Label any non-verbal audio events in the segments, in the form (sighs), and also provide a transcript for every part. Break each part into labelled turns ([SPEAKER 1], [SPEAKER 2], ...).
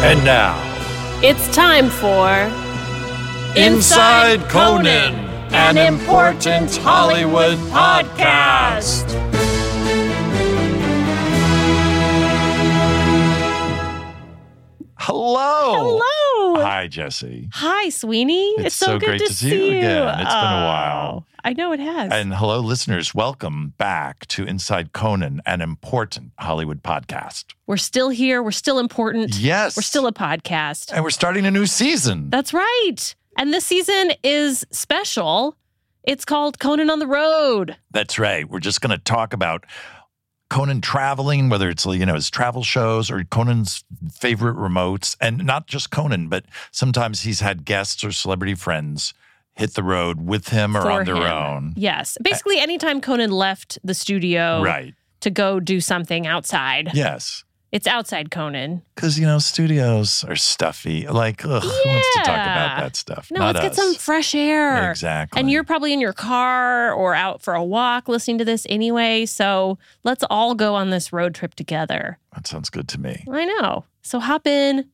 [SPEAKER 1] And now,
[SPEAKER 2] It's time for
[SPEAKER 1] Inside Conan, an important Hollywood podcast. Hello.
[SPEAKER 2] Hello.
[SPEAKER 1] Hi, Jesse.
[SPEAKER 2] Hi, Sweeney.
[SPEAKER 1] It's so great to see you again. It's been a while.
[SPEAKER 2] Oh, I know it has.
[SPEAKER 1] And hello, listeners. Welcome back to Inside Conan, an important Hollywood podcast.
[SPEAKER 2] we're still here. We're still important.
[SPEAKER 1] Yes.
[SPEAKER 2] We're still a podcast.
[SPEAKER 1] And we're starting a new season.
[SPEAKER 2] That's right. And this season is special. It's called Conan on the Road.
[SPEAKER 1] That's right. We're just going to talk about Conan traveling, whether it's you know his travel shows or Conan's favorite remotes, and not just Conan, but sometimes he's had guests or celebrity friends hit the road with him or
[SPEAKER 2] for
[SPEAKER 1] on their
[SPEAKER 2] him.
[SPEAKER 1] own.
[SPEAKER 2] Yes. Basically, anytime Conan left the studio
[SPEAKER 1] Right.
[SPEAKER 2] to go do something outside,
[SPEAKER 1] Yes.
[SPEAKER 2] it's outside Conan.
[SPEAKER 1] Because you know studios are stuffy. Like, ugh, who wants to talk about
[SPEAKER 2] Yeah.
[SPEAKER 1] that stuff?
[SPEAKER 2] No,
[SPEAKER 1] not
[SPEAKER 2] let's
[SPEAKER 1] us.
[SPEAKER 2] get some fresh air.
[SPEAKER 1] Exactly.
[SPEAKER 2] And you're probably in your car or out for a walk listening to this anyway. So let's all go on this road trip together.
[SPEAKER 1] that sounds good to me.
[SPEAKER 2] I know. So hop in.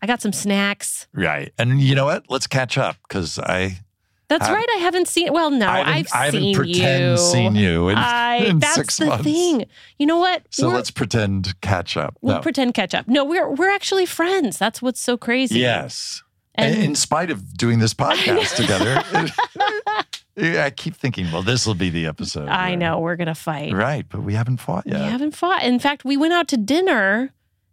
[SPEAKER 2] I got some snacks.
[SPEAKER 1] Right. And you know what? Let's catch up because I
[SPEAKER 2] That's
[SPEAKER 1] I-
[SPEAKER 2] right. I haven't seen. Well, no,
[SPEAKER 1] I haven't,
[SPEAKER 2] I've
[SPEAKER 1] I haven't
[SPEAKER 2] seen
[SPEAKER 1] pretend
[SPEAKER 2] you.
[SPEAKER 1] seen you in,
[SPEAKER 2] I.
[SPEAKER 1] (laughs) in
[SPEAKER 2] that's
[SPEAKER 1] six
[SPEAKER 2] the
[SPEAKER 1] months.
[SPEAKER 2] thing. You know what?
[SPEAKER 1] So
[SPEAKER 2] We're-
[SPEAKER 1] let's pretend catch up.
[SPEAKER 2] we'll
[SPEAKER 1] No.
[SPEAKER 2] pretend catch up. No, we're we're actually friends. That's what's so crazy.
[SPEAKER 1] Yes.
[SPEAKER 2] And-
[SPEAKER 1] And in spite of doing this podcast together,
[SPEAKER 2] (laughs)
[SPEAKER 1] I keep thinking, well, this will be the episode.
[SPEAKER 2] I
[SPEAKER 1] where-
[SPEAKER 2] know we're gonna fight.
[SPEAKER 1] Right. But we haven't fought yet.
[SPEAKER 2] We haven't fought. In fact, we went out to dinner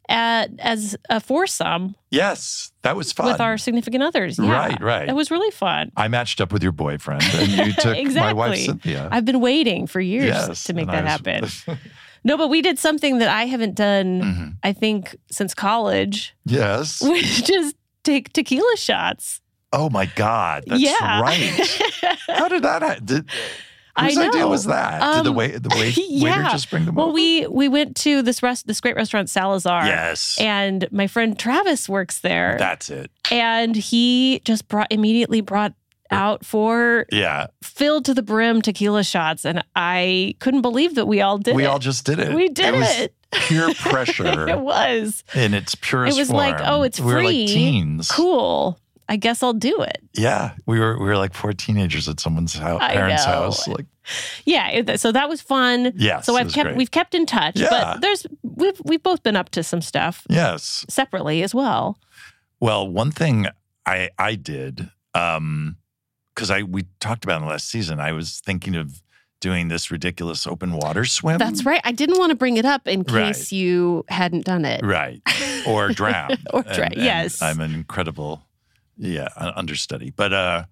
[SPEAKER 2] at as a foursome
[SPEAKER 1] Yes. That was fun.
[SPEAKER 2] with our significant others. Yeah.
[SPEAKER 1] Right, right.
[SPEAKER 2] It was really fun.
[SPEAKER 1] I matched up with your boyfriend and
[SPEAKER 2] (laughs)
[SPEAKER 1] you took my wife,
[SPEAKER 2] Exactly.
[SPEAKER 1] Cynthia.
[SPEAKER 2] I've been waiting for years
[SPEAKER 1] Yes,
[SPEAKER 2] to make
[SPEAKER 1] and
[SPEAKER 2] that
[SPEAKER 1] I
[SPEAKER 2] happen.
[SPEAKER 1] was- (laughs)
[SPEAKER 2] No, but we did something that I haven't done,
[SPEAKER 1] Mhm.
[SPEAKER 2] I think, since college, (laughs)
[SPEAKER 1] Yes.
[SPEAKER 2] which is take tequila shots.
[SPEAKER 1] Oh my God. That's
[SPEAKER 2] yeah.
[SPEAKER 1] right.
[SPEAKER 2] (laughs)
[SPEAKER 1] How did that ha- did,
[SPEAKER 2] I
[SPEAKER 1] whose idea
[SPEAKER 2] know.
[SPEAKER 1] was that? did the,
[SPEAKER 2] Um,
[SPEAKER 1] wait, the wait, waiter
[SPEAKER 2] (laughs) yeah.
[SPEAKER 1] just bring them
[SPEAKER 2] well,
[SPEAKER 1] over?
[SPEAKER 2] we we went to this rest this great restaurant Salazar.
[SPEAKER 1] Yes.
[SPEAKER 2] And my friend Travis works there.
[SPEAKER 1] That's it.
[SPEAKER 2] and he just brought immediately brought out four
[SPEAKER 1] Yeah.
[SPEAKER 2] filled to the brim tequila shots. And I couldn't believe that we all did
[SPEAKER 1] we
[SPEAKER 2] it. (laughs)
[SPEAKER 1] all just did it.
[SPEAKER 2] we did
[SPEAKER 1] it. was
[SPEAKER 2] it. (laughs)
[SPEAKER 1] Pure pressure.
[SPEAKER 2] it was.
[SPEAKER 1] in its purest
[SPEAKER 2] It was like,
[SPEAKER 1] form.
[SPEAKER 2] oh, it's
[SPEAKER 1] we were
[SPEAKER 2] free.
[SPEAKER 1] like teens.
[SPEAKER 2] cool. I guess I'll do it.
[SPEAKER 1] Yeah, we were we were like four teenagers at someone's house,
[SPEAKER 2] I
[SPEAKER 1] parents'
[SPEAKER 2] know.
[SPEAKER 1] house. Like,
[SPEAKER 2] Yeah. it- So that was fun.
[SPEAKER 1] yes.
[SPEAKER 2] so
[SPEAKER 1] it
[SPEAKER 2] I've
[SPEAKER 1] was
[SPEAKER 2] kept
[SPEAKER 1] great.
[SPEAKER 2] we've kept in touch,
[SPEAKER 1] Yeah.
[SPEAKER 2] but there's we've we've both been up to some stuff
[SPEAKER 1] yes.
[SPEAKER 2] separately as well.
[SPEAKER 1] Well, one thing I I did um because I we talked about in the last season, I was thinking of doing this ridiculous open water swim.
[SPEAKER 2] That's right. I didn't want to bring it up in
[SPEAKER 1] Right.
[SPEAKER 2] case you hadn't done it.
[SPEAKER 1] Right.
[SPEAKER 2] (laughs)
[SPEAKER 1] Or drown.
[SPEAKER 2] Or drown, yes.
[SPEAKER 1] I'm an incredible, yeah, un- understudy. But uh,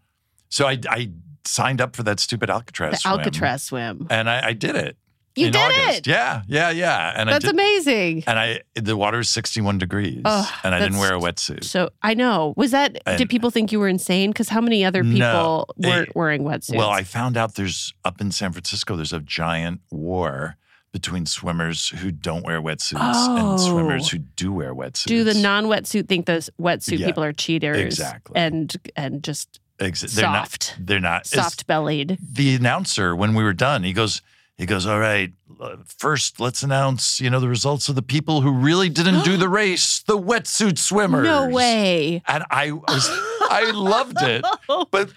[SPEAKER 1] so I I signed up for that stupid Alcatraz.
[SPEAKER 2] The
[SPEAKER 1] swim,
[SPEAKER 2] Alcatraz swim.
[SPEAKER 1] And I, I did it.
[SPEAKER 2] You
[SPEAKER 1] in
[SPEAKER 2] did
[SPEAKER 1] August.
[SPEAKER 2] it.
[SPEAKER 1] Yeah, yeah, yeah. And
[SPEAKER 2] That's
[SPEAKER 1] I did,
[SPEAKER 2] amazing.
[SPEAKER 1] and I the water is 61 degrees
[SPEAKER 2] Ugh,
[SPEAKER 1] and I didn't
[SPEAKER 2] that's
[SPEAKER 1] wear a wetsuit.
[SPEAKER 2] So I know. Was that did
[SPEAKER 1] And-
[SPEAKER 2] people think you were insane? Because how many other
[SPEAKER 1] No,
[SPEAKER 2] people
[SPEAKER 1] they-
[SPEAKER 2] weren't wearing wetsuits?
[SPEAKER 1] Well, I found out there's up in San Francisco there's a giant war between swimmers who don't wear wetsuits
[SPEAKER 2] Oh.
[SPEAKER 1] and swimmers who do wear wetsuits.
[SPEAKER 2] do the non-wetsuit think those wetsuit
[SPEAKER 1] Yeah,
[SPEAKER 2] people are cheaters?
[SPEAKER 1] exactly.
[SPEAKER 2] And and just
[SPEAKER 1] Ex- they're
[SPEAKER 2] soft.
[SPEAKER 1] not they're not It's-
[SPEAKER 2] soft bellied.
[SPEAKER 1] the announcer when we were done he goes he goes all right uh, first let's announce you know the results of the people who really didn't do the
[SPEAKER 2] (gasps)
[SPEAKER 1] race the wetsuit swimmers
[SPEAKER 2] No way. (laughs)
[SPEAKER 1] and i was i loved it but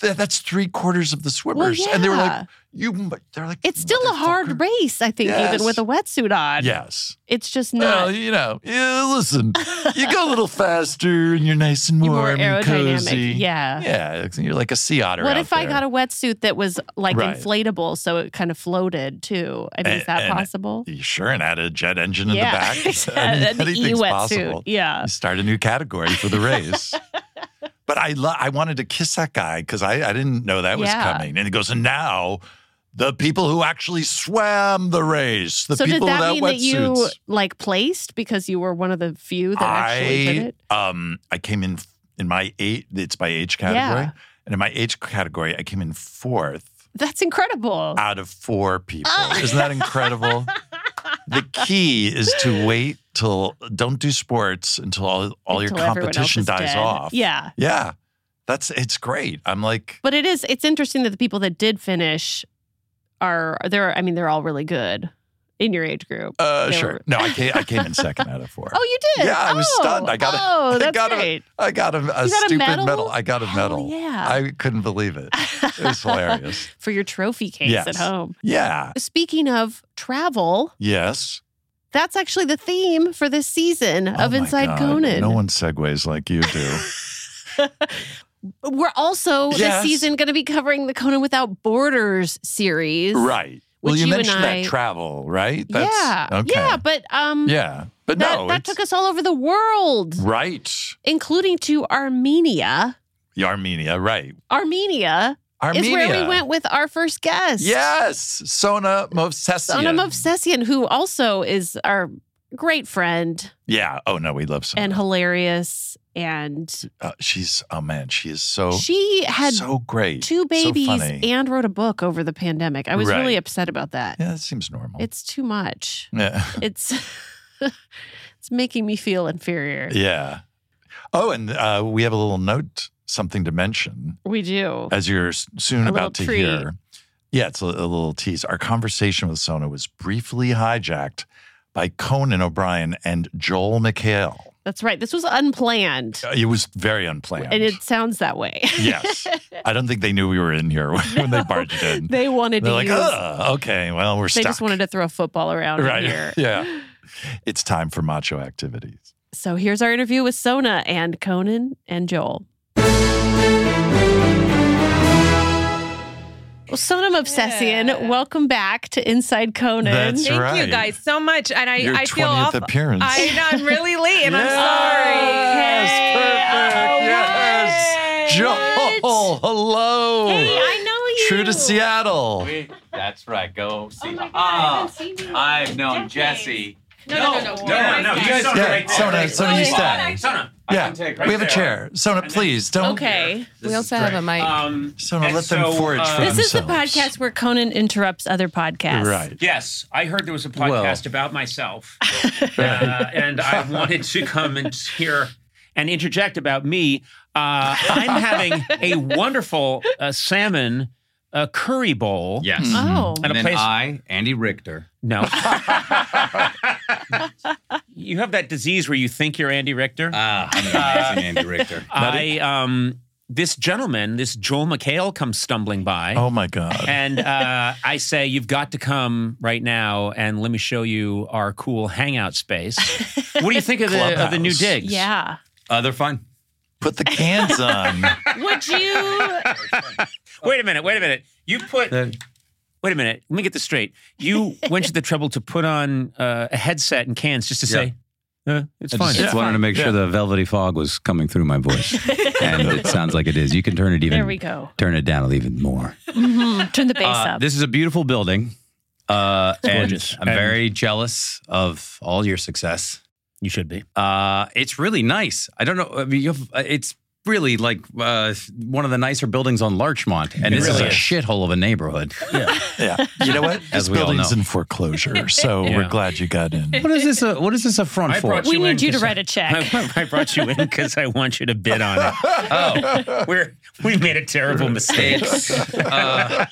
[SPEAKER 1] th- that's three quarters of the swimmers. And they were like, you, m- they're like,
[SPEAKER 2] Oh, it's still a hard
[SPEAKER 1] "Motherfucker."
[SPEAKER 2] race, I think,
[SPEAKER 1] Yes.
[SPEAKER 2] even with a wetsuit on.
[SPEAKER 1] Yes.
[SPEAKER 2] It's just
[SPEAKER 1] Well,
[SPEAKER 2] not.
[SPEAKER 1] you know, yeah, listen, you go a
[SPEAKER 2] (laughs)
[SPEAKER 1] little faster and you're nice and
[SPEAKER 2] You're
[SPEAKER 1] warm
[SPEAKER 2] more
[SPEAKER 1] and
[SPEAKER 2] aerodynamic,
[SPEAKER 1] cozy.
[SPEAKER 2] yeah.
[SPEAKER 1] Yeah. You're like a sea otter.
[SPEAKER 2] what
[SPEAKER 1] out
[SPEAKER 2] if I
[SPEAKER 1] there.
[SPEAKER 2] got a wetsuit that was like
[SPEAKER 1] Right.
[SPEAKER 2] inflatable so it kind of floated too? I mean, is
[SPEAKER 1] And-
[SPEAKER 2] that
[SPEAKER 1] and-
[SPEAKER 2] possible?
[SPEAKER 1] (laughs) You Sure, and add a jet engine in
[SPEAKER 2] (laughs) yeah.
[SPEAKER 1] the back. I mean,
[SPEAKER 2] An e
[SPEAKER 1] anything's
[SPEAKER 2] wetsuit. Yeah.
[SPEAKER 1] You start a new category for the
[SPEAKER 2] (laughs)
[SPEAKER 1] race. but I lo- I wanted to kiss that guy because I, I didn't know that was
[SPEAKER 2] Yeah.
[SPEAKER 1] coming. And he goes, and now the people who actually swam the race, the
[SPEAKER 2] so did
[SPEAKER 1] people
[SPEAKER 2] that
[SPEAKER 1] without
[SPEAKER 2] mean that
[SPEAKER 1] wetsuits.
[SPEAKER 2] you like placed because you were one of the few that actually did
[SPEAKER 1] I
[SPEAKER 2] it?
[SPEAKER 1] um I came in f- in my eight. It's by age category,
[SPEAKER 2] Yeah.
[SPEAKER 1] and in my age category, I came in fourth
[SPEAKER 2] That's incredible.
[SPEAKER 1] out of four people.
[SPEAKER 2] Oh.
[SPEAKER 1] Isn't that incredible? the key is to wait till don't do sports until all, all your
[SPEAKER 2] Until everyone else
[SPEAKER 1] competition
[SPEAKER 2] is
[SPEAKER 1] dies
[SPEAKER 2] dead.
[SPEAKER 1] off.
[SPEAKER 2] Yeah.
[SPEAKER 1] yeah, that's it's great. I'm like uh,
[SPEAKER 2] But it is it's interesting that the people that did finish are they're I mean they're all really good in your age group.
[SPEAKER 1] uh
[SPEAKER 2] They
[SPEAKER 1] sure.
[SPEAKER 2] were-
[SPEAKER 1] No, I came I came in second out of four.
[SPEAKER 2] (laughs) Oh, you did.
[SPEAKER 1] Yeah, I was
[SPEAKER 2] oh,
[SPEAKER 1] stunned. I got a- (laughs)
[SPEAKER 2] Oh,
[SPEAKER 1] I
[SPEAKER 2] that's
[SPEAKER 1] got a-
[SPEAKER 2] great.
[SPEAKER 1] I got a, a
[SPEAKER 2] You got a
[SPEAKER 1] stupid
[SPEAKER 2] medal?
[SPEAKER 1] I got a
[SPEAKER 2] Hell
[SPEAKER 1] medal.
[SPEAKER 2] yeah.
[SPEAKER 1] I couldn't believe it. It was hilarious.
[SPEAKER 2] (laughs) For your trophy case
[SPEAKER 1] Yes.
[SPEAKER 2] at home.
[SPEAKER 1] Yeah.
[SPEAKER 2] Speaking of travel,
[SPEAKER 1] Yes.
[SPEAKER 2] that's actually the theme for this season
[SPEAKER 1] Oh
[SPEAKER 2] of
[SPEAKER 1] my
[SPEAKER 2] Inside
[SPEAKER 1] God,
[SPEAKER 2] Conan.
[SPEAKER 1] No one segues like you (laughs) do.
[SPEAKER 2] We're also
[SPEAKER 1] Yes.
[SPEAKER 2] this season going to be covering the Conan Without Borders series.
[SPEAKER 1] right. Well,
[SPEAKER 2] (laughs) Which
[SPEAKER 1] you,
[SPEAKER 2] you and
[SPEAKER 1] mentioned
[SPEAKER 2] I-
[SPEAKER 1] that travel, right?
[SPEAKER 2] yeah.
[SPEAKER 1] Okay.
[SPEAKER 2] Yeah, but um
[SPEAKER 1] Yeah. But
[SPEAKER 2] that,
[SPEAKER 1] no,
[SPEAKER 2] that
[SPEAKER 1] it's
[SPEAKER 2] took us all over the world,
[SPEAKER 1] right.
[SPEAKER 2] including to Armenia.
[SPEAKER 1] Armenia, right.
[SPEAKER 2] Armenia,
[SPEAKER 1] Armenia.
[SPEAKER 2] is where we went with our first guest.
[SPEAKER 1] Yes. Sona Movsesian.
[SPEAKER 2] Sonam Obsessian, who also is our great friend
[SPEAKER 1] Yeah. Oh, no, we love Sona.
[SPEAKER 2] and hilarious. And
[SPEAKER 1] Uh, she's, oh man, she is so,
[SPEAKER 2] she had
[SPEAKER 1] so great.
[SPEAKER 2] two babies
[SPEAKER 1] So funny.
[SPEAKER 2] and wrote a book over the pandemic. I was
[SPEAKER 1] Right.
[SPEAKER 2] really upset about that.
[SPEAKER 1] yeah, that seems normal.
[SPEAKER 2] It's too much.
[SPEAKER 1] yeah. (laughs)
[SPEAKER 2] It's (laughs) it's making me feel inferior.
[SPEAKER 1] yeah. Oh, and uh, we have a little note, something to mention.
[SPEAKER 2] We do.
[SPEAKER 1] as you're s- soon
[SPEAKER 2] A
[SPEAKER 1] about to
[SPEAKER 2] little treat.
[SPEAKER 1] hear. Yeah, it's a, a little tease. Our conversation with Sona was briefly hijacked by Conan O'Brien and Joel McHale.
[SPEAKER 2] That's right. This was unplanned.
[SPEAKER 1] Uh, It was very unplanned.
[SPEAKER 2] And it sounds that way.
[SPEAKER 1] yes, I don't think they knew we were in here (laughs) when, when they barged in.
[SPEAKER 2] (laughs) they wanted
[SPEAKER 1] They're like,
[SPEAKER 2] to use
[SPEAKER 1] "Ugh, okay, well, we're
[SPEAKER 2] they
[SPEAKER 1] stuck.
[SPEAKER 2] just wanted to throw a football
[SPEAKER 1] (laughs)
[SPEAKER 2] around in
[SPEAKER 1] right?
[SPEAKER 2] here.
[SPEAKER 1] yeah, it's time for macho activities.
[SPEAKER 2] So here's our interview with Sona and Conan and Joel. Well, Sonam Obsessian,
[SPEAKER 3] Yeah.
[SPEAKER 2] welcome back to Inside Conan.
[SPEAKER 1] That's
[SPEAKER 3] Thank
[SPEAKER 1] right.
[SPEAKER 3] you guys so much. And I,
[SPEAKER 1] Your
[SPEAKER 3] I feel
[SPEAKER 1] twentieth
[SPEAKER 3] off.
[SPEAKER 1] appearance.
[SPEAKER 3] I, know, I'm really late and I'm
[SPEAKER 1] Yes,
[SPEAKER 3] sorry. oh,
[SPEAKER 1] perfect. Yes, Joel. Hello.
[SPEAKER 2] oh, Hey, I know you.
[SPEAKER 1] True to Seattle.
[SPEAKER 4] We, that's right. Go
[SPEAKER 2] Oh
[SPEAKER 4] see.
[SPEAKER 2] my God, I
[SPEAKER 4] Ah,
[SPEAKER 2] haven't seen you in
[SPEAKER 4] I've known
[SPEAKER 2] decades.
[SPEAKER 4] Jesse.
[SPEAKER 2] No, no, no, no.
[SPEAKER 4] No, no, you guys.
[SPEAKER 1] Sona, yeah, Sona, Sona, you stay.
[SPEAKER 4] Sona, I
[SPEAKER 1] Yeah,
[SPEAKER 4] can take right
[SPEAKER 1] we have a
[SPEAKER 4] there.
[SPEAKER 1] chair. Sona, please don't.
[SPEAKER 2] Okay.
[SPEAKER 4] This
[SPEAKER 5] We
[SPEAKER 4] is
[SPEAKER 5] also have
[SPEAKER 4] great.
[SPEAKER 5] a mic.
[SPEAKER 4] Um,
[SPEAKER 1] Sona,
[SPEAKER 4] and
[SPEAKER 1] let them
[SPEAKER 4] so,
[SPEAKER 1] forage
[SPEAKER 4] uh,
[SPEAKER 1] for
[SPEAKER 2] This is the
[SPEAKER 1] themselves.
[SPEAKER 2] podcast where Conan interrupts other podcasts.
[SPEAKER 1] Right.
[SPEAKER 4] Yes, I heard there was a podcast
[SPEAKER 1] Well. (laughs)
[SPEAKER 4] about myself, uh, and I wanted to come and hear and interject about me. Uh, I'm having a wonderful uh, salmon uh, curry bowl.
[SPEAKER 6] Yes.
[SPEAKER 1] Hmm.
[SPEAKER 2] Oh.
[SPEAKER 4] And
[SPEAKER 6] And
[SPEAKER 4] a
[SPEAKER 6] then
[SPEAKER 4] place-
[SPEAKER 6] I, Andy Richter. (laughs)
[SPEAKER 4] No. you have that disease where you think you're Andy Richter.
[SPEAKER 6] Ah, I'm an amazing Andy Richter.
[SPEAKER 4] (laughs) I um this gentleman, this Joel McHale, comes stumbling by.
[SPEAKER 1] Oh my God.
[SPEAKER 4] And uh, I say, you've got to come right now, and let me show you our cool hangout space. What do you think of, the, of the new
[SPEAKER 1] Clubhouse.
[SPEAKER 4] digs?
[SPEAKER 2] Yeah.
[SPEAKER 6] Uh, they're fun.
[SPEAKER 1] Put the cans
[SPEAKER 4] (laughs)
[SPEAKER 1] on.
[SPEAKER 2] Would you
[SPEAKER 4] Wait a minute. Wait a minute. You put.
[SPEAKER 2] Uh,
[SPEAKER 6] They're-
[SPEAKER 4] Wait a minute. Let me get this straight.
[SPEAKER 2] (laughs)
[SPEAKER 4] You went to the trouble to put on uh, a headset and cans just to say, uh, "It's
[SPEAKER 6] I
[SPEAKER 4] fine."
[SPEAKER 6] just wanted to make sure the velvety fog was coming through
[SPEAKER 2] (laughs)
[SPEAKER 6] my voice, and it sounds like it is. You can turn it even.
[SPEAKER 2] There we go.
[SPEAKER 6] Turn it down even more.
[SPEAKER 2] Mhm. turn the bass
[SPEAKER 6] Uh,
[SPEAKER 2] up?
[SPEAKER 6] this is a beautiful building, uh, and
[SPEAKER 4] Gorgeous.
[SPEAKER 6] I'm
[SPEAKER 4] And-
[SPEAKER 6] very jealous of all your success.
[SPEAKER 4] You should be.
[SPEAKER 6] Uh, it's really nice. I don't know. I mean, you have, uh, it's really like uh, one of the nicer buildings on Larchmont, and
[SPEAKER 4] It
[SPEAKER 6] this
[SPEAKER 4] really
[SPEAKER 6] is a
[SPEAKER 4] is.
[SPEAKER 6] shithole of a neighborhood.
[SPEAKER 1] Yeah. You know what?
[SPEAKER 6] As
[SPEAKER 1] this
[SPEAKER 6] we all
[SPEAKER 1] building's
[SPEAKER 6] know.
[SPEAKER 1] in
[SPEAKER 2] (laughs)
[SPEAKER 1] foreclosure, so
[SPEAKER 4] Yeah.
[SPEAKER 1] we're glad you got in.
[SPEAKER 6] What is this? A, what is this a front
[SPEAKER 4] I
[SPEAKER 6] for? (laughs)
[SPEAKER 4] brought
[SPEAKER 2] we
[SPEAKER 4] you in
[SPEAKER 2] need you to
[SPEAKER 4] 'cause
[SPEAKER 2] write a check.
[SPEAKER 4] I, I (laughs) brought you in because I want you to bid
[SPEAKER 2] (laughs)
[SPEAKER 4] on it. Oh, (laughs) we're we made a terrible mistake.
[SPEAKER 6] It's, uh,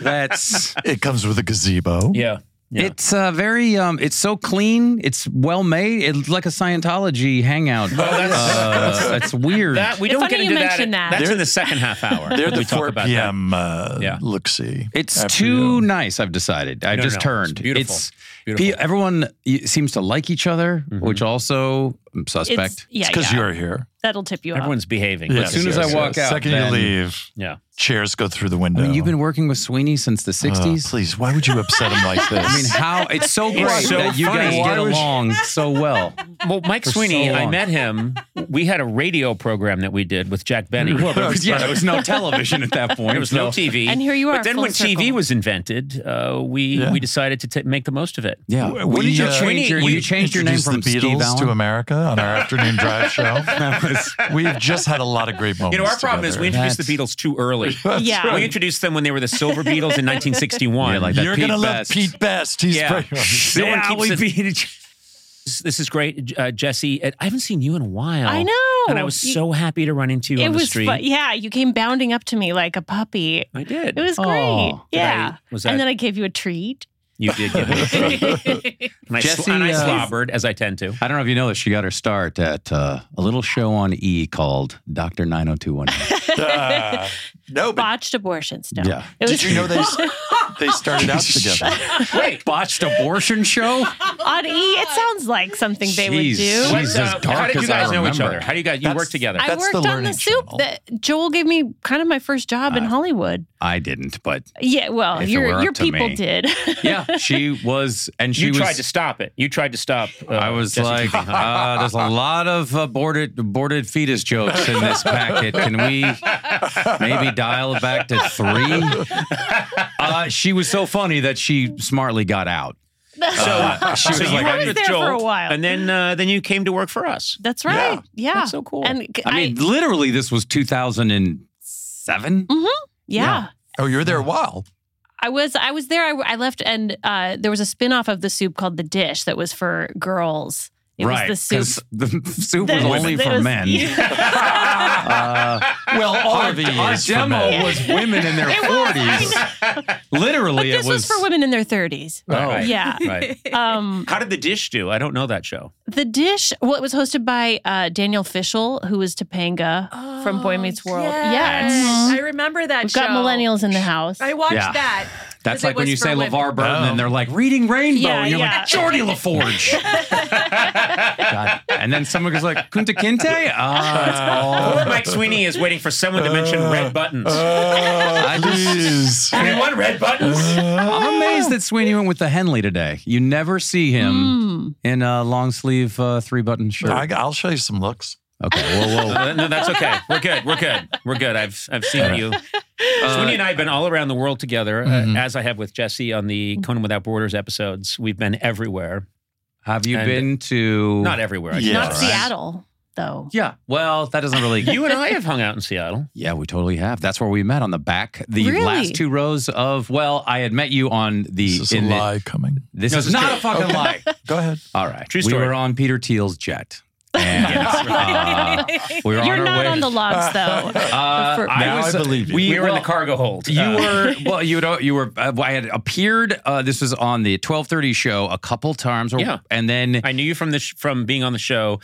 [SPEAKER 6] that's
[SPEAKER 1] It comes with a gazebo.
[SPEAKER 4] (laughs) Yeah,
[SPEAKER 1] Yeah.
[SPEAKER 6] It's uh, very. Um, it's so clean. It's well made. It's like a Scientology hangout. Oh,
[SPEAKER 4] that's-
[SPEAKER 6] it's weird.
[SPEAKER 4] That we
[SPEAKER 2] It's
[SPEAKER 4] don't
[SPEAKER 2] funny
[SPEAKER 4] get
[SPEAKER 2] you
[SPEAKER 4] into that.
[SPEAKER 2] mention that.
[SPEAKER 4] That's
[SPEAKER 1] They're-
[SPEAKER 4] in the second half hour.
[SPEAKER 1] They're
[SPEAKER 4] we
[SPEAKER 1] the
[SPEAKER 4] talk
[SPEAKER 1] 4
[SPEAKER 4] about that.
[SPEAKER 1] p.m. Uh,
[SPEAKER 4] Yeah.
[SPEAKER 1] look see.
[SPEAKER 6] It's too
[SPEAKER 1] nice.
[SPEAKER 6] nice. I've decided. I've
[SPEAKER 4] No, no,
[SPEAKER 6] just
[SPEAKER 4] no. It's
[SPEAKER 6] turned.
[SPEAKER 4] beautiful.
[SPEAKER 6] pe-
[SPEAKER 4] Beautiful.
[SPEAKER 6] everyone y- seems to like each other,
[SPEAKER 4] Mhm.
[SPEAKER 6] which also I'm
[SPEAKER 2] It's,
[SPEAKER 6] suspect.
[SPEAKER 2] yeah,
[SPEAKER 1] It's because
[SPEAKER 2] yeah.
[SPEAKER 1] you're here.
[SPEAKER 2] that'll tip you
[SPEAKER 4] Everyone's (laughs) behaving.
[SPEAKER 1] Yes,
[SPEAKER 6] as soon as I
[SPEAKER 1] yes,
[SPEAKER 6] walk
[SPEAKER 1] yes.
[SPEAKER 6] out,
[SPEAKER 1] second
[SPEAKER 6] then-
[SPEAKER 1] you leave,
[SPEAKER 4] Yeah.
[SPEAKER 1] chairs go through the
[SPEAKER 6] I
[SPEAKER 1] window.
[SPEAKER 6] mean, you've been working with Sweeney since the
[SPEAKER 1] Uh,
[SPEAKER 6] '60s.
[SPEAKER 1] please, why would you upset him like this?
[SPEAKER 6] (laughs) I mean, how it's so
[SPEAKER 4] It's
[SPEAKER 6] great
[SPEAKER 4] so
[SPEAKER 6] that you
[SPEAKER 4] funny.
[SPEAKER 6] guys
[SPEAKER 4] Why
[SPEAKER 6] get
[SPEAKER 4] was-
[SPEAKER 6] along so well.
[SPEAKER 4] Well, Mike
[SPEAKER 6] For so
[SPEAKER 4] Sweeney, I
[SPEAKER 6] long.
[SPEAKER 4] met him. We had a radio program that we did with Jack Benny.
[SPEAKER 6] (laughs) Well, there was, yeah, there was no television at that point.
[SPEAKER 4] There was no TV.
[SPEAKER 2] And here you are,
[SPEAKER 4] But then
[SPEAKER 2] full
[SPEAKER 4] when TV
[SPEAKER 2] circle.
[SPEAKER 4] was invented, uh, we
[SPEAKER 1] Yeah.
[SPEAKER 4] we decided to t- make the most of it.
[SPEAKER 6] Yeah.
[SPEAKER 1] Uh, We,
[SPEAKER 6] When did you change your-
[SPEAKER 1] we
[SPEAKER 6] you changed your name
[SPEAKER 1] introduced
[SPEAKER 6] from
[SPEAKER 1] the
[SPEAKER 6] Steve
[SPEAKER 1] Beatles
[SPEAKER 6] Allen?
[SPEAKER 1] to America on our afternoon drive (laughs) show. We've just had a lot of great moments.
[SPEAKER 4] You know, our problem is we
[SPEAKER 1] together.
[SPEAKER 4] introduced the Beatles too
[SPEAKER 6] (laughs)
[SPEAKER 4] early.
[SPEAKER 2] Yeah.
[SPEAKER 4] We introduced them when they were the Silver Beatles in 1961.
[SPEAKER 6] Yeah, like that
[SPEAKER 1] You're
[SPEAKER 6] Pete
[SPEAKER 1] gonna love
[SPEAKER 6] Best.
[SPEAKER 1] Pete Best. He's
[SPEAKER 4] Yeah.
[SPEAKER 1] great. (laughs)
[SPEAKER 4] No one
[SPEAKER 6] Yeah,
[SPEAKER 4] keeps
[SPEAKER 6] we
[SPEAKER 4] it- This- This is great, uh, Jesse. I haven't seen you in a while.
[SPEAKER 2] I know.
[SPEAKER 4] and I was
[SPEAKER 2] You-
[SPEAKER 4] so happy to run into you
[SPEAKER 2] It
[SPEAKER 4] on the
[SPEAKER 2] was
[SPEAKER 4] street.
[SPEAKER 2] fun. Yeah, you came bounding up to me like a puppy.
[SPEAKER 4] I did.
[SPEAKER 2] It was great.
[SPEAKER 6] Oh,
[SPEAKER 4] Did I-
[SPEAKER 2] yeah.
[SPEAKER 4] was that-
[SPEAKER 2] and then I gave you a treat. (laughs)
[SPEAKER 4] You did give me a treat. and, I, sl-
[SPEAKER 6] Jesse,
[SPEAKER 4] and I
[SPEAKER 6] uh,
[SPEAKER 4] slobbered as I tend to.
[SPEAKER 6] I don't know if you know this. She got her start at uh, a little show on E called Doctor 90210.
[SPEAKER 1] Ah, (laughs) no, but
[SPEAKER 2] Botched abortions. No.
[SPEAKER 6] Yeah.
[SPEAKER 2] It
[SPEAKER 1] did
[SPEAKER 2] was
[SPEAKER 1] you know they s- they started out together?
[SPEAKER 4] Wait,
[SPEAKER 6] Botched abortion
[SPEAKER 4] (laughs)
[SPEAKER 6] show.
[SPEAKER 2] (laughs) on E. It sounds like something they
[SPEAKER 6] Jeez.
[SPEAKER 2] would do.
[SPEAKER 6] Jeez. He's as dark
[SPEAKER 4] how did you
[SPEAKER 6] as I
[SPEAKER 4] guys know each
[SPEAKER 6] remember.
[SPEAKER 4] other? How do you guys you
[SPEAKER 1] That's-
[SPEAKER 4] work together?
[SPEAKER 2] I
[SPEAKER 1] That's the
[SPEAKER 2] worked on
[SPEAKER 1] learning
[SPEAKER 2] the soup
[SPEAKER 1] channel.
[SPEAKER 2] that Joel gave me kind of my first job in Hollywood.
[SPEAKER 6] (laughs) I didn't, but
[SPEAKER 2] Yeah, well,
[SPEAKER 6] if it were
[SPEAKER 2] your
[SPEAKER 6] up
[SPEAKER 2] your
[SPEAKER 6] to
[SPEAKER 2] people
[SPEAKER 6] me.
[SPEAKER 2] did. (laughs)
[SPEAKER 6] yeah, she was, and she
[SPEAKER 4] you
[SPEAKER 6] was.
[SPEAKER 4] tried to stop it. You tried to stop. uh,
[SPEAKER 6] I was
[SPEAKER 2] (laughs)
[SPEAKER 4] Jesse
[SPEAKER 6] like,
[SPEAKER 4] Pinkman.
[SPEAKER 6] uh, there's a lot of aborted aborted fetus jokes in this packet. Can we maybe dial it back to three? Uh, she was so funny that she smartly got out. Uh, she
[SPEAKER 4] so
[SPEAKER 6] was
[SPEAKER 4] you
[SPEAKER 6] like,
[SPEAKER 4] worked
[SPEAKER 2] was
[SPEAKER 4] with
[SPEAKER 2] there for
[SPEAKER 4] Joel,
[SPEAKER 2] a while.
[SPEAKER 4] and then uh, then you came to work for us.
[SPEAKER 2] That's right. Yeah.
[SPEAKER 4] That's so cool.
[SPEAKER 2] Ah, And c-
[SPEAKER 6] I mean, literally, this was 2007.
[SPEAKER 2] yeah.
[SPEAKER 1] Oh, you're there a while.
[SPEAKER 2] I was I was there. I, I left, and uh, there was a spin off of the soup called the dish that was for girls. It
[SPEAKER 6] right.
[SPEAKER 2] was the soup.
[SPEAKER 6] 'cause the soup
[SPEAKER 2] that
[SPEAKER 6] was only
[SPEAKER 2] that
[SPEAKER 6] for
[SPEAKER 2] was-
[SPEAKER 6] men. (laughs) Uh,
[SPEAKER 1] Well, all
[SPEAKER 6] our,
[SPEAKER 1] of it
[SPEAKER 6] our
[SPEAKER 1] is for
[SPEAKER 6] demo
[SPEAKER 1] men.
[SPEAKER 6] was women in their 40s. Literally,
[SPEAKER 2] this
[SPEAKER 6] it was.
[SPEAKER 2] was, for women in their thirties.
[SPEAKER 6] Oh.
[SPEAKER 4] Right,
[SPEAKER 2] Yeah.
[SPEAKER 4] Right.
[SPEAKER 2] Um,
[SPEAKER 4] How did the dish do? I don't know that show.
[SPEAKER 2] the dish. Well, it was hosted by uh, Daniel Fishel, who was Topanga from Boy Meets World.
[SPEAKER 3] Oh, Yes. I
[SPEAKER 2] Yes.
[SPEAKER 3] remember that
[SPEAKER 2] Mm-hmm. We've
[SPEAKER 3] show.
[SPEAKER 2] got millennials in the house.
[SPEAKER 3] I watched
[SPEAKER 6] Yeah.
[SPEAKER 3] that.
[SPEAKER 6] That's
[SPEAKER 3] 'cause it
[SPEAKER 6] like when
[SPEAKER 3] was
[SPEAKER 6] you
[SPEAKER 3] for
[SPEAKER 6] say
[SPEAKER 3] women.
[SPEAKER 6] LeVar Burton
[SPEAKER 1] Oh.
[SPEAKER 6] and they're like, reading Rainbow.
[SPEAKER 2] Yeah,
[SPEAKER 6] and you're
[SPEAKER 2] yeah.
[SPEAKER 6] like, Jordy
[SPEAKER 3] (laughs)
[SPEAKER 6] LaForge. God. And then someone goes like, Kunta
[SPEAKER 4] (laughs)
[SPEAKER 6] Kinte? Ah,
[SPEAKER 4] Poor Mike Sweeney is waiting for someone to mention red buttons.
[SPEAKER 1] (laughs) Uh,
[SPEAKER 6] I
[SPEAKER 1] please. (laughs)
[SPEAKER 4] Anyone red buttons?
[SPEAKER 6] I'm amazed that Sweeney went with the Henley today. You never see
[SPEAKER 3] Hmm.
[SPEAKER 2] Mm.
[SPEAKER 6] him in a long sleeve uh, three button shirt.
[SPEAKER 1] I, I'll show you some looks.
[SPEAKER 6] okay, whoa, whoa.
[SPEAKER 4] (laughs) Uh, no, that's okay. We're good. We're good. We're good. I've I've seen you.
[SPEAKER 6] Uh,
[SPEAKER 4] Sweeney and I have been all around the world together, uh,
[SPEAKER 6] Mm-hmm.
[SPEAKER 4] as I have with Jesse on the Conan Without Borders episodes. We've been everywhere.
[SPEAKER 6] Have you
[SPEAKER 4] And-
[SPEAKER 6] been to?
[SPEAKER 4] Not e- everywhere. I
[SPEAKER 1] Yeah,
[SPEAKER 2] Not
[SPEAKER 1] right.
[SPEAKER 2] Seattle, though.
[SPEAKER 6] yeah. Well, that doesn't really.
[SPEAKER 4] guess. You and I have hung out in
[SPEAKER 6] (laughs)
[SPEAKER 4] Seattle.
[SPEAKER 6] Yeah, we totally have. That's where we met on the back, the
[SPEAKER 2] Really?
[SPEAKER 6] last two rows of. Well, I had met you on the.
[SPEAKER 1] This is a
[SPEAKER 6] in the-
[SPEAKER 1] lie coming.
[SPEAKER 6] this
[SPEAKER 4] No,
[SPEAKER 6] is
[SPEAKER 4] this is
[SPEAKER 6] not
[SPEAKER 4] true.
[SPEAKER 6] a fucking lie.
[SPEAKER 1] Go ahead.
[SPEAKER 6] All right,
[SPEAKER 4] True
[SPEAKER 6] We
[SPEAKER 4] story.
[SPEAKER 6] were on Peter
[SPEAKER 3] (laughs)
[SPEAKER 6] Thiel's jet. And, (laughs) uh, we were
[SPEAKER 2] You're
[SPEAKER 6] on our
[SPEAKER 2] not
[SPEAKER 6] way-
[SPEAKER 2] on the logs,
[SPEAKER 6] (laughs)
[SPEAKER 2] though.
[SPEAKER 6] Uh,
[SPEAKER 2] For-
[SPEAKER 6] I
[SPEAKER 1] Now
[SPEAKER 6] was,
[SPEAKER 1] I believe you.
[SPEAKER 4] We, were in
[SPEAKER 6] well,
[SPEAKER 4] the cargo hold.
[SPEAKER 6] You
[SPEAKER 4] Uh, (laughs)
[SPEAKER 6] were well. You know, you were. Uh, I had appeared. Uh, this was on the twelve thirty show a couple times. Or,
[SPEAKER 4] Yeah.
[SPEAKER 6] and then
[SPEAKER 4] I knew you from the sh- from being on the show.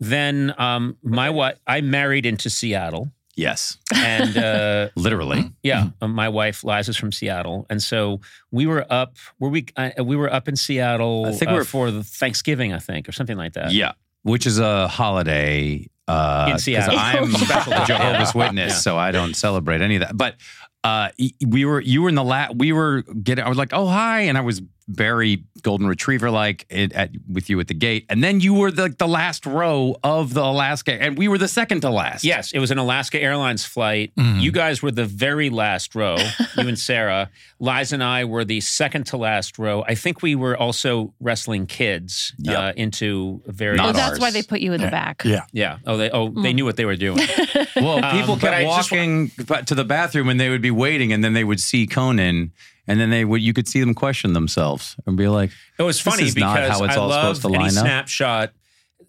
[SPEAKER 4] Then um, my wife, I married into Seattle,
[SPEAKER 6] yes,
[SPEAKER 4] and uh,
[SPEAKER 6] literally.
[SPEAKER 4] yeah, uh, my wife Liza's from Seattle, and so we were up. Were we? Uh, we were up in Seattle.
[SPEAKER 6] I think we
[SPEAKER 4] uh,
[SPEAKER 6] were-
[SPEAKER 4] for the Thanksgiving, I think, or something like that.
[SPEAKER 6] Yeah, which is a holiday. Uh,
[SPEAKER 4] In
[SPEAKER 6] 'cause
[SPEAKER 4] Seattle. (laughs)
[SPEAKER 6] I'm
[SPEAKER 4] Special
[SPEAKER 6] a
[SPEAKER 4] day.
[SPEAKER 6] Jehovah's Witness,
[SPEAKER 4] Yeah.
[SPEAKER 6] so I don't celebrate any of that. But uh, y- we were, you were in the la We were getting. I was like, oh hi, and I was very golden retriever like at with you at the gate, and then you were the, the last row of the Alaska, and we were the second to last.
[SPEAKER 4] Yes, it was an Alaska Airlines flight.
[SPEAKER 6] Mm-hmm.
[SPEAKER 1] Mhm.
[SPEAKER 4] You guys were the very
[SPEAKER 6] (laughs)
[SPEAKER 4] last row, you and Sarah. Liza and I were the second to last row. I think we were also wrestling kids uh,
[SPEAKER 6] Yep.
[SPEAKER 4] into very.
[SPEAKER 6] Not
[SPEAKER 2] oh, that's
[SPEAKER 6] ours.
[SPEAKER 2] why they put you in the back.
[SPEAKER 1] Yeah.
[SPEAKER 4] Yeah. Oh, they. Oh, they knew what they were doing.
[SPEAKER 6] Well,
[SPEAKER 4] Um,
[SPEAKER 6] people
[SPEAKER 4] but I
[SPEAKER 6] kept
[SPEAKER 4] just wa-
[SPEAKER 6] walking ba- to the bathroom, and they would be waiting, and then they would see Conan, and then they would. You could see them question themselves and be like,
[SPEAKER 4] It was
[SPEAKER 6] This
[SPEAKER 4] funny
[SPEAKER 6] is not
[SPEAKER 4] because
[SPEAKER 6] how it's
[SPEAKER 4] I
[SPEAKER 6] all
[SPEAKER 4] love
[SPEAKER 6] supposed to
[SPEAKER 4] any
[SPEAKER 6] line up.
[SPEAKER 4] snapshot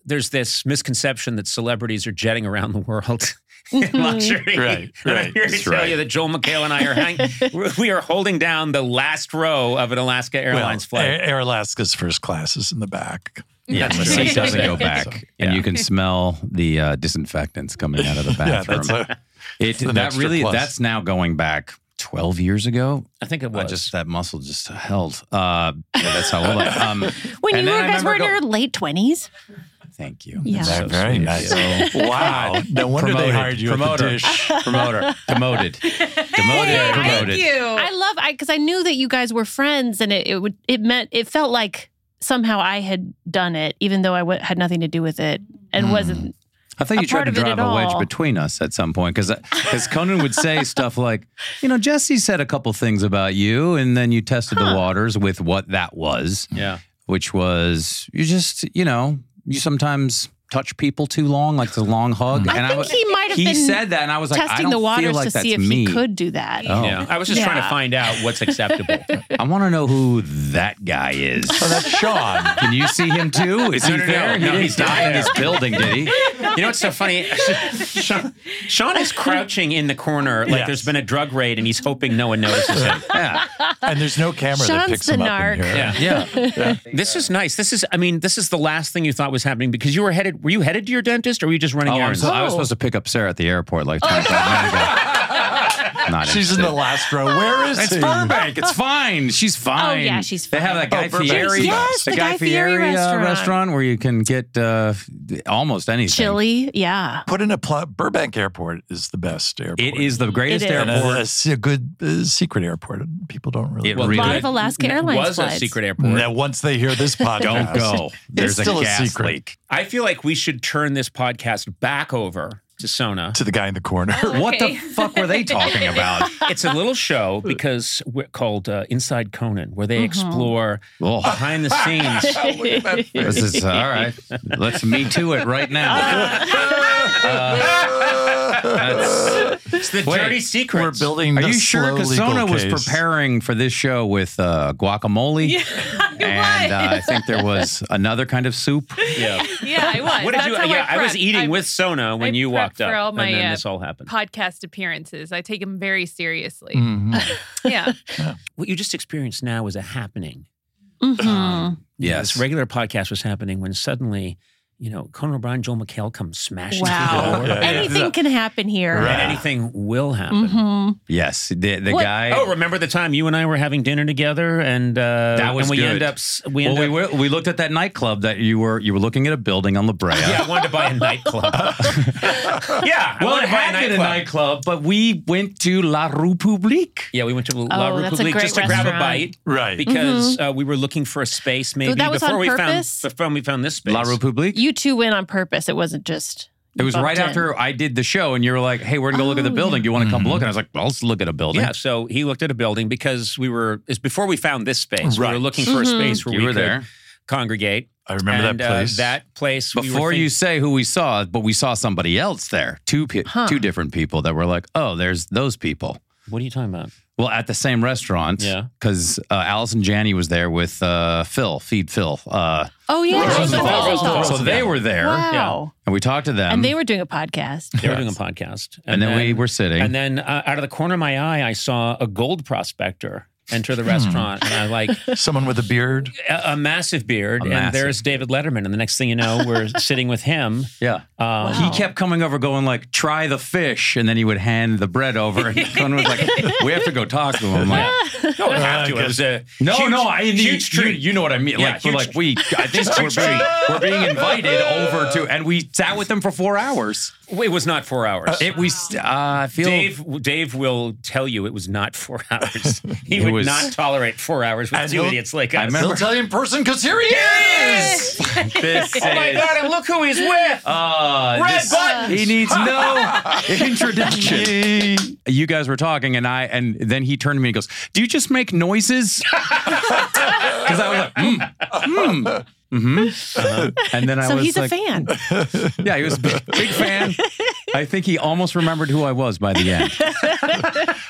[SPEAKER 4] there's this misconception that celebrities are jetting around the world (laughs) in luxury.
[SPEAKER 1] Right,
[SPEAKER 4] And
[SPEAKER 1] right,
[SPEAKER 4] (laughs) I'm here to
[SPEAKER 1] that's
[SPEAKER 4] tell
[SPEAKER 1] right.
[SPEAKER 4] you that Joel McHale and I are hang- we are holding down the last row of an Alaska Airlines
[SPEAKER 1] well,
[SPEAKER 6] eh,
[SPEAKER 4] flight.
[SPEAKER 1] Air, Air Alaska's first class is in the back.
[SPEAKER 6] Yeah,
[SPEAKER 4] That's
[SPEAKER 6] the
[SPEAKER 4] true.
[SPEAKER 6] seat doesn't
[SPEAKER 1] (laughs)
[SPEAKER 6] go
[SPEAKER 1] So,
[SPEAKER 6] back, and
[SPEAKER 4] yeah.
[SPEAKER 6] you can smell the uh, disinfectants coming out of the
[SPEAKER 1] (laughs) Yeah,
[SPEAKER 6] bathroom.
[SPEAKER 1] that's a,
[SPEAKER 6] it,
[SPEAKER 1] an
[SPEAKER 6] that
[SPEAKER 1] extra
[SPEAKER 6] really
[SPEAKER 1] plus.
[SPEAKER 6] that's now going back 12 years ago.
[SPEAKER 4] I think it
[SPEAKER 6] I
[SPEAKER 4] was.
[SPEAKER 6] just that muscle just held. Uh, yeah, that's how old I
[SPEAKER 1] (laughs)
[SPEAKER 6] am. Um,
[SPEAKER 2] When
[SPEAKER 6] and
[SPEAKER 2] you
[SPEAKER 6] then
[SPEAKER 2] were-
[SPEAKER 6] I
[SPEAKER 2] guys
[SPEAKER 6] remember
[SPEAKER 2] were in
[SPEAKER 6] go-
[SPEAKER 2] your late 20s.
[SPEAKER 6] Thank you.
[SPEAKER 2] Yeah.
[SPEAKER 6] That's so
[SPEAKER 1] very
[SPEAKER 6] sweet.
[SPEAKER 1] nice.
[SPEAKER 6] So- (laughs)
[SPEAKER 1] wow. No wonder they
[SPEAKER 6] Promoted.
[SPEAKER 1] hired you at the
[SPEAKER 6] Promoter.
[SPEAKER 1] dish.
[SPEAKER 6] promoter, demoted, demoted,
[SPEAKER 2] Hey,
[SPEAKER 3] Thank
[SPEAKER 6] promoted.
[SPEAKER 3] you.
[SPEAKER 2] I love I because I knew that you guys were friends, and it, it would it meant it felt like somehow I had done it, even though I w- had nothing to do with it
[SPEAKER 6] Hmm.
[SPEAKER 2] and wasn't.
[SPEAKER 6] I thought
[SPEAKER 2] a
[SPEAKER 6] you tried
[SPEAKER 2] part
[SPEAKER 6] to
[SPEAKER 2] of it
[SPEAKER 6] drive
[SPEAKER 2] at
[SPEAKER 6] a wedge
[SPEAKER 2] all.
[SPEAKER 6] between us at some point because Conan
[SPEAKER 2] (laughs)
[SPEAKER 6] would say stuff like, you know, Jesse said a couple things about you, and then you tested the waters with what that was,
[SPEAKER 4] yeah.
[SPEAKER 6] which was you just, you know, you sometimes touch people too long, like the long hug.
[SPEAKER 2] Mm-hmm. I think
[SPEAKER 6] was-
[SPEAKER 2] he might have
[SPEAKER 6] he
[SPEAKER 2] been
[SPEAKER 6] said that, and I was like, I
[SPEAKER 2] testing
[SPEAKER 6] don't
[SPEAKER 2] the
[SPEAKER 6] feel
[SPEAKER 2] waters
[SPEAKER 6] like
[SPEAKER 2] to
[SPEAKER 6] that's
[SPEAKER 2] see if he
[SPEAKER 6] me.
[SPEAKER 2] could do that.
[SPEAKER 6] Oh.
[SPEAKER 4] Yeah. I was just trying to
[SPEAKER 2] Yeah.
[SPEAKER 4] find out what's acceptable.
[SPEAKER 6] I want to know who that guy
[SPEAKER 2] (laughs)
[SPEAKER 6] is.
[SPEAKER 1] Oh, that's Sean.
[SPEAKER 6] Can you see him too? Is he
[SPEAKER 4] no, no,
[SPEAKER 6] there?
[SPEAKER 4] no,
[SPEAKER 6] he
[SPEAKER 4] he's
[SPEAKER 6] didn't
[SPEAKER 4] not
[SPEAKER 6] die in
[SPEAKER 4] there.
[SPEAKER 6] this building, did
[SPEAKER 4] (laughs)
[SPEAKER 6] he?
[SPEAKER 4] You know what's
[SPEAKER 6] (laughs)
[SPEAKER 4] so funny? Sean, Sean is crouching in the corner like
[SPEAKER 1] Yes.
[SPEAKER 4] there's been a drug raid and he's hoping no one notices him.
[SPEAKER 6] Yeah,
[SPEAKER 1] And there's no camera that
[SPEAKER 2] Sean's
[SPEAKER 1] picks
[SPEAKER 2] the
[SPEAKER 1] him up in
[SPEAKER 2] narc.
[SPEAKER 1] here.
[SPEAKER 4] Yeah.
[SPEAKER 6] (laughs) yeah.
[SPEAKER 4] This is nice. This is I mean, this is the last thing you thought was happening because you were headed were you headed to your dentist or were you just running
[SPEAKER 6] Oh, I'm
[SPEAKER 4] errands?
[SPEAKER 6] so, I was supposed to pick up Sarah at the airport
[SPEAKER 2] Oh.
[SPEAKER 6] like 25
[SPEAKER 2] (laughs)
[SPEAKER 6] minutes ago. Not
[SPEAKER 1] She's in
[SPEAKER 6] interested.
[SPEAKER 1] the last row. Where is
[SPEAKER 6] It's
[SPEAKER 1] he?
[SPEAKER 6] Burbank. It's fine. She's fine.
[SPEAKER 2] Oh, yeah, she's
[SPEAKER 6] They have that
[SPEAKER 2] fine.
[SPEAKER 6] Guy
[SPEAKER 1] Oh, Burbank.
[SPEAKER 6] Fieri.
[SPEAKER 2] Yes, the Guy Fieri
[SPEAKER 6] uh,
[SPEAKER 2] restaurant.
[SPEAKER 6] restaurant where you can get uh, almost anything.
[SPEAKER 2] Chili, yeah.
[SPEAKER 1] Put in a plug. Burbank Airport is the best airport.
[SPEAKER 6] It is the greatest
[SPEAKER 2] It is.
[SPEAKER 1] And a,
[SPEAKER 6] airport.
[SPEAKER 1] a s- a good uh, secret airport. People don't really.
[SPEAKER 6] It really-
[SPEAKER 2] A lot of Alaska
[SPEAKER 4] It
[SPEAKER 2] Airlines
[SPEAKER 4] was
[SPEAKER 2] flights.
[SPEAKER 4] a secret airport.
[SPEAKER 1] now, once they hear
[SPEAKER 6] (laughs)
[SPEAKER 1] this podcast,
[SPEAKER 6] Don't go. There's
[SPEAKER 1] still
[SPEAKER 6] a
[SPEAKER 1] a
[SPEAKER 6] gas
[SPEAKER 1] secret.
[SPEAKER 6] leak.
[SPEAKER 4] I feel like we should turn this podcast back over to Sona.
[SPEAKER 1] to the guy in the corner. (laughs)
[SPEAKER 6] What the
[SPEAKER 5] (laughs)
[SPEAKER 6] fuck were they talking about?
[SPEAKER 4] (laughs) It's a little show because we're called uh, Inside Conan, where they
[SPEAKER 6] Mm-hmm.
[SPEAKER 4] explore
[SPEAKER 6] (laughs) Oh,
[SPEAKER 4] behind the
[SPEAKER 6] (laughs)
[SPEAKER 4] scenes.
[SPEAKER 6] this is uh, all right.
[SPEAKER 2] (laughs)
[SPEAKER 6] Let's me to it right now.
[SPEAKER 1] (laughs)
[SPEAKER 6] Uh,
[SPEAKER 4] It's the
[SPEAKER 6] Wait,
[SPEAKER 4] dirty secrets.
[SPEAKER 1] We're building.
[SPEAKER 6] Are
[SPEAKER 1] the
[SPEAKER 6] you sure?
[SPEAKER 1] slow
[SPEAKER 6] Because
[SPEAKER 1] legal
[SPEAKER 6] Sona was
[SPEAKER 1] case.
[SPEAKER 6] preparing for this show with uh,
[SPEAKER 2] (laughs)
[SPEAKER 6] guacamole, and uh, I think there was another kind of soup.
[SPEAKER 4] Yeah.
[SPEAKER 5] (laughs) Yeah, I was.
[SPEAKER 4] What did
[SPEAKER 5] That's
[SPEAKER 4] you?
[SPEAKER 5] how
[SPEAKER 4] Yeah, I, was
[SPEAKER 5] prepped.
[SPEAKER 4] eating
[SPEAKER 5] I-
[SPEAKER 4] with Sona when
[SPEAKER 5] I
[SPEAKER 4] you walked
[SPEAKER 5] prepped
[SPEAKER 4] up,
[SPEAKER 5] for all my,
[SPEAKER 4] and then
[SPEAKER 5] uh,
[SPEAKER 4] this all happened.
[SPEAKER 5] podcast appearances. I take them very seriously.
[SPEAKER 1] Mhm.
[SPEAKER 6] Mm.
[SPEAKER 5] Yeah.
[SPEAKER 4] What you just experienced now was a happening.
[SPEAKER 2] hmm
[SPEAKER 4] Um, you know, This
[SPEAKER 6] Yes.
[SPEAKER 4] regular podcast was happening when suddenly, you know, Conan O'Brien, Joel McHale come smashing through the
[SPEAKER 2] Wow.
[SPEAKER 4] door.
[SPEAKER 1] Yeah, yeah, yeah.
[SPEAKER 2] Anything can happen here.
[SPEAKER 4] And
[SPEAKER 1] Right.
[SPEAKER 4] anything will happen.
[SPEAKER 2] hmm
[SPEAKER 6] Yes, the, the
[SPEAKER 2] What?
[SPEAKER 6] guy.
[SPEAKER 4] Mm-hmm. Oh, remember the time you and I were having dinner together, and uh,
[SPEAKER 6] That was
[SPEAKER 4] and we
[SPEAKER 6] good.
[SPEAKER 4] end up s- we
[SPEAKER 6] well,
[SPEAKER 4] end
[SPEAKER 6] we,
[SPEAKER 4] up,
[SPEAKER 6] were, we looked at that nightclub that you were you were looking at a building on La Brea.
[SPEAKER 4] (laughs) yeah, I wanted to (laughs) buy a nightclub. yeah, I
[SPEAKER 6] Well,
[SPEAKER 4] wanted
[SPEAKER 6] it
[SPEAKER 4] to buy
[SPEAKER 6] had been a nightclub, but we went to La Republique.
[SPEAKER 4] Yeah, we went to La
[SPEAKER 2] Oh, that's a
[SPEAKER 4] Republique
[SPEAKER 2] great
[SPEAKER 4] just to grab a
[SPEAKER 2] restaurant.
[SPEAKER 4] bite
[SPEAKER 1] Right.
[SPEAKER 4] because uh, we were looking for a space. Maybe
[SPEAKER 2] Mm-hmm. that was
[SPEAKER 4] before
[SPEAKER 2] on
[SPEAKER 4] we
[SPEAKER 2] purpose?
[SPEAKER 4] found before we found this space.
[SPEAKER 6] La Republique.
[SPEAKER 2] You two went on purpose. It wasn't just.
[SPEAKER 6] It was
[SPEAKER 2] bumped
[SPEAKER 6] right
[SPEAKER 2] in.
[SPEAKER 6] after I did the show, and you were like, "Hey, we're gonna go look at the building. Do you want to come
[SPEAKER 4] Mm-hmm.
[SPEAKER 6] look?" And I was like, "Well, let's look at a building."
[SPEAKER 4] Yeah, so he looked at a building because we were it's before we found this space. We
[SPEAKER 1] Right.
[SPEAKER 4] were looking for a
[SPEAKER 2] Mm-hmm.
[SPEAKER 4] space where
[SPEAKER 6] you
[SPEAKER 4] we
[SPEAKER 6] were
[SPEAKER 4] could
[SPEAKER 6] there
[SPEAKER 4] congregate.
[SPEAKER 1] I remember
[SPEAKER 4] And,
[SPEAKER 1] that
[SPEAKER 4] uh,
[SPEAKER 1] place.
[SPEAKER 4] that place. we were
[SPEAKER 6] before you
[SPEAKER 4] thinking-
[SPEAKER 6] say who we saw, but we saw somebody else there. Two pe-
[SPEAKER 2] Huh.
[SPEAKER 6] two different people that were like, "Oh, there's those people."
[SPEAKER 4] what are you talking about?
[SPEAKER 6] Well, at the same restaurant,
[SPEAKER 4] Yeah.
[SPEAKER 6] because uh, Allison Janney was there with uh, Phil, feed Phil. Uh,
[SPEAKER 2] Oh yeah,
[SPEAKER 6] Rosenthal.
[SPEAKER 2] Rosenthal.
[SPEAKER 1] Rosenthal.
[SPEAKER 6] So they were there,
[SPEAKER 2] Wow.
[SPEAKER 6] and we talked to them,
[SPEAKER 2] And they were doing a podcast.
[SPEAKER 4] They were doing a podcast,
[SPEAKER 6] and then, we were sitting.
[SPEAKER 4] And then uh, out of the corner of my eye, I saw a gold prospector enter the
[SPEAKER 6] Hmm.
[SPEAKER 4] restaurant, and I like
[SPEAKER 1] Someone with a beard.
[SPEAKER 4] a, a massive beard,
[SPEAKER 6] A
[SPEAKER 4] and
[SPEAKER 6] massive.
[SPEAKER 4] there's David Letterman, and the next thing you know, we're sitting with him.
[SPEAKER 6] yeah.
[SPEAKER 4] Um,
[SPEAKER 6] He kept coming over, going like, "Try the fish," and then he would hand the bread over, and (laughs) Conan was like, "We have to go talk to him." I'm like,
[SPEAKER 4] No, it
[SPEAKER 1] Uh,
[SPEAKER 4] have to.
[SPEAKER 1] good.
[SPEAKER 4] It was a
[SPEAKER 6] (laughs) No,
[SPEAKER 4] huge,
[SPEAKER 6] no, I need
[SPEAKER 4] huge
[SPEAKER 6] you-
[SPEAKER 4] treat.
[SPEAKER 6] You, know what I mean?
[SPEAKER 4] Yeah,
[SPEAKER 6] like, we're
[SPEAKER 4] huge-
[SPEAKER 6] like we, (laughs) I think we're being, we're being invited over to, and we sat with them for four hours.
[SPEAKER 4] It was not four hours.
[SPEAKER 6] It we, st- uh, I feel (laughs)
[SPEAKER 4] Dave, Dave will tell you it was not four (laughs) hours. He
[SPEAKER 6] It
[SPEAKER 4] would
[SPEAKER 6] was-
[SPEAKER 4] not tolerate four hours with
[SPEAKER 1] And
[SPEAKER 4] two
[SPEAKER 1] he'll-
[SPEAKER 4] idiots like
[SPEAKER 6] I
[SPEAKER 4] us.
[SPEAKER 6] remember-
[SPEAKER 1] He'll tell you in person because here he is.
[SPEAKER 6] this
[SPEAKER 4] Oh my
[SPEAKER 6] is-
[SPEAKER 4] God! And look who he's with.
[SPEAKER 6] uh,
[SPEAKER 4] Red
[SPEAKER 6] this-
[SPEAKER 4] buttons.
[SPEAKER 6] He needs no (laughs) introduction. you guys were talking, and I, and then he turned to me and goes, "Do you just make noises?" (laughs) Because I was like, mm, mm, mhm." and then (laughs) I
[SPEAKER 2] So
[SPEAKER 6] was
[SPEAKER 2] he's
[SPEAKER 6] like,
[SPEAKER 2] a
[SPEAKER 6] (laughs)
[SPEAKER 2] fan.
[SPEAKER 6] Yeah, he was a big, big fan. I think he almost remembered who I was by the end.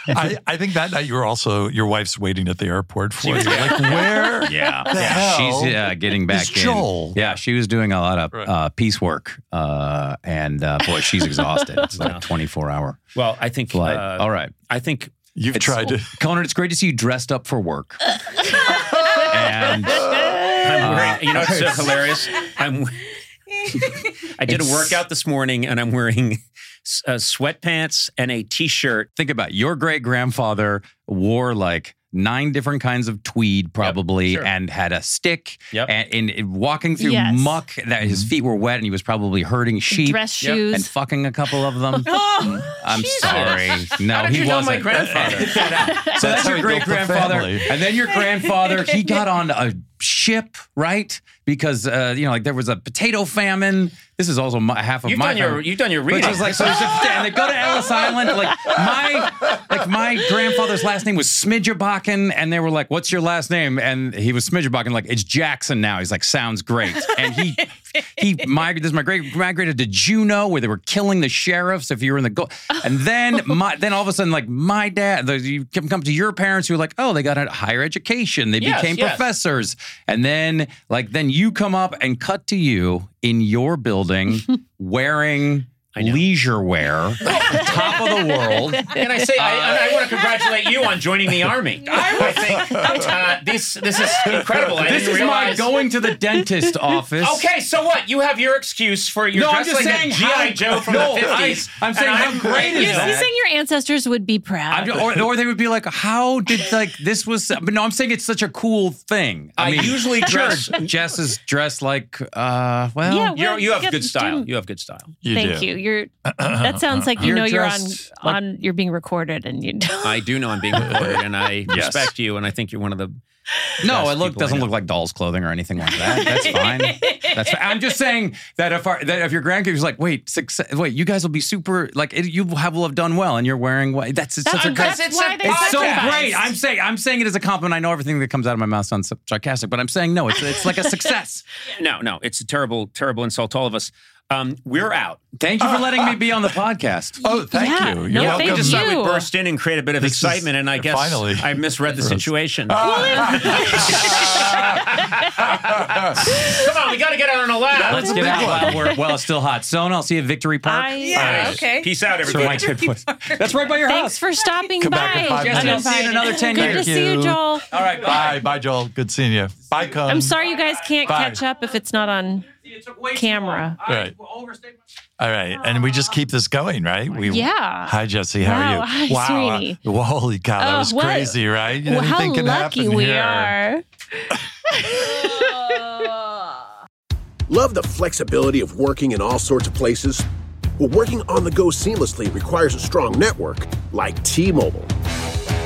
[SPEAKER 1] I, I think that night you were also your wife's waiting at the airport for you. Like where?
[SPEAKER 6] (laughs) Yeah,
[SPEAKER 1] The
[SPEAKER 6] yeah.
[SPEAKER 1] hell
[SPEAKER 6] she's uh, getting back
[SPEAKER 1] is
[SPEAKER 6] in.
[SPEAKER 1] Joel?
[SPEAKER 6] Yeah, she was doing a lot of
[SPEAKER 1] Right.
[SPEAKER 6] uh, piecework, uh, and uh, boy, she's exhausted. It's like a twenty-four hour
[SPEAKER 4] Well, I think.
[SPEAKER 6] flight.
[SPEAKER 4] uh,
[SPEAKER 6] All right,
[SPEAKER 4] I think.
[SPEAKER 1] You've
[SPEAKER 6] It's-
[SPEAKER 1] tried to.
[SPEAKER 6] Conan, it's great to see you dressed up for
[SPEAKER 4] (laughs)
[SPEAKER 6] work. and
[SPEAKER 4] I'm
[SPEAKER 6] Uh,
[SPEAKER 4] wearing, (laughs) you know, it's so hilarious. I'm. I did a
[SPEAKER 6] It's-
[SPEAKER 4] workout this morning, and I'm wearing s- uh, sweatpants and a t-shirt.
[SPEAKER 6] think about it. your great grandfather wore like nine different kinds of tweed, probably,
[SPEAKER 4] sure.
[SPEAKER 6] and had a stick.
[SPEAKER 4] Yep. Mm-hmm.
[SPEAKER 6] And, and it- walking through
[SPEAKER 2] Yes.
[SPEAKER 6] muck that his feet were wet, and he was probably herding sheep
[SPEAKER 2] Dress
[SPEAKER 4] Yep.
[SPEAKER 2] shoes.
[SPEAKER 6] (laughs) and fucking a couple of
[SPEAKER 4] (laughs)
[SPEAKER 6] them. I'm sorry. No,
[SPEAKER 4] Oh, How did
[SPEAKER 6] he
[SPEAKER 4] you know
[SPEAKER 6] wasn't.
[SPEAKER 4] my grandfather?
[SPEAKER 6] (laughs) So that's,
[SPEAKER 1] how
[SPEAKER 6] your
[SPEAKER 1] he built
[SPEAKER 6] great
[SPEAKER 1] the
[SPEAKER 6] grandfather,
[SPEAKER 1] family.
[SPEAKER 6] and then
[SPEAKER 4] (laughs)
[SPEAKER 6] your grandfather. He got on a ship, right? Because uh, you know, like there was a potato famine. This is also my, half of
[SPEAKER 4] You've
[SPEAKER 6] my.
[SPEAKER 4] done your
[SPEAKER 6] family.
[SPEAKER 4] you've done your
[SPEAKER 6] Which
[SPEAKER 4] reading.
[SPEAKER 6] is like so it's just- and they go to Ellis Island. Like my like my grandfather's last name was Smidgerbakken, and they were like, "What's your last name?" And he was Smidgerbakken. Like it's Jackson now. He's like, "Sounds great." And he he migrated. This is my great migrated to Juneau, where they were killing the sheriffs if you were in the go. And then my then all of a sudden, like my dad, the, you come come to your parents who are like, "Oh, they got a higher education. They
[SPEAKER 4] Yes,
[SPEAKER 6] became
[SPEAKER 4] yes.
[SPEAKER 6] professors." And then like then you come up and cut to you in your
[SPEAKER 4] (laughs)
[SPEAKER 6] building wearing leisure wear, top of the world. Uh,
[SPEAKER 4] (laughs) Can I say, I, and I want to congratulate you on joining the army.
[SPEAKER 2] (laughs)
[SPEAKER 4] I think uh, this this is incredible. I
[SPEAKER 6] This
[SPEAKER 4] didn't
[SPEAKER 6] is my
[SPEAKER 4] realize.
[SPEAKER 6] going to the
[SPEAKER 4] (laughs)
[SPEAKER 6] dentist office.
[SPEAKER 4] Okay, so what? You have your excuse for your
[SPEAKER 6] No, I'm
[SPEAKER 4] dress
[SPEAKER 6] just
[SPEAKER 4] like a
[SPEAKER 6] saying
[SPEAKER 4] GI
[SPEAKER 6] how-
[SPEAKER 4] Joe from
[SPEAKER 6] No,
[SPEAKER 4] the
[SPEAKER 6] I-
[SPEAKER 4] fifties.
[SPEAKER 6] I'm saying how great is
[SPEAKER 2] You're
[SPEAKER 6] that?
[SPEAKER 2] saying your ancestors would be proud.
[SPEAKER 6] I'm, or, or they would be like, "How did like this was?" But no, I'm saying it's such a cool thing.
[SPEAKER 4] I
[SPEAKER 6] I, mean,
[SPEAKER 4] usually
[SPEAKER 6] sure,
[SPEAKER 4] dress-
[SPEAKER 6] Jess is dressed like, uh, well,
[SPEAKER 2] Yeah,
[SPEAKER 4] You're, you have
[SPEAKER 2] Yeah,
[SPEAKER 4] good style.
[SPEAKER 2] didn't-
[SPEAKER 4] You have good style.
[SPEAKER 1] You
[SPEAKER 2] Thank
[SPEAKER 1] do.
[SPEAKER 2] you. You're. That sounds like you
[SPEAKER 6] You're
[SPEAKER 2] know you're on
[SPEAKER 6] dressed like-
[SPEAKER 2] on. You're being recorded, and you. Don't.
[SPEAKER 4] I do know (laughs) I'm being recorded, and I
[SPEAKER 6] Yes.
[SPEAKER 4] respect you, and I think you're one of the.
[SPEAKER 6] no,
[SPEAKER 4] Best
[SPEAKER 6] it look
[SPEAKER 4] people I
[SPEAKER 6] doesn't
[SPEAKER 4] know.
[SPEAKER 6] look like doll's clothing or anything like that. That's fine. That's fine. I'm just saying that if our, that if your grandkids like, wait, success, wait, you guys will be super like it, you have will have done well, and you're wearing what? That's it's such a great.
[SPEAKER 2] that's why they
[SPEAKER 6] It's so
[SPEAKER 2] sacrificed.
[SPEAKER 6] great. I'm saying I'm saying it as a compliment. I know everything that comes out of my mouth sounds sarcastic, but I'm saying no. It's it's like a success.
[SPEAKER 4] No, no, it's a terrible, terrible insult to all of us. Um, we're out.
[SPEAKER 6] Thank you for letting me be on
[SPEAKER 1] (laughs)
[SPEAKER 6] the podcast.
[SPEAKER 1] Oh, thank
[SPEAKER 2] Yeah,
[SPEAKER 1] you. You're
[SPEAKER 2] no,
[SPEAKER 1] welcome.
[SPEAKER 2] thank
[SPEAKER 4] I just thought
[SPEAKER 2] you.
[SPEAKER 4] we'd burst in and create a bit of
[SPEAKER 1] This is-
[SPEAKER 4] excitement, and I guess
[SPEAKER 1] finally.
[SPEAKER 4] I misread the situation. Come on, we got to get out on a laugh.
[SPEAKER 6] Let's get out while we're well, it's still hot. So, and I'll see you at Victory Park.
[SPEAKER 2] I-
[SPEAKER 3] Yeah, okay.
[SPEAKER 4] Peace out,
[SPEAKER 6] That's where my
[SPEAKER 4] everybody.
[SPEAKER 6] kid was. That's right by your
[SPEAKER 2] Thanks
[SPEAKER 6] house.
[SPEAKER 2] for stopping
[SPEAKER 1] Come
[SPEAKER 2] by.
[SPEAKER 1] back in five
[SPEAKER 6] Yes, I'll
[SPEAKER 1] minutes.
[SPEAKER 6] see you in another ten
[SPEAKER 2] Good to
[SPEAKER 6] years.
[SPEAKER 2] see you, Joel.
[SPEAKER 6] All right,
[SPEAKER 1] (laughs) Bye, bye, Joel. Good seeing you. Bye, Conan.
[SPEAKER 2] I'm sorry you guys can't
[SPEAKER 1] Bye.
[SPEAKER 2] catch up if it's not on. Camera.
[SPEAKER 1] All right. All right, and we just keep this going, right? We,
[SPEAKER 2] Yeah.
[SPEAKER 1] Hi, Jesse. How
[SPEAKER 2] Wow,
[SPEAKER 1] are you?
[SPEAKER 2] hi,
[SPEAKER 1] wow.
[SPEAKER 2] sweetie.
[SPEAKER 1] uh, well, holy cow, that
[SPEAKER 2] Oh,
[SPEAKER 1] was
[SPEAKER 2] what-
[SPEAKER 1] crazy, right? You
[SPEAKER 2] Well,
[SPEAKER 1] didn't
[SPEAKER 2] how
[SPEAKER 1] think it'd
[SPEAKER 2] lucky
[SPEAKER 1] happen
[SPEAKER 2] we
[SPEAKER 1] here.
[SPEAKER 2] are.
[SPEAKER 7] (laughs) Love the flexibility of working in all sorts of places? Well, working on the go seamlessly requires a strong network like T Mobile.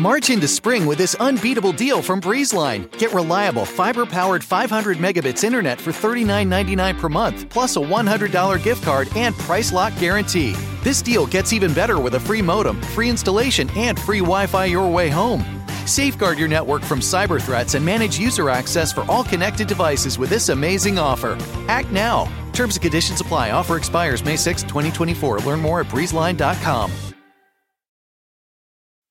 [SPEAKER 8] March into spring with this unbeatable deal from BreezeLine. Get reliable fiber-powered 500 megabits internet for $39.99 per month, plus a $100 gift card and price lock guarantee. This deal gets even better with a free modem, free installation, and free Wi-Fi your way home. Safeguard your network from cyber threats and manage user access for all connected devices with this amazing offer. Act now. Terms and conditions apply. Offer expires May 6, 2024. Learn more at breezeline.com.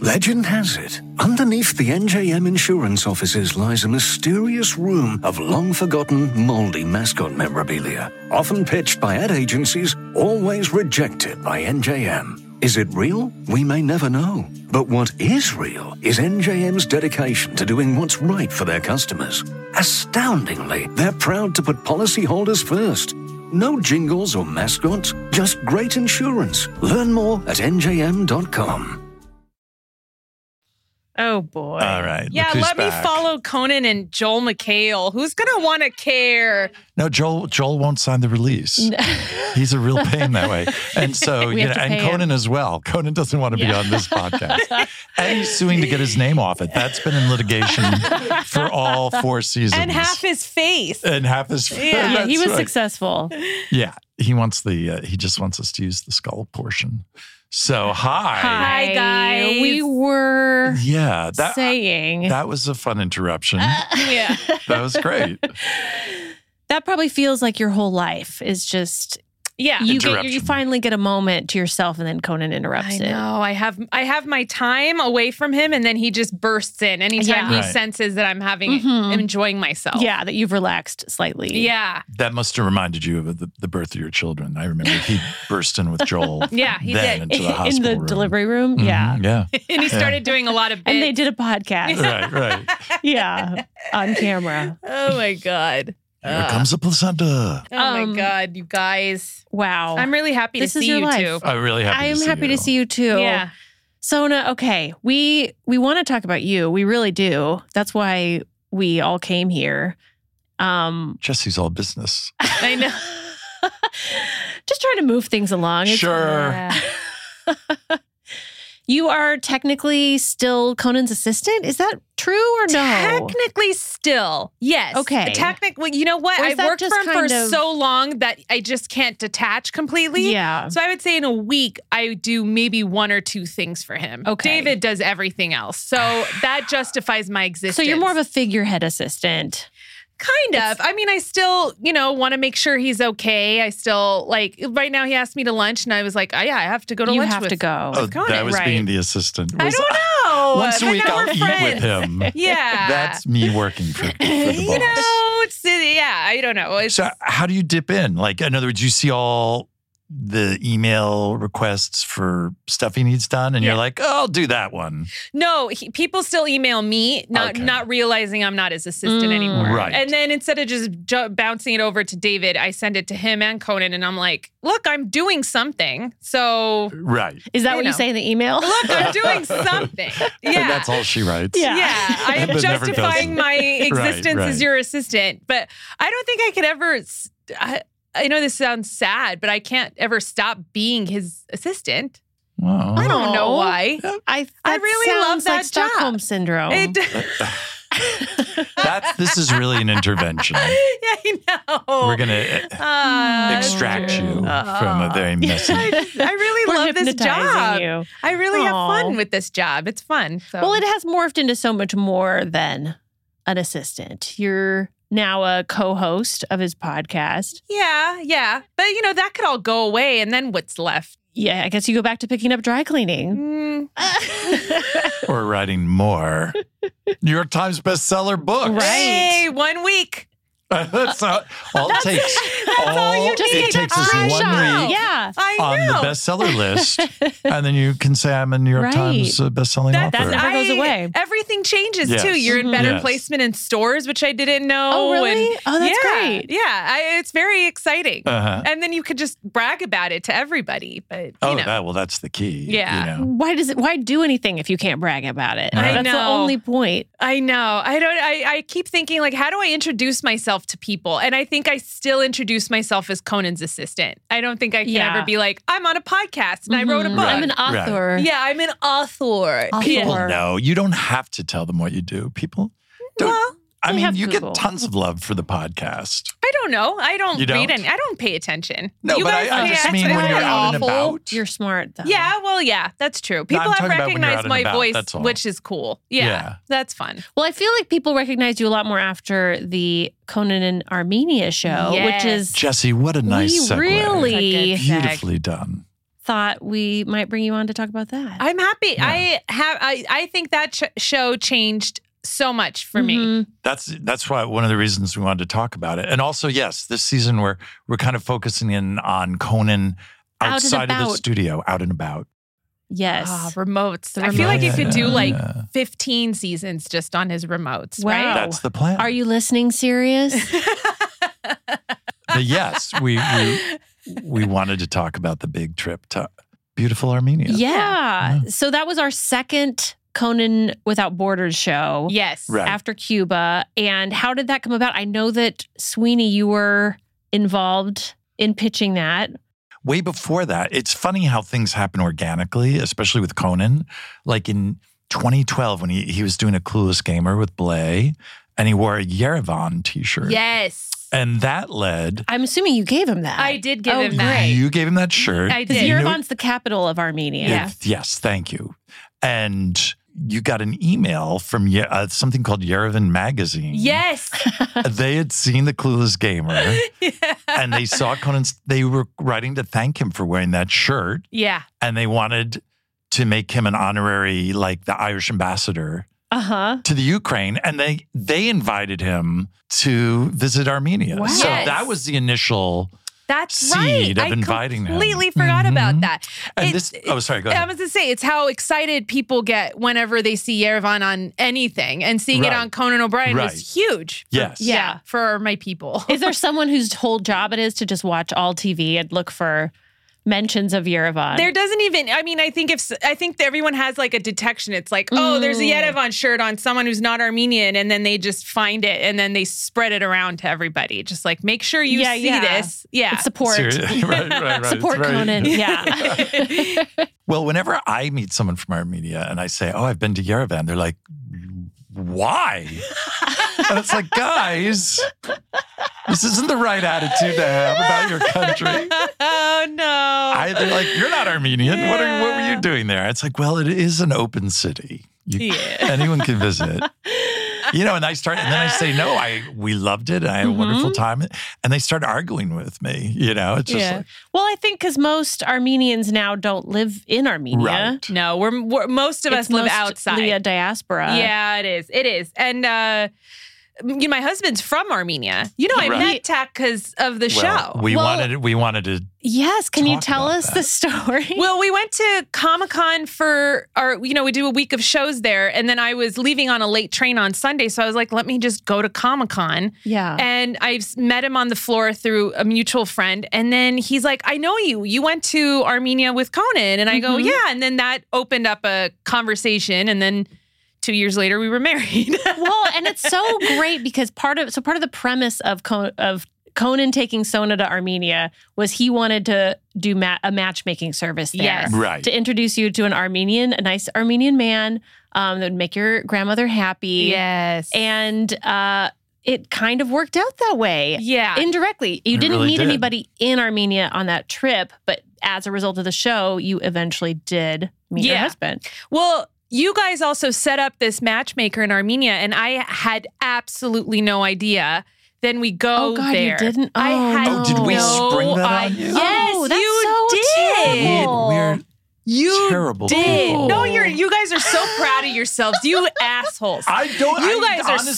[SPEAKER 7] Legend has it. Underneath the NJM insurance offices lies a mysterious room of long forgotten, moldy mascot memorabilia, often pitched by ad agencies, always rejected by NJM.
[SPEAKER 9] Is it real? We may never know. But what is real is NJM's dedication to doing what's right for their customers. Astoundingly, they're proud to put policyholders first. No jingles or mascots, just great insurance. Learn more at njm.com.
[SPEAKER 5] Oh boy.
[SPEAKER 1] All right.
[SPEAKER 5] Yeah,
[SPEAKER 1] look who's
[SPEAKER 5] let me
[SPEAKER 1] back.
[SPEAKER 5] follow Conan and Joel McHale. Who's gonna wanna care?
[SPEAKER 1] No, Joel. Joel won't sign the
[SPEAKER 5] (laughs)
[SPEAKER 1] release. He's a real pain that way, and so
[SPEAKER 5] We
[SPEAKER 1] you know,
[SPEAKER 5] have to
[SPEAKER 1] and
[SPEAKER 5] pay him.
[SPEAKER 1] Conan as well. Conan doesn't want to be
[SPEAKER 5] Yeah.
[SPEAKER 1] on this
[SPEAKER 5] (laughs)
[SPEAKER 1] podcast, and he's suing to get his name off it. That's been in litigation for all four seasons,
[SPEAKER 5] (laughs) And half his face.
[SPEAKER 1] And half
[SPEAKER 5] (laughs)
[SPEAKER 1] his.
[SPEAKER 2] Yeah, he
[SPEAKER 1] That's
[SPEAKER 2] was
[SPEAKER 1] right.
[SPEAKER 2] successful.
[SPEAKER 1] Yeah, he wants the. Uh, he just wants us to use the skull portion. So hi.
[SPEAKER 2] Hi, guys. We
[SPEAKER 5] (laughs)
[SPEAKER 2] were
[SPEAKER 1] Yeah, that
[SPEAKER 2] saying
[SPEAKER 1] that was a fun interruption.
[SPEAKER 2] yeah.
[SPEAKER 1] that was great.
[SPEAKER 2] That probably feels like your whole life is just
[SPEAKER 5] Yeah.
[SPEAKER 2] You get you
[SPEAKER 5] Interruption.
[SPEAKER 2] finally get a moment to yourself, and then Conan interrupts
[SPEAKER 5] I
[SPEAKER 2] it.
[SPEAKER 5] know. I have I have my time away from him and then he just bursts in anytime
[SPEAKER 2] Yeah.
[SPEAKER 5] he
[SPEAKER 1] Right.
[SPEAKER 5] senses that I'm having
[SPEAKER 2] Mhm.
[SPEAKER 5] enjoying myself.
[SPEAKER 2] Yeah, that you've relaxed slightly.
[SPEAKER 5] Yeah.
[SPEAKER 1] That must have reminded you of the, the birth of your children. I remember
[SPEAKER 5] (laughs)
[SPEAKER 1] he burst in with Joel.
[SPEAKER 5] Yeah, he
[SPEAKER 1] then into
[SPEAKER 2] (laughs)
[SPEAKER 5] did.
[SPEAKER 1] the
[SPEAKER 5] (laughs) In the
[SPEAKER 1] hospital room.
[SPEAKER 2] Delivery room.
[SPEAKER 1] Mhm,
[SPEAKER 2] Yeah.
[SPEAKER 1] yeah.
[SPEAKER 5] (laughs) and he
[SPEAKER 1] Yeah.
[SPEAKER 5] started doing a lot of bits.
[SPEAKER 2] And they did a podcast.
[SPEAKER 1] right,
[SPEAKER 2] (laughs)
[SPEAKER 5] (laughs)
[SPEAKER 1] right.
[SPEAKER 2] yeah. On camera.
[SPEAKER 5] Oh my god.
[SPEAKER 1] Here
[SPEAKER 5] Uh,
[SPEAKER 1] comes a placenta.
[SPEAKER 5] oh
[SPEAKER 2] Um,
[SPEAKER 5] my god, you guys.
[SPEAKER 2] Wow.
[SPEAKER 5] I'm really happy
[SPEAKER 2] This
[SPEAKER 5] to
[SPEAKER 2] is
[SPEAKER 5] see
[SPEAKER 2] your
[SPEAKER 5] you
[SPEAKER 2] life.
[SPEAKER 5] two.
[SPEAKER 1] I'm really happy.
[SPEAKER 2] I am
[SPEAKER 1] to see
[SPEAKER 2] happy to see you too.
[SPEAKER 5] Yeah.
[SPEAKER 2] Sona, okay. We we want to talk about you. We really do. That's why we all came here. Um
[SPEAKER 1] Jesse's all business.
[SPEAKER 5] I know.
[SPEAKER 2] just trying to move things along. It's-
[SPEAKER 1] Sure.
[SPEAKER 2] (laughs) You are technically still Conan's assistant. Is that true or (laughs) no?
[SPEAKER 5] Technically, still yes.
[SPEAKER 2] Okay.
[SPEAKER 5] Technically, you know what?
[SPEAKER 2] Or is
[SPEAKER 5] I
[SPEAKER 2] that
[SPEAKER 5] worked
[SPEAKER 2] just
[SPEAKER 5] for him for
[SPEAKER 2] kind of-
[SPEAKER 5] so long that I just can't detach completely.
[SPEAKER 2] Yeah.
[SPEAKER 5] So I would say in a week I do maybe one or two things for him.
[SPEAKER 2] Okay.
[SPEAKER 5] David does everything else, so that justifies my existence.
[SPEAKER 2] So you're more of a figurehead assistant.
[SPEAKER 5] Kind of. I mean, I still, you know, want to make sure he's okay. I still like right now he asked me to lunch and I was like, oh, yeah, I have to go to
[SPEAKER 2] You
[SPEAKER 5] lunch.
[SPEAKER 2] have
[SPEAKER 5] with-
[SPEAKER 2] to go.
[SPEAKER 1] Oh,
[SPEAKER 5] with Conan.
[SPEAKER 1] that was being the assistant.
[SPEAKER 5] I
[SPEAKER 1] Was-
[SPEAKER 5] don't know.
[SPEAKER 1] Once a
[SPEAKER 5] But
[SPEAKER 1] week, I'll
[SPEAKER 5] now we're
[SPEAKER 1] eat with
[SPEAKER 5] friends.
[SPEAKER 1] him.
[SPEAKER 5] Yeah.
[SPEAKER 1] That's me working for, for the
[SPEAKER 5] (laughs) you
[SPEAKER 1] boss.
[SPEAKER 5] know, it's yeah. I don't know. It's
[SPEAKER 1] So how do you dip in? Like, in other words, you see all the email requests for stuff he needs done, and you're like, oh, I'll do that one.
[SPEAKER 5] No, he, people still email me, not
[SPEAKER 1] Okay.
[SPEAKER 5] not realizing I'm not his assistant
[SPEAKER 1] Mm.
[SPEAKER 5] anymore.
[SPEAKER 1] Right.
[SPEAKER 5] And then instead of just ju- bouncing it over to David, I send it to him and Conan, and I'm like, "Look, I'm doing something." So
[SPEAKER 1] Right.
[SPEAKER 2] Is that
[SPEAKER 5] You
[SPEAKER 2] what you
[SPEAKER 5] know.
[SPEAKER 2] say in the email?
[SPEAKER 5] look,
[SPEAKER 1] (laughs)
[SPEAKER 5] I'm doing something.
[SPEAKER 1] And
[SPEAKER 5] Yeah.
[SPEAKER 1] that's all she writes. (laughs)
[SPEAKER 2] Yeah.
[SPEAKER 5] I am
[SPEAKER 1] But never
[SPEAKER 5] justifying
[SPEAKER 1] does. (laughs)
[SPEAKER 5] my
[SPEAKER 1] Right,
[SPEAKER 5] existence
[SPEAKER 1] right.
[SPEAKER 5] as your assistant, but I don't think I could ever. s- I, I know this sounds sad, but I can't ever stop being his assistant.
[SPEAKER 1] Wow.
[SPEAKER 5] I don't
[SPEAKER 1] (laughs)
[SPEAKER 5] know why.
[SPEAKER 2] (laughs) I
[SPEAKER 5] I
[SPEAKER 2] that
[SPEAKER 5] really love
[SPEAKER 2] sounds like
[SPEAKER 5] that job.
[SPEAKER 2] Stockholm syndrome.
[SPEAKER 5] It, (laughs)
[SPEAKER 1] That's this is really an intervention.
[SPEAKER 5] yeah, I know.
[SPEAKER 1] We're gonna uh,
[SPEAKER 5] Ah,
[SPEAKER 1] extract you
[SPEAKER 5] Ah.
[SPEAKER 1] from a very messy.
[SPEAKER 5] (laughs) I, I
[SPEAKER 2] (laughs)
[SPEAKER 5] really
[SPEAKER 2] We're
[SPEAKER 5] love this
[SPEAKER 2] hypnotizing
[SPEAKER 5] job.
[SPEAKER 2] you.
[SPEAKER 5] I really have
[SPEAKER 2] Aw.
[SPEAKER 5] fun with this job. It's fun. So.
[SPEAKER 2] Well, it has morphed into so much more than an assistant. You're now a co-host of his podcast.
[SPEAKER 5] yeah, yeah. But you know that could all go away, and then what's left?
[SPEAKER 2] Yeah, I guess you go back to picking up dry cleaning.
[SPEAKER 5] Mm,
[SPEAKER 1] or writing more New York Times bestseller books.
[SPEAKER 5] Hey, one week.
[SPEAKER 1] (laughs) that's all, all it takes. all,
[SPEAKER 5] you
[SPEAKER 2] Just
[SPEAKER 1] it
[SPEAKER 2] get
[SPEAKER 1] takes
[SPEAKER 2] the
[SPEAKER 1] is one
[SPEAKER 2] fresh out.
[SPEAKER 1] week
[SPEAKER 2] Yeah.
[SPEAKER 5] I know.
[SPEAKER 1] on the bestseller
[SPEAKER 5] (laughs)
[SPEAKER 1] list, and then you can say I'm a New York
[SPEAKER 2] Right.
[SPEAKER 1] Times uh, bestselling
[SPEAKER 5] That-
[SPEAKER 1] author.
[SPEAKER 2] never goes
[SPEAKER 5] I-
[SPEAKER 2] away. Mm-hmm.
[SPEAKER 5] Everything changes
[SPEAKER 1] Yes.
[SPEAKER 5] too. You're in better
[SPEAKER 1] Yes.
[SPEAKER 5] placement in stores, which I didn't know.
[SPEAKER 2] Oh, really?
[SPEAKER 5] and-
[SPEAKER 2] Oh, that's
[SPEAKER 5] yeah,
[SPEAKER 2] great.
[SPEAKER 5] Yeah, I, it's very exciting.
[SPEAKER 1] Uh-huh.
[SPEAKER 5] And then you could just brag about it to everybody. But you
[SPEAKER 1] oh,
[SPEAKER 5] know,
[SPEAKER 1] that, well, that's the key.
[SPEAKER 5] Yeah.
[SPEAKER 1] You know.
[SPEAKER 2] Why does it why do anything if you can't brag about it?
[SPEAKER 1] Right.
[SPEAKER 2] That's the
[SPEAKER 5] know.
[SPEAKER 2] only point.
[SPEAKER 5] I know. I don't I, I keep thinking like how do I introduce myself to people? And I think I still introduce myself as Conan's assistant. I don't think I can
[SPEAKER 2] Yeah.
[SPEAKER 5] ever be like, I'm on a podcast and I wrote a
[SPEAKER 2] Mhm.
[SPEAKER 5] book.
[SPEAKER 2] I'm an
[SPEAKER 1] Right.
[SPEAKER 2] author.
[SPEAKER 5] yeah, I'm an author.
[SPEAKER 2] Author.
[SPEAKER 1] People
[SPEAKER 2] Or-
[SPEAKER 1] know. You don't have to tell them what you do. People don't.
[SPEAKER 5] Well,
[SPEAKER 1] I
[SPEAKER 2] they
[SPEAKER 1] mean,
[SPEAKER 2] have
[SPEAKER 1] you
[SPEAKER 2] Google.
[SPEAKER 1] get tons of love for the podcast.
[SPEAKER 5] I don't know. I don't,
[SPEAKER 1] You
[SPEAKER 5] read
[SPEAKER 1] don't?
[SPEAKER 5] any I don't pay attention.
[SPEAKER 1] No,
[SPEAKER 5] you
[SPEAKER 1] but
[SPEAKER 5] guys
[SPEAKER 1] I, I
[SPEAKER 5] pay
[SPEAKER 1] just mean
[SPEAKER 5] attention.
[SPEAKER 1] when you're
[SPEAKER 5] Isn't that
[SPEAKER 1] out and
[SPEAKER 5] awful?
[SPEAKER 1] about.
[SPEAKER 2] You're smart though.
[SPEAKER 5] Yeah, well, yeah, that's true. People
[SPEAKER 1] I'm
[SPEAKER 5] have
[SPEAKER 1] talking about when you're out
[SPEAKER 5] recognized
[SPEAKER 1] and
[SPEAKER 5] my
[SPEAKER 1] about,
[SPEAKER 5] voice,
[SPEAKER 1] that's all.
[SPEAKER 5] which is cool. Yeah,
[SPEAKER 1] Yeah.
[SPEAKER 5] that's fun.
[SPEAKER 2] Well, I feel like people recognize you a lot more after the Conan and Armenia show,
[SPEAKER 5] Yes.
[SPEAKER 2] which is
[SPEAKER 1] Jesse, what a nice
[SPEAKER 2] we
[SPEAKER 1] segue.
[SPEAKER 2] really
[SPEAKER 5] It's a good
[SPEAKER 1] Beautifully done.
[SPEAKER 2] thought we might bring you on to talk about that.
[SPEAKER 5] I'm happy.
[SPEAKER 1] Yeah.
[SPEAKER 5] I have. I, I think that sh- show changed so much for me.
[SPEAKER 2] Mhm.
[SPEAKER 1] That's that's why one of the reasons we wanted to talk about it. And also, yes, this season we're we're kind of focusing in on Conan
[SPEAKER 2] Out and
[SPEAKER 1] outside of the
[SPEAKER 2] about.
[SPEAKER 1] studio, out and about.
[SPEAKER 2] Yes.
[SPEAKER 5] Ah, remotes.
[SPEAKER 2] The
[SPEAKER 5] I feel like you
[SPEAKER 2] remotes.
[SPEAKER 5] could do like
[SPEAKER 2] Yeah.
[SPEAKER 5] 15 seasons just on his remotes.
[SPEAKER 2] Wow.
[SPEAKER 5] Right?
[SPEAKER 1] That's the plan.
[SPEAKER 2] Are you listening,
[SPEAKER 5] (laughs)
[SPEAKER 2] Serious?
[SPEAKER 1] But yes, we, we we wanted to talk about the big trip to beautiful Armenia.
[SPEAKER 2] (laughs) Yeah. So that was our second Conan Without Borders show.
[SPEAKER 5] Yes.
[SPEAKER 1] Right.
[SPEAKER 2] After Cuba. And how did that come about? I know that Sweeney, you were involved in pitching that.
[SPEAKER 1] way before that. It's funny how things happen organically, especially with Conan. Like in 2012, when he, he was doing a Clueless Gamer with Blay, and he wore a Yerevan t shirt.
[SPEAKER 5] Yes.
[SPEAKER 1] And that led.
[SPEAKER 2] I'm assuming you gave him that. I
[SPEAKER 5] did
[SPEAKER 2] give him
[SPEAKER 1] You gave him that shirt.
[SPEAKER 2] I did.
[SPEAKER 1] You knew-
[SPEAKER 2] Yerevan's the capital of Armenia.
[SPEAKER 1] It- yes, thank you. And you got an email from Ye- uh, something called Yerevan Magazine.
[SPEAKER 5] Yes. (laughs)
[SPEAKER 1] they had seen the Clueless Gamer, and they saw Conan's. They were writing to thank him for wearing that shirt,
[SPEAKER 5] Yeah.
[SPEAKER 1] and they wanted to make him an honorary like the Irish ambassador
[SPEAKER 2] Uh huh.
[SPEAKER 1] to the Ukraine and they they invited him to visit Armenia.
[SPEAKER 5] Wow.
[SPEAKER 1] So
[SPEAKER 5] Yes.
[SPEAKER 1] that was the initial
[SPEAKER 5] That's
[SPEAKER 1] seed
[SPEAKER 5] right.
[SPEAKER 1] of inviting
[SPEAKER 5] I
[SPEAKER 1] him.
[SPEAKER 5] completely forgot about that.
[SPEAKER 1] and
[SPEAKER 5] It-
[SPEAKER 1] this oh sorry, go
[SPEAKER 5] I
[SPEAKER 1] ahead.
[SPEAKER 5] was to say it's how excited people get whenever they see Yerevan on anything, and seeing
[SPEAKER 1] Right.
[SPEAKER 5] it on Conan O'Brien
[SPEAKER 1] Right.
[SPEAKER 5] was huge. for-
[SPEAKER 1] Yes.
[SPEAKER 5] yeah, for my people.
[SPEAKER 2] Is there someone whose whole job it is to just watch all TV and look for mentions of Yerevan?
[SPEAKER 5] There doesn't even. I mean, I think if s- I think that everyone has like a detection. It's like, oh, there's a
[SPEAKER 2] Mm.
[SPEAKER 5] Yerevan shirt on someone who's not Armenian, and then they just find it, and then they spread it around to everybody. Just like make sure you
[SPEAKER 2] Yeah,
[SPEAKER 5] see
[SPEAKER 2] yeah.
[SPEAKER 5] this. Yeah,
[SPEAKER 2] It's support.
[SPEAKER 1] Serious- (laughs) right, right,
[SPEAKER 5] (laughs)
[SPEAKER 1] right. It's
[SPEAKER 2] Support
[SPEAKER 1] very- (laughs)
[SPEAKER 2] Conan. Yeah.
[SPEAKER 1] Well, whenever I meet someone from Armenia and I say, "Oh, I've been to Yerevan," they're like, "Why?" (laughs) and it's like, guys, this isn't the right attitude to have about your country.
[SPEAKER 5] oh no. (laughs)
[SPEAKER 1] I, they're like, "You're not Armenian. What are what were you doing there?" It's like, well, it is an open city. You- (laughs) Anyone can visit. You know, and I start, and then I say,
[SPEAKER 5] (laughs)
[SPEAKER 1] "No, I we loved it. and I had
[SPEAKER 5] Mm-hmm.
[SPEAKER 1] a wonderful time." And they start arguing with me. You know, it's just like,
[SPEAKER 2] well, I think because most Armenians now don't live in Armenia.
[SPEAKER 1] Right.
[SPEAKER 5] No, we're, we're most of us live outside.
[SPEAKER 2] The diaspora.
[SPEAKER 5] Yeah, it is. It is. And uh you know, my husband's from Armenia. You know,
[SPEAKER 1] Right.
[SPEAKER 5] I met Tak because of the
[SPEAKER 1] well,
[SPEAKER 5] show.
[SPEAKER 1] We wanted we wanted to
[SPEAKER 2] Yes. Can you
[SPEAKER 5] Talk
[SPEAKER 2] tell
[SPEAKER 5] about
[SPEAKER 2] us the story? (laughs)
[SPEAKER 5] Well, we went to Comic Con for our, you know, we do a week of shows there. And then I was leaving on a late train on Sunday. So I was like, let me just go to Comic Con.
[SPEAKER 2] Yeah.
[SPEAKER 5] And I s- met him on the floor through a mutual friend. And then he's like, I know you. You went to Armenia with Conan. And I go,
[SPEAKER 2] Mhm.
[SPEAKER 5] yeah. And then that opened up a conversation. And then two years later, we were (laughs) married.
[SPEAKER 2] well, and
[SPEAKER 5] (laughs)
[SPEAKER 2] it's so great because part of so part of the premise of Con- of Conan taking Sona to Armenia was he wanted to do ma- a matchmaking service there,
[SPEAKER 5] Yes. Right.
[SPEAKER 2] To introduce you to an Armenian, a nice Armenian man um, that would make your grandmother happy.
[SPEAKER 5] Yes,
[SPEAKER 2] and uh, it kind of worked out that way.
[SPEAKER 5] Yeah.
[SPEAKER 2] indirectly, you
[SPEAKER 5] It
[SPEAKER 2] didn't
[SPEAKER 5] really
[SPEAKER 2] meet
[SPEAKER 5] did.
[SPEAKER 2] anybody in Armenia on that trip, but as a result of the show, you eventually did meet your
[SPEAKER 5] Yeah. (laughs)
[SPEAKER 2] husband.
[SPEAKER 5] Well, you guys also set up this matchmaker in Armenia, and I had absolutely no idea. Then we go
[SPEAKER 2] Oh, God, you
[SPEAKER 5] there.
[SPEAKER 2] didn't?
[SPEAKER 5] I
[SPEAKER 2] Oh,
[SPEAKER 5] had
[SPEAKER 2] no. Oh, did we
[SPEAKER 5] no
[SPEAKER 2] spring that on
[SPEAKER 5] idea.
[SPEAKER 2] you?
[SPEAKER 5] Yes,
[SPEAKER 2] Oh, that's so
[SPEAKER 5] you did.
[SPEAKER 2] terrible. We're-
[SPEAKER 5] you
[SPEAKER 1] terrible
[SPEAKER 5] did.
[SPEAKER 1] people.
[SPEAKER 5] No, you're. You guys are so proud of yourselves.
[SPEAKER 1] (laughs)
[SPEAKER 5] You assholes.
[SPEAKER 1] I don't-
[SPEAKER 5] You
[SPEAKER 1] I
[SPEAKER 5] guys are
[SPEAKER 1] honestly-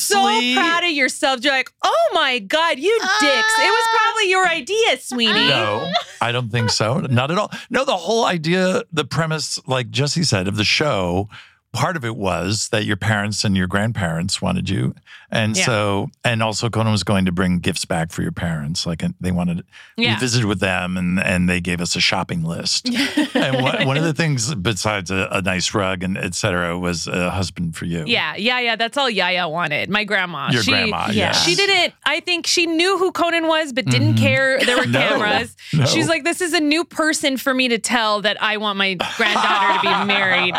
[SPEAKER 5] so proud of yourselves. You're like, oh my god, you dicks. It was probably your idea, Sweeney.
[SPEAKER 1] No, I don't think so. Not at all. No, the whole idea, the premise, like Jesse said, of the show, part of it was that your parents and your grandparents wanted you. And
[SPEAKER 10] Yeah.
[SPEAKER 1] so, and also Conan was going to bring gifts back for your parents. Like and they wanted, we
[SPEAKER 10] Yeah.
[SPEAKER 1] visited with them and, and they gave us a shopping
[SPEAKER 5] (laughs)
[SPEAKER 1] list. and one, one of the things besides a, a nice rug and et cetera was a husband for you.
[SPEAKER 5] Yeah, yeah, yeah. That's all Yaya wanted. My grandma.
[SPEAKER 1] Your grandma, yes.
[SPEAKER 5] She didn't. I think she knew who Conan was, but didn't
[SPEAKER 1] Mhm.
[SPEAKER 5] care. There
[SPEAKER 1] (laughs)
[SPEAKER 5] were
[SPEAKER 1] No,
[SPEAKER 5] cameras.
[SPEAKER 1] no.
[SPEAKER 5] She's like, this is a new person for me to tell that I want my granddaughter to be married.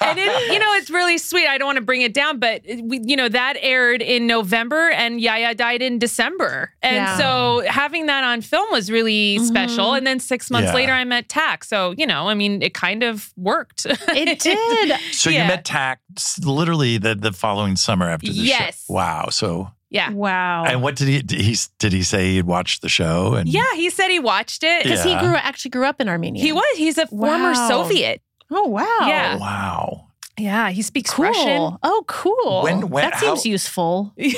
[SPEAKER 5] And it, you know, it's really sweet. I don't want to bring it down, but it- we, you know, that aired in November, and Yaya died in December, and
[SPEAKER 2] Yeah. Mm-hmm.
[SPEAKER 5] so having that on film was really special. And then six months
[SPEAKER 1] Yeah.
[SPEAKER 5] later, I met Tack. So you know, I mean, it kind of worked. (laughs)
[SPEAKER 2] It did.
[SPEAKER 1] So you met Tack s- literally the, the following summer after the
[SPEAKER 5] Yes.
[SPEAKER 1] show. Wow. So
[SPEAKER 5] Yeah.
[SPEAKER 2] Wow.
[SPEAKER 1] And what did he did he did he say he'd watched the show and
[SPEAKER 5] Yeah, he said he watched it
[SPEAKER 1] Because he Yeah. grew-
[SPEAKER 2] actually grew up in Armenia.
[SPEAKER 5] He was. He's a former
[SPEAKER 2] Wow.
[SPEAKER 5] Soviet.
[SPEAKER 2] Oh wow.
[SPEAKER 5] Yeah. (laughs)
[SPEAKER 1] Wow.
[SPEAKER 5] Yeah, he speaks
[SPEAKER 2] Cool.
[SPEAKER 5] Russian.
[SPEAKER 2] Oh, cool.
[SPEAKER 5] When- when-
[SPEAKER 2] that seems
[SPEAKER 5] how- (laughs)
[SPEAKER 2] useful. does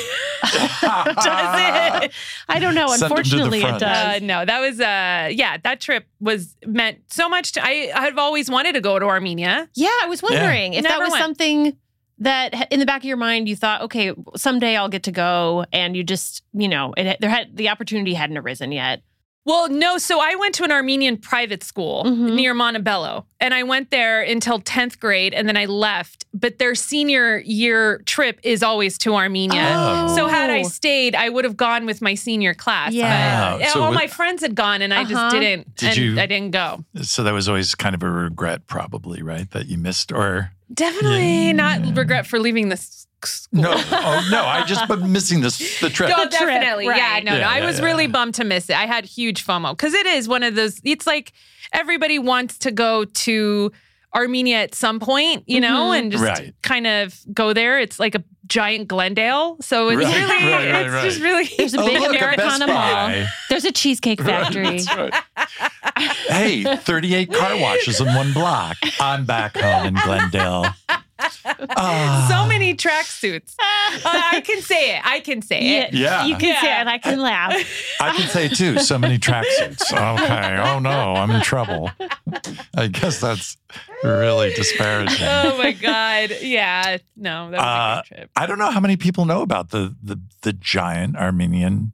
[SPEAKER 2] it? (laughs) I don't know. Unfortunately, it does.
[SPEAKER 5] Uh, no, that was uh, yeah, that trip was meant so much to. I I've always wanted to go to Armenia.
[SPEAKER 2] Yeah, I was wondering if that
[SPEAKER 5] Never
[SPEAKER 2] was
[SPEAKER 5] went.
[SPEAKER 2] something that h- in the back of your mind you thought, okay, someday I'll get to go, and you just, you know, it, there had the opportunity hadn't arisen yet.
[SPEAKER 5] Well, no. So I went to an Armenian private school near Montebello, and I went there until tenth grade, and then I left. But their senior year trip is always to Armenia.
[SPEAKER 2] Oh.
[SPEAKER 5] So had
[SPEAKER 1] (laughs)
[SPEAKER 5] I stayed, I would have gone with my senior class.
[SPEAKER 1] Yeah.
[SPEAKER 5] but
[SPEAKER 1] Wow. So
[SPEAKER 5] all
[SPEAKER 1] with-
[SPEAKER 5] my friends had gone, and I
[SPEAKER 2] Uh-huh.
[SPEAKER 5] just didn't.
[SPEAKER 1] Did
[SPEAKER 5] and
[SPEAKER 1] you-
[SPEAKER 5] I didn't go.
[SPEAKER 1] (laughs) So that was always kind of a regret, probably, right? That you missed or
[SPEAKER 5] Definitely not regret for leaving this school. (laughs)
[SPEAKER 1] no, oh no, I just but missing this the trip.
[SPEAKER 5] No, Oh, definitely. Yeah,
[SPEAKER 1] right.
[SPEAKER 5] no, no.
[SPEAKER 1] Yeah,
[SPEAKER 5] I
[SPEAKER 1] yeah,
[SPEAKER 5] was
[SPEAKER 1] yeah.
[SPEAKER 5] really bummed to miss it. I had huge FOMO because it is one of those. It's like everybody wants to go to Armenia at some point, you know,
[SPEAKER 2] Mhm.
[SPEAKER 5] and just
[SPEAKER 2] Right.
[SPEAKER 5] kind of go there. It's like a giant Glendale, so it's
[SPEAKER 2] Right, right,
[SPEAKER 5] really,
[SPEAKER 2] right,
[SPEAKER 5] it's
[SPEAKER 2] right.
[SPEAKER 5] just really.
[SPEAKER 1] (laughs)
[SPEAKER 5] (laughs)
[SPEAKER 2] There's a
[SPEAKER 1] Oh,
[SPEAKER 2] big Americana mall. There's a cheesecake
[SPEAKER 1] Right,
[SPEAKER 2] factory.
[SPEAKER 1] that's right. hey, 38
[SPEAKER 5] (laughs)
[SPEAKER 1] car washes in one block. I'm back home in Glendale. Ah.
[SPEAKER 5] so many (laughs) tracksuits. Uh, I can say it. I can say it.
[SPEAKER 1] Yeah. You can
[SPEAKER 2] say
[SPEAKER 5] it, and I
[SPEAKER 2] can laugh.
[SPEAKER 1] (laughs) I can say too, so many tracksuits. Okay. Oh no, I'm in trouble. I guess that's really disparaging.
[SPEAKER 5] (laughs) oh my god! Yeah, no, that was
[SPEAKER 1] Uh, I don't know how many people know about the the, the giant Armenian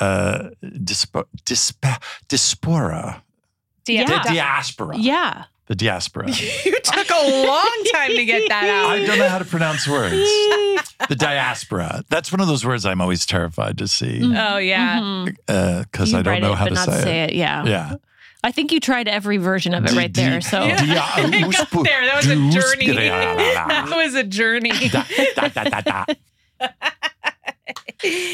[SPEAKER 1] uh, dispo, dispa, diaspora.
[SPEAKER 5] Dia-
[SPEAKER 1] The
[SPEAKER 5] (laughs)
[SPEAKER 1] diaspora.
[SPEAKER 2] Yeah.
[SPEAKER 1] The diaspora.
[SPEAKER 5] You took a long time to get that out.
[SPEAKER 1] I don't know how to pronounce words. the diaspora. That's one of those words I'm always terrified to see
[SPEAKER 5] (laughs) Oh yeah.
[SPEAKER 1] because
[SPEAKER 2] Mm-hmm. You
[SPEAKER 1] I don't
[SPEAKER 2] write
[SPEAKER 1] know
[SPEAKER 2] it,
[SPEAKER 1] how
[SPEAKER 2] but
[SPEAKER 1] to
[SPEAKER 2] not
[SPEAKER 1] say,
[SPEAKER 2] say it, yeah.
[SPEAKER 1] Yeah.
[SPEAKER 2] I think you tried every version of (laughs) it right there. So
[SPEAKER 1] Yeah.
[SPEAKER 5] I got there. That was a journey.
[SPEAKER 1] (laughs)
[SPEAKER 5] (laughs) that was a journey. (laughs)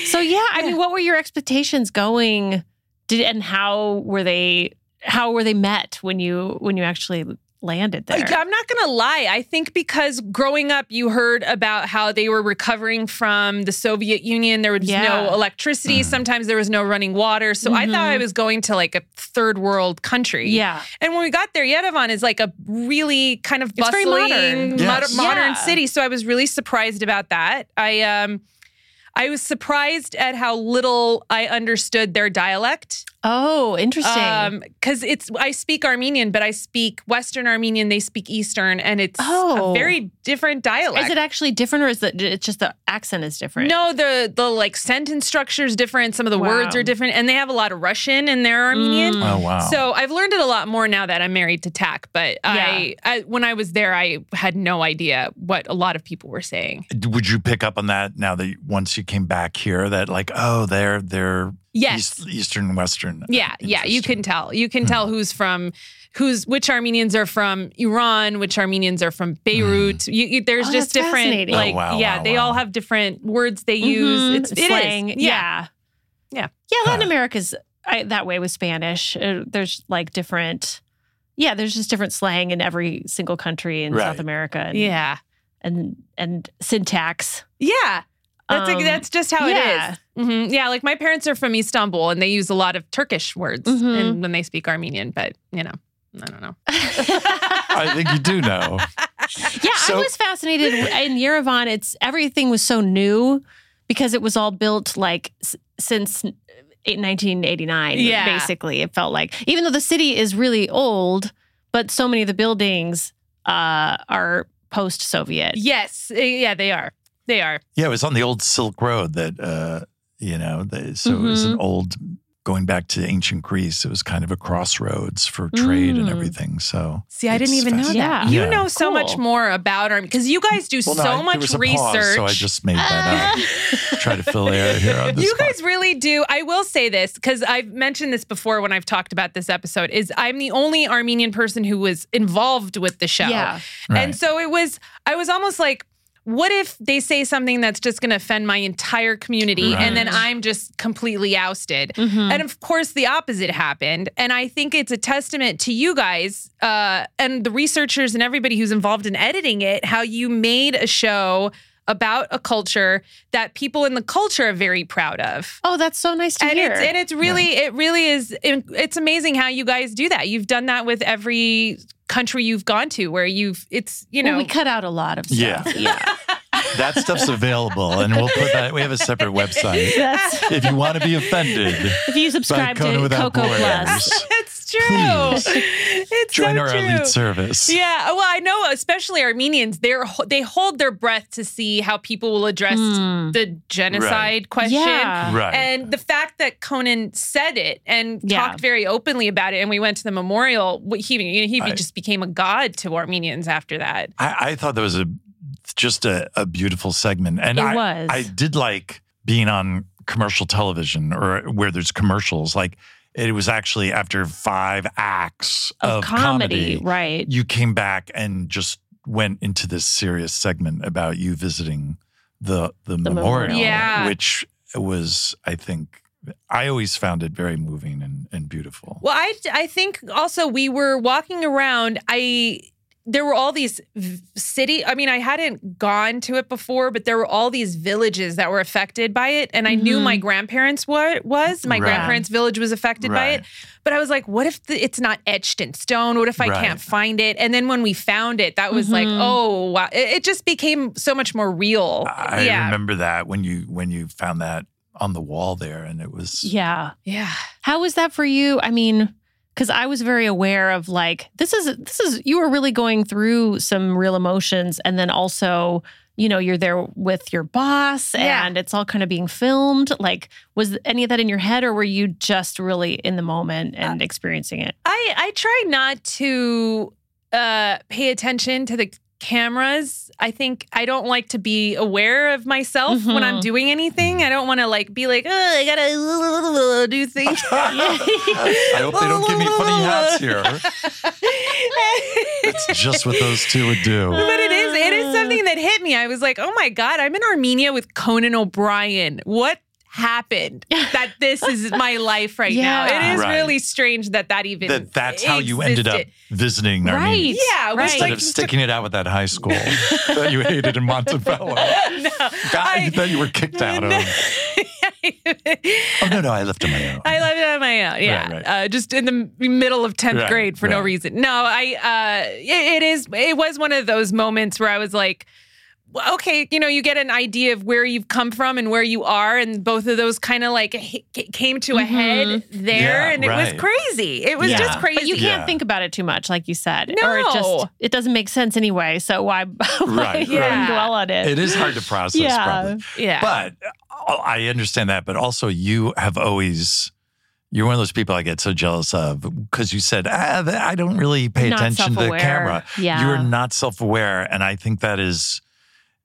[SPEAKER 2] So yeah, I mean, what were your expectations going? Did and how were they? How were they met when you when you actually landed there?
[SPEAKER 5] I'm not going to lie. I think because growing up, you heard about how they were recovering from the Soviet Union. There was
[SPEAKER 2] Yeah.
[SPEAKER 5] no electricity. Sometimes there was no running water. So I thought I
[SPEAKER 2] Mhm.
[SPEAKER 5] was going to like a third world country.
[SPEAKER 2] Yeah.
[SPEAKER 5] And when we got there, Yerevan is like a really kind of
[SPEAKER 2] It's very
[SPEAKER 5] bustling,
[SPEAKER 2] modern.
[SPEAKER 5] mod-
[SPEAKER 2] Yes.
[SPEAKER 5] modern
[SPEAKER 2] Yeah.
[SPEAKER 5] city. So I was really surprised about that. I um, I was surprised at how little I understood their dialect.
[SPEAKER 2] Oh, interesting.
[SPEAKER 5] Because Um, it's I speak Armenian, but I speak Western Armenian. They speak Eastern, and it's
[SPEAKER 2] Oh.
[SPEAKER 5] a very different dialect.
[SPEAKER 2] Is it actually different, or is it it's just the accent is different?
[SPEAKER 5] No, the the like sentence structure is different. Some of the words
[SPEAKER 2] Wow.
[SPEAKER 5] are different, and they have a lot of Russian in their Armenian.
[SPEAKER 2] Mm. Oh, wow.
[SPEAKER 5] So I've learned it a lot more now that I'm married to TAC. But I, I when I was there, I had no idea what a lot of people were saying.
[SPEAKER 1] it. Would you pick up on that now that you- once you came back here that like, oh, they're they're
[SPEAKER 5] Yes.
[SPEAKER 1] East- Eastern Western.
[SPEAKER 5] Yeah, yeah, you can tell. You
[SPEAKER 2] Hmm.
[SPEAKER 5] can tell who's from who's which Armenians are from Iran, which Armenians are from Beirut. You, you- there's
[SPEAKER 2] Oh,
[SPEAKER 5] just
[SPEAKER 2] that's
[SPEAKER 5] different
[SPEAKER 2] fascinating. Oh,
[SPEAKER 5] like
[SPEAKER 2] wow,
[SPEAKER 5] yeah,
[SPEAKER 2] wow,
[SPEAKER 5] they all have different words they use.
[SPEAKER 2] Mhm,
[SPEAKER 5] Mm-hmm. It's it is.
[SPEAKER 2] slang.
[SPEAKER 5] Yeah.
[SPEAKER 2] yeah, yeah, yeah. Latin America's I, that way with Spanish. Uh, there's like different. Yeah, there's just different slang in every single country in
[SPEAKER 5] Right.
[SPEAKER 2] South America. And,
[SPEAKER 5] Yeah.
[SPEAKER 2] and and syntax.
[SPEAKER 5] Yeah. That's like
[SPEAKER 2] Um,
[SPEAKER 5] that's just how
[SPEAKER 2] yeah.
[SPEAKER 5] it is. Mhm. Yeah, like my parents are from Istanbul and they use a lot of Turkish words
[SPEAKER 2] Mhm.
[SPEAKER 5] and when they speak Armenian, but you know, I don't (laughs) know.
[SPEAKER 1] (laughs) I think you do know.
[SPEAKER 2] Yeah, I was fascinated in Yerevan. It's everything was so new because it was all built like s- since eh, 1989.
[SPEAKER 5] Yeah.
[SPEAKER 2] basically, it felt like even though the city is really old, but so many of the buildings uh, are post-Soviet.
[SPEAKER 5] Yes, eh, yeah, they are. They are.
[SPEAKER 1] Yeah, it was on the old Silk Road that uh, you know, the, so it was an
[SPEAKER 5] Mhm.
[SPEAKER 1] old going back to ancient Greece, it was kind of a crossroads for trade and
[SPEAKER 5] Mm.
[SPEAKER 1] everything. So
[SPEAKER 5] See, I didn't
[SPEAKER 1] it's
[SPEAKER 5] even know that.
[SPEAKER 1] fascinating.
[SPEAKER 5] You
[SPEAKER 1] Yeah.
[SPEAKER 5] know so much more about Armenia because you guys do
[SPEAKER 1] Well, no,
[SPEAKER 5] so
[SPEAKER 1] I- there
[SPEAKER 5] much
[SPEAKER 1] was a
[SPEAKER 5] research.
[SPEAKER 1] Pause, so I
[SPEAKER 5] (laughs)
[SPEAKER 1] just made that up. Try to fill air here on this.
[SPEAKER 5] you guys really do. I will say this because I've mentioned this before when I've talked about this episode. Is I'm the only Armenian person who was involved with the show,
[SPEAKER 2] Yeah.
[SPEAKER 5] and so it was. I was almost like. What if they say something that's just going to offend my entire community and then
[SPEAKER 2] Right.
[SPEAKER 5] I'm just completely ousted?
[SPEAKER 2] Mhm.
[SPEAKER 5] And of course, the opposite happened. And I think it's a testament to you guys uh, and the researchers and everybody who's involved in editing it how you made a show about a culture that people in the culture are very proud of.
[SPEAKER 2] Oh, that's so nice to
[SPEAKER 5] and
[SPEAKER 2] hear.
[SPEAKER 5] It's, and it's really, it really is. It's amazing how you guys do that. You've done that with every country you've gone to, where you've, it's you know,
[SPEAKER 2] Well,
[SPEAKER 5] (laughs)
[SPEAKER 2] we cut out a lot of
[SPEAKER 1] Yeah.
[SPEAKER 2] stuff. Yeah.
[SPEAKER 1] That stuff's available, and we'll put that. We have a separate website.
[SPEAKER 2] That's-
[SPEAKER 1] if you want to be offended,
[SPEAKER 2] If you subscribe
[SPEAKER 1] Kona
[SPEAKER 2] to
[SPEAKER 1] Without
[SPEAKER 2] Coco
[SPEAKER 1] Borders.
[SPEAKER 5] (laughs)
[SPEAKER 2] Plus,
[SPEAKER 5] it's true.
[SPEAKER 1] Please.
[SPEAKER 5] (laughs)
[SPEAKER 1] (laughs)
[SPEAKER 5] It's
[SPEAKER 1] join
[SPEAKER 5] so
[SPEAKER 1] our
[SPEAKER 5] true.
[SPEAKER 1] elite service.
[SPEAKER 5] Yeah, uh, well, I know, especially Armenians, they are they hold their breath to see how people will address
[SPEAKER 2] Hmm.
[SPEAKER 5] the genocide
[SPEAKER 3] Hmm. Right.
[SPEAKER 5] question.
[SPEAKER 3] Yeah. Right.
[SPEAKER 5] And the fact that Conan said it and
[SPEAKER 3] Yeah.
[SPEAKER 5] talked very openly about it, and we went to the memorial, wh- he you know, he
[SPEAKER 1] I-
[SPEAKER 5] just became a god to Armenians after that.
[SPEAKER 1] I, I thought that was a just a, a beautiful segment, and
[SPEAKER 5] It
[SPEAKER 1] I,
[SPEAKER 5] was.
[SPEAKER 1] I did like being on commercial television or where there's commercials. Like it was actually after five acts
[SPEAKER 2] Of
[SPEAKER 1] of,
[SPEAKER 2] comedy, right.
[SPEAKER 1] You came back and just went into this serious segment about you visiting the the, memorial,
[SPEAKER 2] memorial. Yeah.
[SPEAKER 1] which was, I think, I always found it very moving and, and beautiful.
[SPEAKER 5] Well, I I think also we were walking around. I there were all these v- city. I mean, I hadn't gone to it before, but there were all these villages that were affected by it, and I knew
[SPEAKER 3] Mhm.
[SPEAKER 5] my grandparents what was. My
[SPEAKER 3] Right.
[SPEAKER 5] grandparents' village was affected by it, but I was like, what if the, it's not etched in stone? What if I
[SPEAKER 3] Right.
[SPEAKER 5] can't find it? And then when we found it, that was like,
[SPEAKER 3] Mhm.
[SPEAKER 5] oh wow! It, it just became so much more real.
[SPEAKER 1] I
[SPEAKER 5] yeah.
[SPEAKER 1] remember that when you when you found that on the wall there, and it was
[SPEAKER 2] yeah,
[SPEAKER 5] yeah. (laughs)
[SPEAKER 2] How was that for you? I mean, because I was very aware of like this is this is you were really going through some real emotions, and then also you know you're there with your boss,
[SPEAKER 5] Yeah.
[SPEAKER 2] and it's all kind of being filmed. Like, was any of that in your head, or were you just really in the
[SPEAKER 5] Uh,
[SPEAKER 2] moment and experiencing it?
[SPEAKER 5] I I try not to uh, pay attention to the cameras. I think I don't like to be aware of myself when I'm
[SPEAKER 3] Mhm.
[SPEAKER 5] doing anything. I don't want to like be like, oh, I gotta (laughs) do things.
[SPEAKER 1] (laughs) (laughs) I hope they don't give me funny hats here. It's just what those two would
[SPEAKER 5] (laughs)
[SPEAKER 1] do.
[SPEAKER 5] But it is it is something that hit me. I was like, oh my god, I'm in Armenia with Conan O'Brien. What happened? That this is my life right now.
[SPEAKER 1] Yeah.
[SPEAKER 5] It is
[SPEAKER 1] Right.
[SPEAKER 5] really strange that that even
[SPEAKER 1] That that's how you ended up
[SPEAKER 5] existed. (laughs)
[SPEAKER 1] visiting
[SPEAKER 5] Right.
[SPEAKER 1] Armenia.
[SPEAKER 5] Yeah, it was
[SPEAKER 1] Instead
[SPEAKER 5] like
[SPEAKER 1] of
[SPEAKER 5] just a-
[SPEAKER 1] sticking it out with that high
[SPEAKER 5] (laughs)
[SPEAKER 1] school that you hated in Montefello. I, that you were kicked
[SPEAKER 5] (laughs)
[SPEAKER 1] out of. oh no, no, I left on my own.
[SPEAKER 5] I love it on my own. Yeah,
[SPEAKER 1] Right, right.
[SPEAKER 5] Uh, just in the m- middle of tenth
[SPEAKER 1] Right,
[SPEAKER 5] grade for no
[SPEAKER 1] right.
[SPEAKER 5] reason. No, I. Uh, it, it is. It was one of those moments where I was like. well, Okay, you know, you get an idea of where you've come from and where you are, and both of those kind of like h- c- came to a head there,
[SPEAKER 2] Yeah,
[SPEAKER 5] and it
[SPEAKER 2] right.
[SPEAKER 5] was crazy. It was
[SPEAKER 2] Mm-hmm. Yeah.
[SPEAKER 5] just crazy.
[SPEAKER 2] But you can't think about it too much, like you said. Or it just
[SPEAKER 5] No.
[SPEAKER 2] it doesn't make sense anyway. So why, (laughs) why
[SPEAKER 1] Right,
[SPEAKER 2] even
[SPEAKER 1] right.
[SPEAKER 2] dwell on it?
[SPEAKER 1] It is
[SPEAKER 5] (laughs)
[SPEAKER 1] hard to process,
[SPEAKER 2] Yeah.
[SPEAKER 1] probably.
[SPEAKER 2] Yeah.
[SPEAKER 1] But uh, I understand that. But also, you have always, you're one of those people I get so jealous of because you said, ah, th- I don't really pay
[SPEAKER 2] Not
[SPEAKER 1] attention to the
[SPEAKER 2] self-aware.
[SPEAKER 1] camera.
[SPEAKER 2] Yeah.
[SPEAKER 1] You are not self aware. And I think that is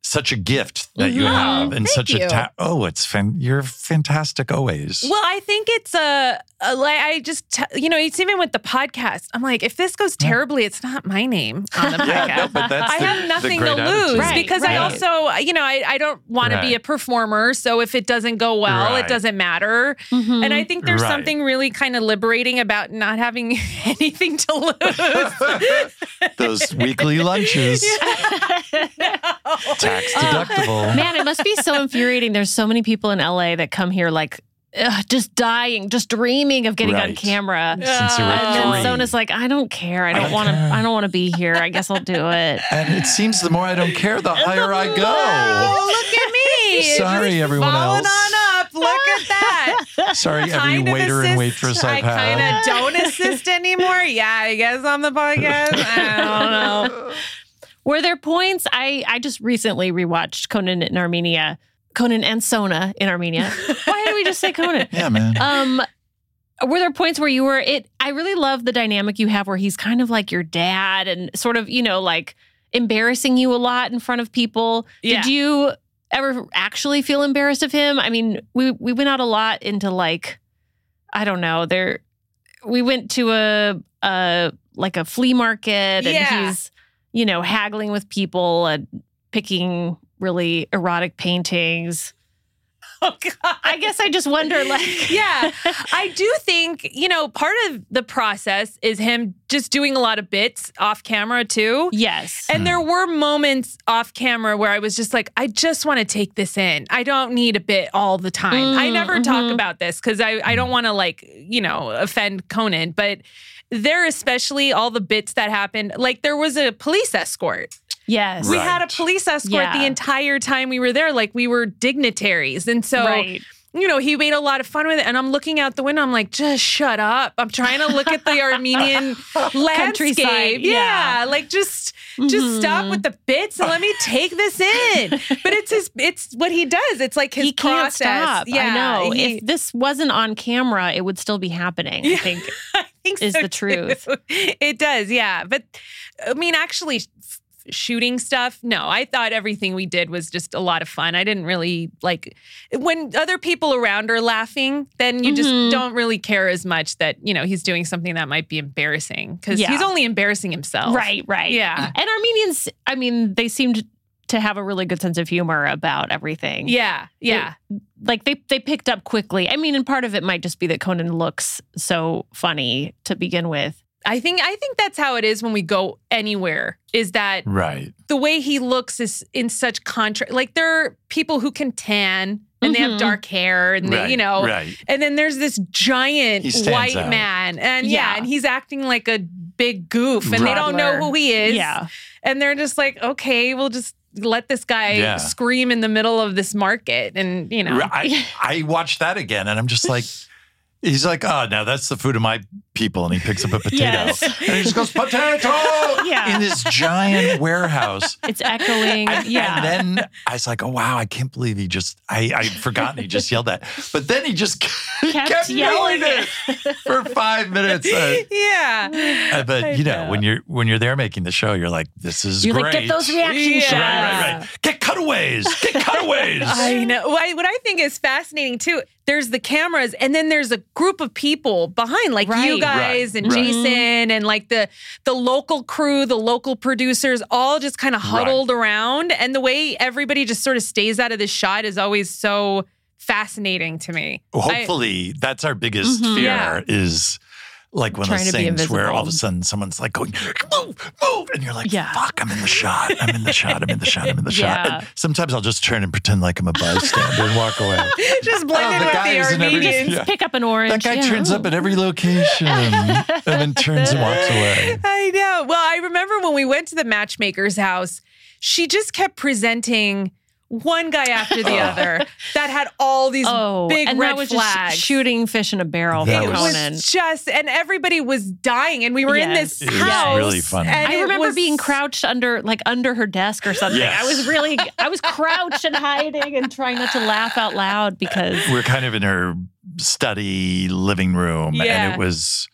[SPEAKER 1] such a gift that you
[SPEAKER 5] Mhm.
[SPEAKER 1] have and
[SPEAKER 5] Thank
[SPEAKER 1] such a,
[SPEAKER 5] you.
[SPEAKER 1] ta- oh, it's fan- you're fantastic always.
[SPEAKER 5] Well, I think it's a, a like I just t- you know it's even with the podcast. I'm like, if this goes terribly, it's not
[SPEAKER 1] (laughs)
[SPEAKER 5] my name on the podcast.
[SPEAKER 3] Yeah, no, but that's
[SPEAKER 5] I
[SPEAKER 3] the-
[SPEAKER 5] have
[SPEAKER 3] the
[SPEAKER 5] nothing to
[SPEAKER 3] great attitude.
[SPEAKER 5] lose
[SPEAKER 3] Right,
[SPEAKER 5] because I
[SPEAKER 3] right.
[SPEAKER 5] also you know I, I don't want to be
[SPEAKER 3] Right.
[SPEAKER 5] a performer. So if it doesn't go well,
[SPEAKER 3] Right.
[SPEAKER 5] it doesn't matter.
[SPEAKER 2] Mm-hmm.
[SPEAKER 5] And I think there's
[SPEAKER 3] Right.
[SPEAKER 5] something really kind of liberating about not having (laughs) anything to lose.
[SPEAKER 1] (laughs) Those weekly
[SPEAKER 5] (laughs)
[SPEAKER 1] lunches, tax deductible.
[SPEAKER 2] (laughs) Man, it must be
[SPEAKER 5] (laughs)
[SPEAKER 2] so infuriating. There's so many people in LA that come here like ugh, just dying, just dreaming of getting on
[SPEAKER 1] Right.
[SPEAKER 2] camera.
[SPEAKER 1] Since you were
[SPEAKER 5] Um,
[SPEAKER 2] and then
[SPEAKER 1] three.
[SPEAKER 2] Sona's like, I don't care. I don't want to. I don't want to be here. I guess I'll (laughs) do it.
[SPEAKER 1] And it seems the more I don't care, the higher I go.
[SPEAKER 5] look at me. It's
[SPEAKER 1] Sorry,
[SPEAKER 5] just
[SPEAKER 1] everyone
[SPEAKER 5] falling
[SPEAKER 1] else.
[SPEAKER 5] on up. Look at that.
[SPEAKER 1] Sorry, every
[SPEAKER 5] Kind of
[SPEAKER 1] waiter and
[SPEAKER 5] assist-
[SPEAKER 1] waitress I've
[SPEAKER 5] I
[SPEAKER 1] had.
[SPEAKER 5] kind of don't assist anymore. Yeah, I guess on the podcast. I don't know.
[SPEAKER 3] (laughs)
[SPEAKER 2] Were there points? I I just recently rewatched Conan in Armenia, Conan and Sona in
[SPEAKER 5] (laughs)
[SPEAKER 2] Armenia. Why did we just say Conan?
[SPEAKER 1] Yeah, man.
[SPEAKER 2] Um, were there points where you were it? I really love the dynamic you have where he's kind of like your dad and sort of you know like embarrassing you a lot in front of people.
[SPEAKER 3] Yeah.
[SPEAKER 2] Did you ever actually feel embarrassed of him? I mean, we we went out a lot into like I don't know there. We went to a a like a flea market and
[SPEAKER 3] Yeah.
[SPEAKER 2] he's you know, haggling with people and picking really erotic paintings.
[SPEAKER 3] Oh,
[SPEAKER 2] I guess I just wonder,
[SPEAKER 3] (laughs)
[SPEAKER 2] like,
[SPEAKER 5] yeah, I do think you know part of the process is him just doing a lot of bits off camera too.
[SPEAKER 2] Yes,
[SPEAKER 5] and there were moments off camera where I was just like, I just want to take this in. I don't need a bit all the time.
[SPEAKER 2] Mm,
[SPEAKER 5] I never
[SPEAKER 2] mm-hmm.
[SPEAKER 5] talk about this because I I don't want to like you know offend Conan, but there especially all the bits that happened. Like there was a police escort.
[SPEAKER 2] Yes.
[SPEAKER 5] We had a police escort
[SPEAKER 2] Yeah.
[SPEAKER 5] the entire time we were there. Like we were dignitaries. And so,
[SPEAKER 2] Right.
[SPEAKER 5] you know, he made a lot of fun with it. And I'm looking out the window. I'm like, just shut up. I'm trying to look at
[SPEAKER 2] (laughs)
[SPEAKER 5] the Armenian landscape.
[SPEAKER 2] Countryside, yeah. Mm-hmm.
[SPEAKER 5] Yeah. Like just, just stop with the bits and let me take
[SPEAKER 2] (laughs)
[SPEAKER 5] this in. But it's his, it's what he does. It's like his
[SPEAKER 2] he can't
[SPEAKER 5] process.
[SPEAKER 2] stop.
[SPEAKER 5] Yeah.
[SPEAKER 2] I know.
[SPEAKER 5] He-
[SPEAKER 2] if this wasn't on camera, it would still be happening. I think. (laughs)
[SPEAKER 5] (laughs)
[SPEAKER 2] is
[SPEAKER 5] so,
[SPEAKER 2] the truth.
[SPEAKER 5] too. (laughs) It does, yeah. But I mean, actually, f- shooting stuff. No, I thought everything we did was just a lot of fun. I didn't really like when other people around are laughing. Then you
[SPEAKER 2] Mhm.
[SPEAKER 5] just don't really care as much that you know he's doing something that might be embarrassing because
[SPEAKER 2] Yeah.
[SPEAKER 5] he's only embarrassing himself.
[SPEAKER 2] Right, right.
[SPEAKER 5] Yeah.
[SPEAKER 2] And Armenians, I mean, they seemed to have a really good sense of humor about everything.
[SPEAKER 5] Yeah, yeah.
[SPEAKER 2] It- like they they picked up quickly. I mean, and part of it might just be that Conan looks so funny to begin with.
[SPEAKER 5] I think I think that's how it is when we go anywhere. Is that
[SPEAKER 1] Right.
[SPEAKER 5] the way he looks is in such contrast. Like there are people who can tan and they
[SPEAKER 2] Mhm.
[SPEAKER 5] have dark hair and
[SPEAKER 1] Right,
[SPEAKER 5] they, you know,
[SPEAKER 1] right.
[SPEAKER 5] and then there's this giant
[SPEAKER 1] He stands
[SPEAKER 5] white
[SPEAKER 1] out.
[SPEAKER 5] man and yeah.
[SPEAKER 2] Yeah.
[SPEAKER 5] and he's acting like a big goof and
[SPEAKER 1] Right.
[SPEAKER 5] they don't know who he is.
[SPEAKER 2] Yeah.
[SPEAKER 5] And they're just like, okay, we'll just let this guy
[SPEAKER 1] Yeah.
[SPEAKER 5] scream in the middle of this market and you know. (laughs)
[SPEAKER 1] I, I watched that again and I'm just like, he's like, oh, now that's the food of my people. And he picks up a potato
[SPEAKER 2] Yes.
[SPEAKER 1] and he just goes, potato
[SPEAKER 5] (laughs)
[SPEAKER 2] Yeah.
[SPEAKER 1] in this giant warehouse.
[SPEAKER 2] It's echoing.
[SPEAKER 1] (laughs)
[SPEAKER 2] yeah.
[SPEAKER 1] And then I was like, oh, wow, I can't believe he just, I, I'd forgotten he just yelled that. But then he just (laughs) kept, yelling it for five minutes. Uh,
[SPEAKER 5] (laughs) yeah. (laughs)
[SPEAKER 1] uh, but you know, when you're when you're there making the show, you're like, this is
[SPEAKER 2] You're
[SPEAKER 1] great.
[SPEAKER 2] like, get those reaction
[SPEAKER 5] Yeah.
[SPEAKER 2] shots.
[SPEAKER 1] Right, right, right. Get cutaways. Get cutaways.
[SPEAKER 5] I know. Well, I- what I think is fascinating too, there's the cameras, and then there's a group of people behind, like
[SPEAKER 2] Right.
[SPEAKER 5] you guys
[SPEAKER 1] Right,
[SPEAKER 5] and
[SPEAKER 1] right.
[SPEAKER 5] Jason, and like the the local crew, the local producers, all just kind of huddled around. And the way everybody just sort of stays out of the shot is always so fascinating to me. (laughs) I-
[SPEAKER 1] Hopefully, that's our biggest
[SPEAKER 2] Mhm.
[SPEAKER 1] fear
[SPEAKER 5] Yeah.
[SPEAKER 1] is like one of
[SPEAKER 2] Trying
[SPEAKER 1] those
[SPEAKER 2] to be
[SPEAKER 1] things where all of a
[SPEAKER 2] invisible.
[SPEAKER 1] sudden someone's like going, move, move. And you're like,
[SPEAKER 2] Yeah.
[SPEAKER 1] fuck, I'm in the shot. I'm in the shot. I'm in the shot. I'm in the shot.
[SPEAKER 2] Yeah.
[SPEAKER 1] And sometimes I'll just turn and pretend like I'm a bystander and walk away.
[SPEAKER 2] (laughs)
[SPEAKER 5] just blend
[SPEAKER 1] Oh,
[SPEAKER 5] in
[SPEAKER 1] the
[SPEAKER 5] with the
[SPEAKER 1] guys and everything.
[SPEAKER 5] Armenians.
[SPEAKER 1] Yeah.
[SPEAKER 2] Pick up an orange.
[SPEAKER 1] That guy
[SPEAKER 2] Yeah.
[SPEAKER 1] turns up at every location and then turns and walks
[SPEAKER 2] (laughs)
[SPEAKER 1] away.
[SPEAKER 5] (laughs) I know. Well, I remember when we went to the matchmaker's house, she just kept presenting one guy after the other that had all these
[SPEAKER 2] Oh,
[SPEAKER 5] big
[SPEAKER 2] and
[SPEAKER 5] red
[SPEAKER 2] that was
[SPEAKER 5] flags.
[SPEAKER 2] just shooting fish in a barrel
[SPEAKER 1] That
[SPEAKER 2] for
[SPEAKER 5] it
[SPEAKER 1] was-
[SPEAKER 2] Conan.
[SPEAKER 5] was just, and everybody was dying, and we were in
[SPEAKER 2] Yes.
[SPEAKER 5] this
[SPEAKER 1] It was
[SPEAKER 5] house.
[SPEAKER 1] really funny.
[SPEAKER 5] and
[SPEAKER 2] I
[SPEAKER 5] it
[SPEAKER 2] remember
[SPEAKER 5] was-
[SPEAKER 2] being crouched under, like under her desk or something.
[SPEAKER 1] Yes.
[SPEAKER 2] I was really, I was crouched and hiding and trying not to laugh out loud because
[SPEAKER 1] We're kind of in her study living room, and
[SPEAKER 5] Yeah.
[SPEAKER 1] it was,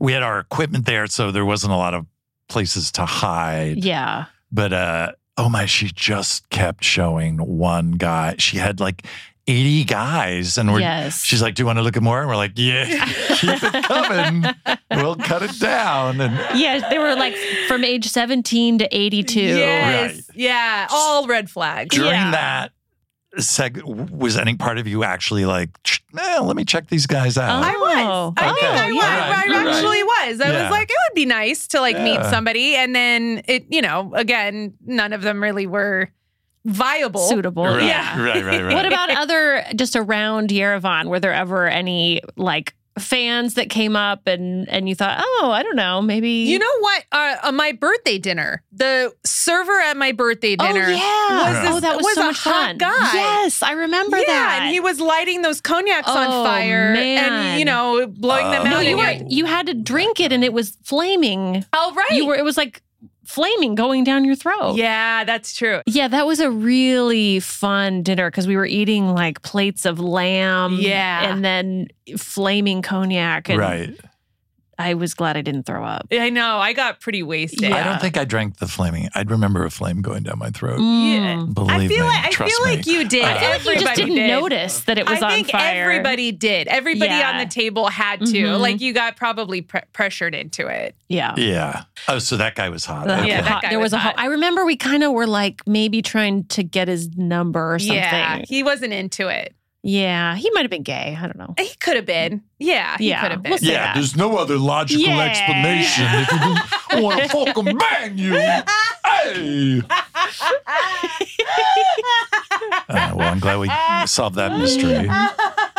[SPEAKER 1] we had our equipment there, so there wasn't a lot of places to hide.
[SPEAKER 2] yeah,
[SPEAKER 1] But uh oh my, she just kept showing one guy. She had like 80 guys and we're
[SPEAKER 2] Yes.
[SPEAKER 1] she's like, Do you want to look at more? And we're like,
[SPEAKER 5] (laughs)
[SPEAKER 1] Yeah, keep it coming. we'll cut it down. And
[SPEAKER 2] yeah, they were like from age seventeen to eighty-two.
[SPEAKER 5] Yes,
[SPEAKER 1] Right.
[SPEAKER 5] yeah, all red flags.
[SPEAKER 1] during
[SPEAKER 2] Yeah.
[SPEAKER 1] that seg was any part of you actually like, "Ch- eh, let me check these guys out.
[SPEAKER 5] I was.
[SPEAKER 2] Oh.
[SPEAKER 5] I
[SPEAKER 1] Okay.
[SPEAKER 5] think I was.
[SPEAKER 1] Yeah.
[SPEAKER 5] I
[SPEAKER 1] Right.
[SPEAKER 5] actually was. I
[SPEAKER 1] Yeah.
[SPEAKER 5] was like, it would be nice to like meet
[SPEAKER 1] Yeah.
[SPEAKER 5] somebody, and then it, you know, again, none of them really were viable.
[SPEAKER 2] Suitable.
[SPEAKER 1] right,
[SPEAKER 2] Yeah.
[SPEAKER 1] right, right, right.
[SPEAKER 2] What about other just around Yerevan? Were there ever any like fans that came up and and you thought, oh, I don't know, maybe
[SPEAKER 5] You know what? Uh, on my birthday dinner, the server at my birthday
[SPEAKER 2] Oh
[SPEAKER 5] dinner
[SPEAKER 2] yeah!
[SPEAKER 5] was
[SPEAKER 2] oh,
[SPEAKER 5] this-
[SPEAKER 2] that was, so
[SPEAKER 5] a
[SPEAKER 2] much
[SPEAKER 5] hot
[SPEAKER 2] fun.
[SPEAKER 5] guy.
[SPEAKER 2] Yes, I remember
[SPEAKER 5] yeah,
[SPEAKER 2] that.
[SPEAKER 5] and he was lighting those cognacs
[SPEAKER 2] Oh,
[SPEAKER 5] on fire
[SPEAKER 2] man.
[SPEAKER 5] and you know blowing them
[SPEAKER 1] Oh.
[SPEAKER 5] out.
[SPEAKER 2] No, you
[SPEAKER 5] and
[SPEAKER 2] were
[SPEAKER 5] you're-
[SPEAKER 2] you had to drink it and it was flaming.
[SPEAKER 5] oh right, Oh.
[SPEAKER 2] You were it was like flaming going down your throat.
[SPEAKER 5] Yeah, that's true.
[SPEAKER 2] Yeah, that was a really fun dinner because we were eating like plates of lamb.
[SPEAKER 5] Yeah.
[SPEAKER 2] And then flaming cognac. And
[SPEAKER 1] right.
[SPEAKER 2] I was glad I didn't throw up.
[SPEAKER 5] I know. I got pretty wasted.
[SPEAKER 1] I
[SPEAKER 2] yeah.
[SPEAKER 1] don't think I drank the flaming. I'd remember a flame going down my throat.
[SPEAKER 2] Mm.
[SPEAKER 1] Believe
[SPEAKER 5] I
[SPEAKER 1] me.
[SPEAKER 5] feel like I
[SPEAKER 1] Trust
[SPEAKER 5] feel
[SPEAKER 1] me.
[SPEAKER 5] like you did.
[SPEAKER 1] I feel
[SPEAKER 2] I feel like you just
[SPEAKER 5] Everybody
[SPEAKER 2] didn't
[SPEAKER 5] did.
[SPEAKER 2] notice that it was
[SPEAKER 5] I
[SPEAKER 2] on
[SPEAKER 5] think
[SPEAKER 2] fire.
[SPEAKER 5] everybody did. Everybody
[SPEAKER 2] Yeah.
[SPEAKER 5] on the table had to.
[SPEAKER 2] Mhm.
[SPEAKER 5] Like you got probably pre- pressured into it.
[SPEAKER 2] Yeah.
[SPEAKER 1] Yeah. Oh, so that guy was hot.
[SPEAKER 2] The
[SPEAKER 1] Okay.
[SPEAKER 5] Yeah, that
[SPEAKER 2] hot-
[SPEAKER 5] guy
[SPEAKER 2] there was,
[SPEAKER 5] was
[SPEAKER 2] a hot.
[SPEAKER 5] hot.
[SPEAKER 2] I remember we kind of were like maybe trying to get his number or something.
[SPEAKER 5] Yeah, he wasn't into it.
[SPEAKER 2] Yeah, he might have been gay. I don't know.
[SPEAKER 5] He could have been. Yeah, he
[SPEAKER 2] Yeah,
[SPEAKER 5] could have been.
[SPEAKER 2] we'll say
[SPEAKER 10] yeah, there's no other logical
[SPEAKER 5] Yeah.
[SPEAKER 10] explanation. If you want
[SPEAKER 2] (laughs)
[SPEAKER 10] to fucking bang you, hey.
[SPEAKER 1] All right, well, I'm glad we solved that mystery.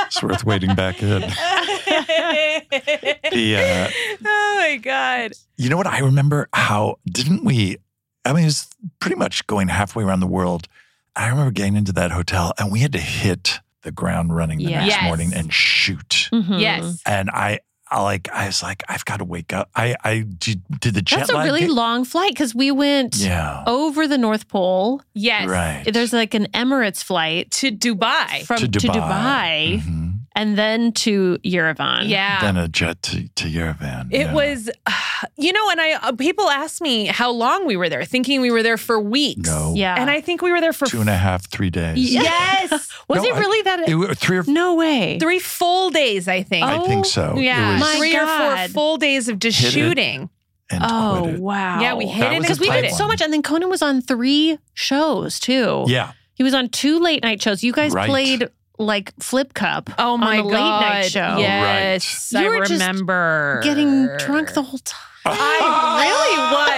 [SPEAKER 1] It's worth waiting back in. The, uh,
[SPEAKER 5] oh my god.
[SPEAKER 1] You know what? I remember how didn't we? I mean, it was pretty much going halfway around the world. I remember getting into that hotel and we had to hit the ground running the
[SPEAKER 5] Yes.
[SPEAKER 1] next morning and shoot.
[SPEAKER 2] Mm-hmm.
[SPEAKER 5] Yes.
[SPEAKER 1] And I, I like, I was like, I've got to wake up. I, I did, did the jet
[SPEAKER 2] That's a
[SPEAKER 1] lag
[SPEAKER 2] really
[SPEAKER 1] get-
[SPEAKER 2] long flight because we went
[SPEAKER 1] Yeah.
[SPEAKER 2] over the North Pole.
[SPEAKER 5] Yes.
[SPEAKER 1] Right.
[SPEAKER 2] There's like an Emirates flight
[SPEAKER 5] to Dubai.
[SPEAKER 2] From
[SPEAKER 1] To
[SPEAKER 2] to
[SPEAKER 1] Dubai. Mm-hmm.
[SPEAKER 2] Dubai. And then to Yerevan.
[SPEAKER 5] Yeah.
[SPEAKER 1] Then a jet to, to Yerevan.
[SPEAKER 5] It
[SPEAKER 1] yeah.
[SPEAKER 5] was, (sighs) you know, and I uh, people asked me how long we were there, thinking we were there for weeks.
[SPEAKER 1] No. Yeah.
[SPEAKER 5] and I think we were there for
[SPEAKER 1] two and a half, three days.
[SPEAKER 5] Yes, (laughs) was
[SPEAKER 1] No,
[SPEAKER 5] it
[SPEAKER 1] I-
[SPEAKER 5] really that?
[SPEAKER 1] it wa- three or
[SPEAKER 2] no way,
[SPEAKER 5] (laughs) three full days. I think.
[SPEAKER 1] I think so. It
[SPEAKER 5] Yeah,
[SPEAKER 1] was-
[SPEAKER 2] My
[SPEAKER 5] Oh, three or four
[SPEAKER 2] God.
[SPEAKER 5] full days of just
[SPEAKER 1] Hit it.
[SPEAKER 5] shooting.
[SPEAKER 2] oh wow!
[SPEAKER 5] Yeah, we hit That it was
[SPEAKER 2] because
[SPEAKER 5] a
[SPEAKER 2] we
[SPEAKER 5] tight
[SPEAKER 2] did
[SPEAKER 5] one.
[SPEAKER 2] so much, and then Conan was on three shows too.
[SPEAKER 5] Oh.
[SPEAKER 1] Yeah.
[SPEAKER 2] he was on two late night shows. You guys
[SPEAKER 1] Right.
[SPEAKER 2] played like Flip Cup.
[SPEAKER 5] Oh my
[SPEAKER 2] on the late night
[SPEAKER 5] God.
[SPEAKER 1] Oh,
[SPEAKER 2] show.
[SPEAKER 5] Yes, Right. I
[SPEAKER 2] you were
[SPEAKER 5] remember.
[SPEAKER 2] just getting drunk the whole time.
[SPEAKER 5] I really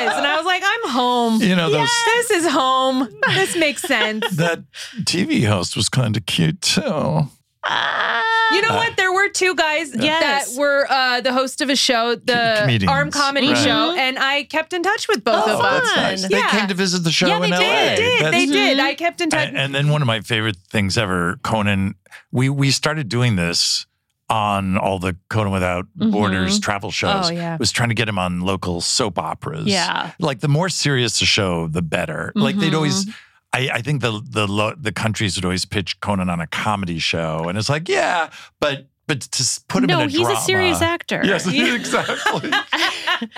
[SPEAKER 5] was, and I was like, I'm home.
[SPEAKER 1] You know, those-
[SPEAKER 5] this is home. This makes sense.
[SPEAKER 1] That TV host was kind of cute too.
[SPEAKER 5] Oh,
[SPEAKER 2] Ah.
[SPEAKER 5] You
[SPEAKER 1] Uh,
[SPEAKER 5] know what? There were two guys
[SPEAKER 2] Yes.
[SPEAKER 5] that were uh, the host of a show, the
[SPEAKER 1] comedians.
[SPEAKER 5] arm comedy
[SPEAKER 1] Right.
[SPEAKER 5] show,
[SPEAKER 2] Mm-hmm.
[SPEAKER 5] and I kept in touch with both
[SPEAKER 1] Oh,
[SPEAKER 5] of
[SPEAKER 1] that's
[SPEAKER 5] us.
[SPEAKER 1] nice. They
[SPEAKER 5] Yeah.
[SPEAKER 1] came to visit the show
[SPEAKER 5] Yeah,
[SPEAKER 1] in
[SPEAKER 5] they
[SPEAKER 1] LA.
[SPEAKER 5] did. They did.
[SPEAKER 1] That's-
[SPEAKER 5] They
[SPEAKER 2] Mm-hmm.
[SPEAKER 5] did. I kept in touch.
[SPEAKER 1] And, and then one of my favorite things ever, Conan. We we started doing this on all the Conan Without
[SPEAKER 5] Mm-hmm.
[SPEAKER 1] Borders
[SPEAKER 2] Mhm.
[SPEAKER 1] travel shows.
[SPEAKER 2] Oh, yeah.
[SPEAKER 1] Was trying to get him on local soap operas.
[SPEAKER 2] Yeah.
[SPEAKER 1] Like the more serious the show, the better. Like they'd always.
[SPEAKER 2] Mhm.
[SPEAKER 1] I, I think the the lo- the countries would always pitch Conan on a comedy show, and it's like, yeah, but but to s- put him
[SPEAKER 2] No,
[SPEAKER 1] in a
[SPEAKER 2] he's a serious
[SPEAKER 1] drama-
[SPEAKER 2] actor.
[SPEAKER 1] Yes, (laughs)
[SPEAKER 2] Yeah.
[SPEAKER 1] exactly.
[SPEAKER 2] (laughs) With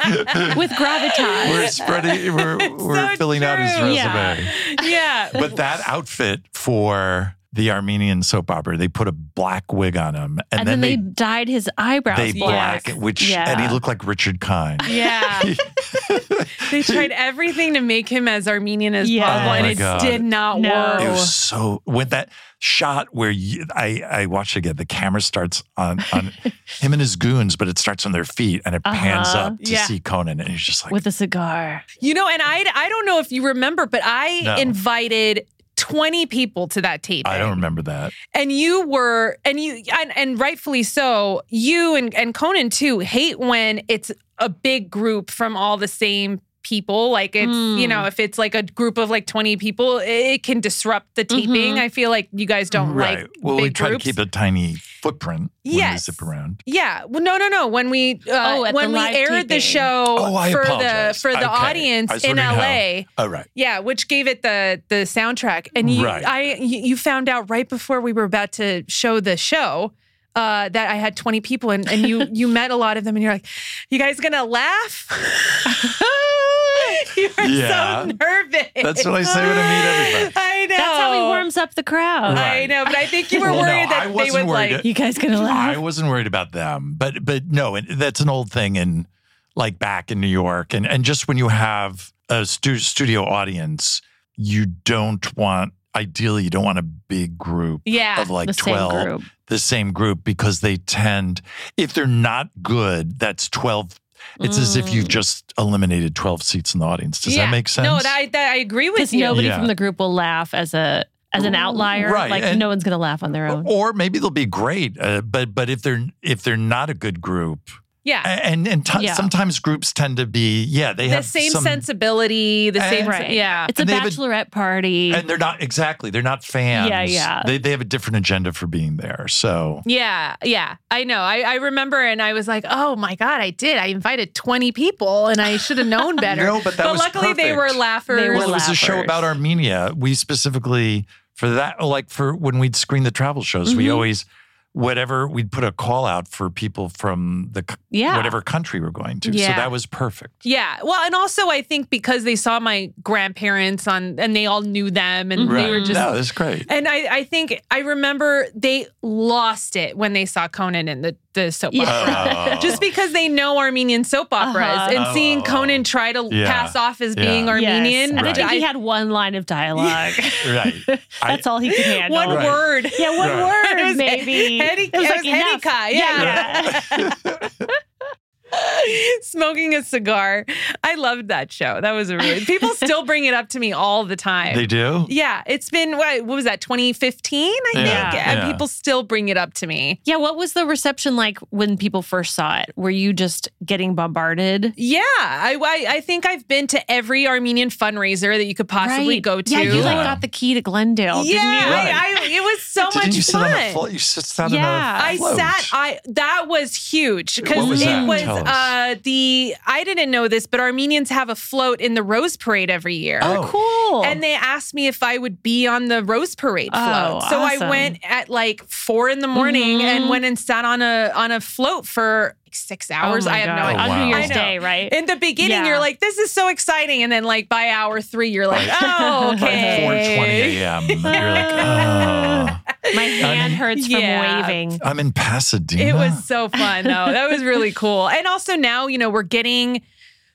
[SPEAKER 1] (laughs)
[SPEAKER 2] gravitas. (laughs)
[SPEAKER 1] We're spreading. We're, we're filling out his resume.
[SPEAKER 2] Yeah.
[SPEAKER 5] (laughs) yeah.
[SPEAKER 1] But that outfit for the Armenian soap opera, they put a black wig on him, and,
[SPEAKER 2] and, then, they, dyed his eyebrows
[SPEAKER 1] they,
[SPEAKER 2] black.
[SPEAKER 1] black, which and he looked like Richard Kind. (laughs)
[SPEAKER 5] Yeah. they tried everything to make him as Armenian as
[SPEAKER 2] Yeah.
[SPEAKER 5] possible,
[SPEAKER 1] Oh
[SPEAKER 5] and
[SPEAKER 1] my
[SPEAKER 5] it
[SPEAKER 1] God.
[SPEAKER 5] did not work.
[SPEAKER 1] It was so when that shot where you, I I watched it again. The camera starts on
[SPEAKER 5] (laughs)
[SPEAKER 1] on him and his goons, but it starts on their feet and it pans
[SPEAKER 5] Uh-huh.
[SPEAKER 1] up to
[SPEAKER 5] Yeah.
[SPEAKER 1] see Conan, and he's just like,
[SPEAKER 2] with a cigar.
[SPEAKER 5] You know, and I I don't know if you remember, but I
[SPEAKER 1] No.
[SPEAKER 5] invited 20 people to that tape.
[SPEAKER 1] I don't remember that.
[SPEAKER 5] And you were and you and, and rightfully so, you and, and Conan too hate when it's a big group from all the same people like it's you
[SPEAKER 2] Mm.
[SPEAKER 5] know if it's like a group of like 20 people it, it can disrupt the taping
[SPEAKER 2] Mhm.
[SPEAKER 5] i feel like you guys don't
[SPEAKER 1] right.
[SPEAKER 5] like
[SPEAKER 1] well,
[SPEAKER 5] big
[SPEAKER 1] we try
[SPEAKER 5] groups.
[SPEAKER 1] to keep a tiny footprint when we
[SPEAKER 5] Yes.
[SPEAKER 1] zip around.
[SPEAKER 5] Yeah. Well, no, no, no. When we uh,
[SPEAKER 2] Oh, at the
[SPEAKER 5] when we
[SPEAKER 2] live
[SPEAKER 5] aired the
[SPEAKER 2] taping.
[SPEAKER 5] show
[SPEAKER 1] Oh, I
[SPEAKER 5] for the
[SPEAKER 1] apologize.
[SPEAKER 5] for the
[SPEAKER 1] Okay. I
[SPEAKER 5] audience
[SPEAKER 1] was
[SPEAKER 5] in
[SPEAKER 1] wondering
[SPEAKER 5] LA.
[SPEAKER 1] how. Oh, right.
[SPEAKER 5] Yeah, which gave it the the soundtrack, and you,
[SPEAKER 1] Right.
[SPEAKER 5] I you you found out right before we were about to show the show. Uh, that I had 20 people and, and you you met a lot of them and you're like, you guys gonna
[SPEAKER 1] (laughs)
[SPEAKER 5] laugh? you were
[SPEAKER 1] Yeah.
[SPEAKER 5] so nervous.
[SPEAKER 1] That's what I say when I meet everybody.
[SPEAKER 5] (laughs) I know.
[SPEAKER 2] That's how he warms up the crowd.
[SPEAKER 5] I know, but I think you were
[SPEAKER 1] Well, no,
[SPEAKER 5] worried
[SPEAKER 1] I
[SPEAKER 5] that they
[SPEAKER 1] wasn't
[SPEAKER 5] would
[SPEAKER 1] worried.
[SPEAKER 5] like
[SPEAKER 2] You guys gonna laugh?
[SPEAKER 1] I wasn't worried about them, but but no, and that's an old thing in like back in New York, and and just when you have a stu- studio audience, you don't want ideally you don't want a big group
[SPEAKER 5] Yeah,
[SPEAKER 1] of like
[SPEAKER 5] the same
[SPEAKER 1] 12
[SPEAKER 5] group.
[SPEAKER 1] the same group because they tend if they're not good that's 12 it's as if you've just eliminated 12 seats in the audience does
[SPEAKER 5] Mm. Yeah.
[SPEAKER 1] that make sense
[SPEAKER 5] No, that, I- that I agree with
[SPEAKER 2] Because
[SPEAKER 5] you.
[SPEAKER 2] nobody
[SPEAKER 1] Yeah.
[SPEAKER 2] from the group will laugh as a as an outlier.
[SPEAKER 1] Right,
[SPEAKER 2] Like
[SPEAKER 1] and-
[SPEAKER 2] no one's gonna laugh on their own.
[SPEAKER 1] or maybe they'll be great uh, but but if they're if they're not a good group
[SPEAKER 5] Yeah.
[SPEAKER 1] A- and and t-
[SPEAKER 5] Yeah.
[SPEAKER 1] sometimes groups tend to be yeah they
[SPEAKER 5] the
[SPEAKER 1] have
[SPEAKER 5] same
[SPEAKER 1] some, Eh,
[SPEAKER 5] sensibility, the same,
[SPEAKER 1] Right.
[SPEAKER 5] yeah.
[SPEAKER 2] It's a
[SPEAKER 1] And they have a-
[SPEAKER 2] bachelorette party.
[SPEAKER 1] and they're not exactly they're not fans
[SPEAKER 5] Yeah, yeah.
[SPEAKER 1] they, they have a different agenda for being there so
[SPEAKER 5] Yeah, yeah, I know. I, I remember, and I was like, "Oh my god, I did! I invited twenty people, and I should have
[SPEAKER 1] (laughs)
[SPEAKER 5] known better."
[SPEAKER 1] No, but that was
[SPEAKER 5] luckily they
[SPEAKER 1] perfect.
[SPEAKER 5] were laughers.
[SPEAKER 1] well, it was a show about Armenia we specifically for that like for when we'd screen the travel shows we
[SPEAKER 5] Mhm.
[SPEAKER 1] always whatever we'd put a call out for people from the c-
[SPEAKER 5] Yeah.
[SPEAKER 1] whatever country we're going to. So
[SPEAKER 5] Yeah.
[SPEAKER 1] that was perfect.
[SPEAKER 5] Yeah. Well, and also I think because they saw my grandparents on and they all knew them and
[SPEAKER 1] Right.
[SPEAKER 5] they were just
[SPEAKER 1] no, that's great.
[SPEAKER 5] (laughs) And I, I think I remember they lost it when they saw Conan in the, the soap
[SPEAKER 10] Yeah.
[SPEAKER 5] opera.
[SPEAKER 10] Oh.
[SPEAKER 5] Just because they know Armenian soap operas
[SPEAKER 2] Uh-huh.
[SPEAKER 5] and seeing
[SPEAKER 2] Oh.
[SPEAKER 5] Conan try to
[SPEAKER 2] Yeah.
[SPEAKER 5] pass off as
[SPEAKER 2] Yeah.
[SPEAKER 5] being
[SPEAKER 2] Yes.
[SPEAKER 5] Armenian.
[SPEAKER 2] And I think
[SPEAKER 5] I-
[SPEAKER 2] he had one line of
[SPEAKER 5] (laughs)
[SPEAKER 2] dialogue.
[SPEAKER 1] Right.
[SPEAKER 2] (laughs) That's all he could handle.
[SPEAKER 5] One Right. word.
[SPEAKER 2] (laughs) Yeah, one
[SPEAKER 5] Right. It
[SPEAKER 2] word,
[SPEAKER 5] was (laughs)
[SPEAKER 2] maybe.
[SPEAKER 5] Hedi- it was
[SPEAKER 2] enough.
[SPEAKER 5] Hedika, yeah. (laughs) smoking a cigar. I loved that show. That was a really people still bring it up to me all the time.
[SPEAKER 1] They do?
[SPEAKER 5] (laughs) Yeah, it's been what, what was that 2015? I
[SPEAKER 1] Yeah,
[SPEAKER 5] think, and
[SPEAKER 1] yeah.
[SPEAKER 5] people still bring it up to me.
[SPEAKER 2] (laughs) Yeah, what was the reception like when people first saw it? Were you just getting bombarded?
[SPEAKER 5] Yeah, I, I I think I've been to every Armenian fundraiser that you could possibly
[SPEAKER 2] Right.
[SPEAKER 5] go to.
[SPEAKER 2] Yeah, you like got the key to
[SPEAKER 1] Oh,
[SPEAKER 2] Glendale.
[SPEAKER 5] Yeah,
[SPEAKER 2] didn't you?
[SPEAKER 5] I, I, it was so
[SPEAKER 1] Didn't
[SPEAKER 5] much
[SPEAKER 1] you sit
[SPEAKER 5] fun.
[SPEAKER 1] on a float? You sit- sat
[SPEAKER 5] yeah,
[SPEAKER 1] on a
[SPEAKER 5] I
[SPEAKER 1] float.
[SPEAKER 5] sat. I that was huge because
[SPEAKER 1] What was
[SPEAKER 5] it
[SPEAKER 1] that?
[SPEAKER 5] was
[SPEAKER 1] Tell us.
[SPEAKER 5] uh, the I didn't know this, but Armenians have a float in the Rose Parade every year.
[SPEAKER 2] Oh, cool!
[SPEAKER 5] And they asked me if I would be on the Rose Parade float,
[SPEAKER 2] Oh,
[SPEAKER 5] so
[SPEAKER 2] awesome. Mm-hmm.
[SPEAKER 5] I went at like four in the morning and went and sat on a on a float for. like, Six hours.
[SPEAKER 2] Oh my
[SPEAKER 5] I have
[SPEAKER 2] God.
[SPEAKER 5] no idea.
[SPEAKER 2] On
[SPEAKER 1] Oh,
[SPEAKER 2] New
[SPEAKER 5] I
[SPEAKER 2] Year's
[SPEAKER 5] know.
[SPEAKER 2] Day, right?
[SPEAKER 5] In the beginning,
[SPEAKER 2] Yeah.
[SPEAKER 5] you're like, "This is so exciting," and then like by hour three, you're like, "Oh,
[SPEAKER 1] By
[SPEAKER 5] okay."
[SPEAKER 1] 4:20
[SPEAKER 5] (laughs)
[SPEAKER 1] a.m. You're like, oh,
[SPEAKER 2] My hand
[SPEAKER 1] mean-
[SPEAKER 2] hurts from
[SPEAKER 5] Yeah.
[SPEAKER 2] waving.
[SPEAKER 1] (laughs) I'm in Pasadena.
[SPEAKER 5] It was so fun though. that was
[SPEAKER 2] (laughs)
[SPEAKER 5] really cool. And also now, you know, we're getting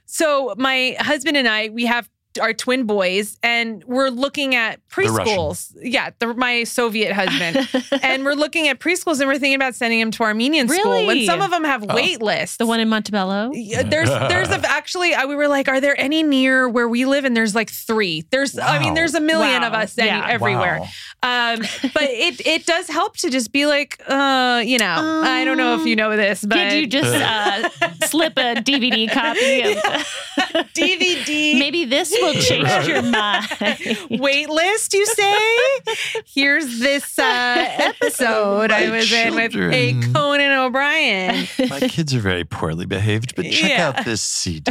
[SPEAKER 5] so my husband and I, we have our twin boys and we're looking at
[SPEAKER 10] Russian.
[SPEAKER 5] preschools. Yeah, the, my
[SPEAKER 2] (laughs)
[SPEAKER 5] Soviet husband. and we're looking at preschools and we're thinking about sending them to Armenian school.
[SPEAKER 2] Really?
[SPEAKER 5] And some of them have
[SPEAKER 2] Oh.
[SPEAKER 5] wait lists.
[SPEAKER 2] The one in Montebello?
[SPEAKER 5] Yeah, there's there's
[SPEAKER 2] (laughs)
[SPEAKER 5] a, actually I, we were like, are there any near where we live? And there's like three. There's I mean,
[SPEAKER 2] Wow.
[SPEAKER 5] there's a million
[SPEAKER 2] Wow.
[SPEAKER 5] of us any,
[SPEAKER 2] Yeah.
[SPEAKER 5] everywhere.
[SPEAKER 2] Wow.
[SPEAKER 5] Um,
[SPEAKER 2] (laughs)
[SPEAKER 5] but it it does help to just be like, uh, you know, I don't know if you know this, but
[SPEAKER 2] Did Um,
[SPEAKER 5] (laughs)
[SPEAKER 2] you just uh, slip a DVD copy of (laughs)
[SPEAKER 5] DVD?
[SPEAKER 2] Maybe this will change your mind.
[SPEAKER 5] (laughs) wait list? You say here's this uh,
[SPEAKER 2] (laughs)
[SPEAKER 5] episode I
[SPEAKER 1] My
[SPEAKER 5] was in with
[SPEAKER 1] children.
[SPEAKER 5] a Conan
[SPEAKER 2] (laughs)
[SPEAKER 5] O'Brien. (laughs)
[SPEAKER 1] My kids are very poorly behaved, but check
[SPEAKER 5] Yeah.
[SPEAKER 1] out this
[SPEAKER 5] (laughs)
[SPEAKER 1] CD.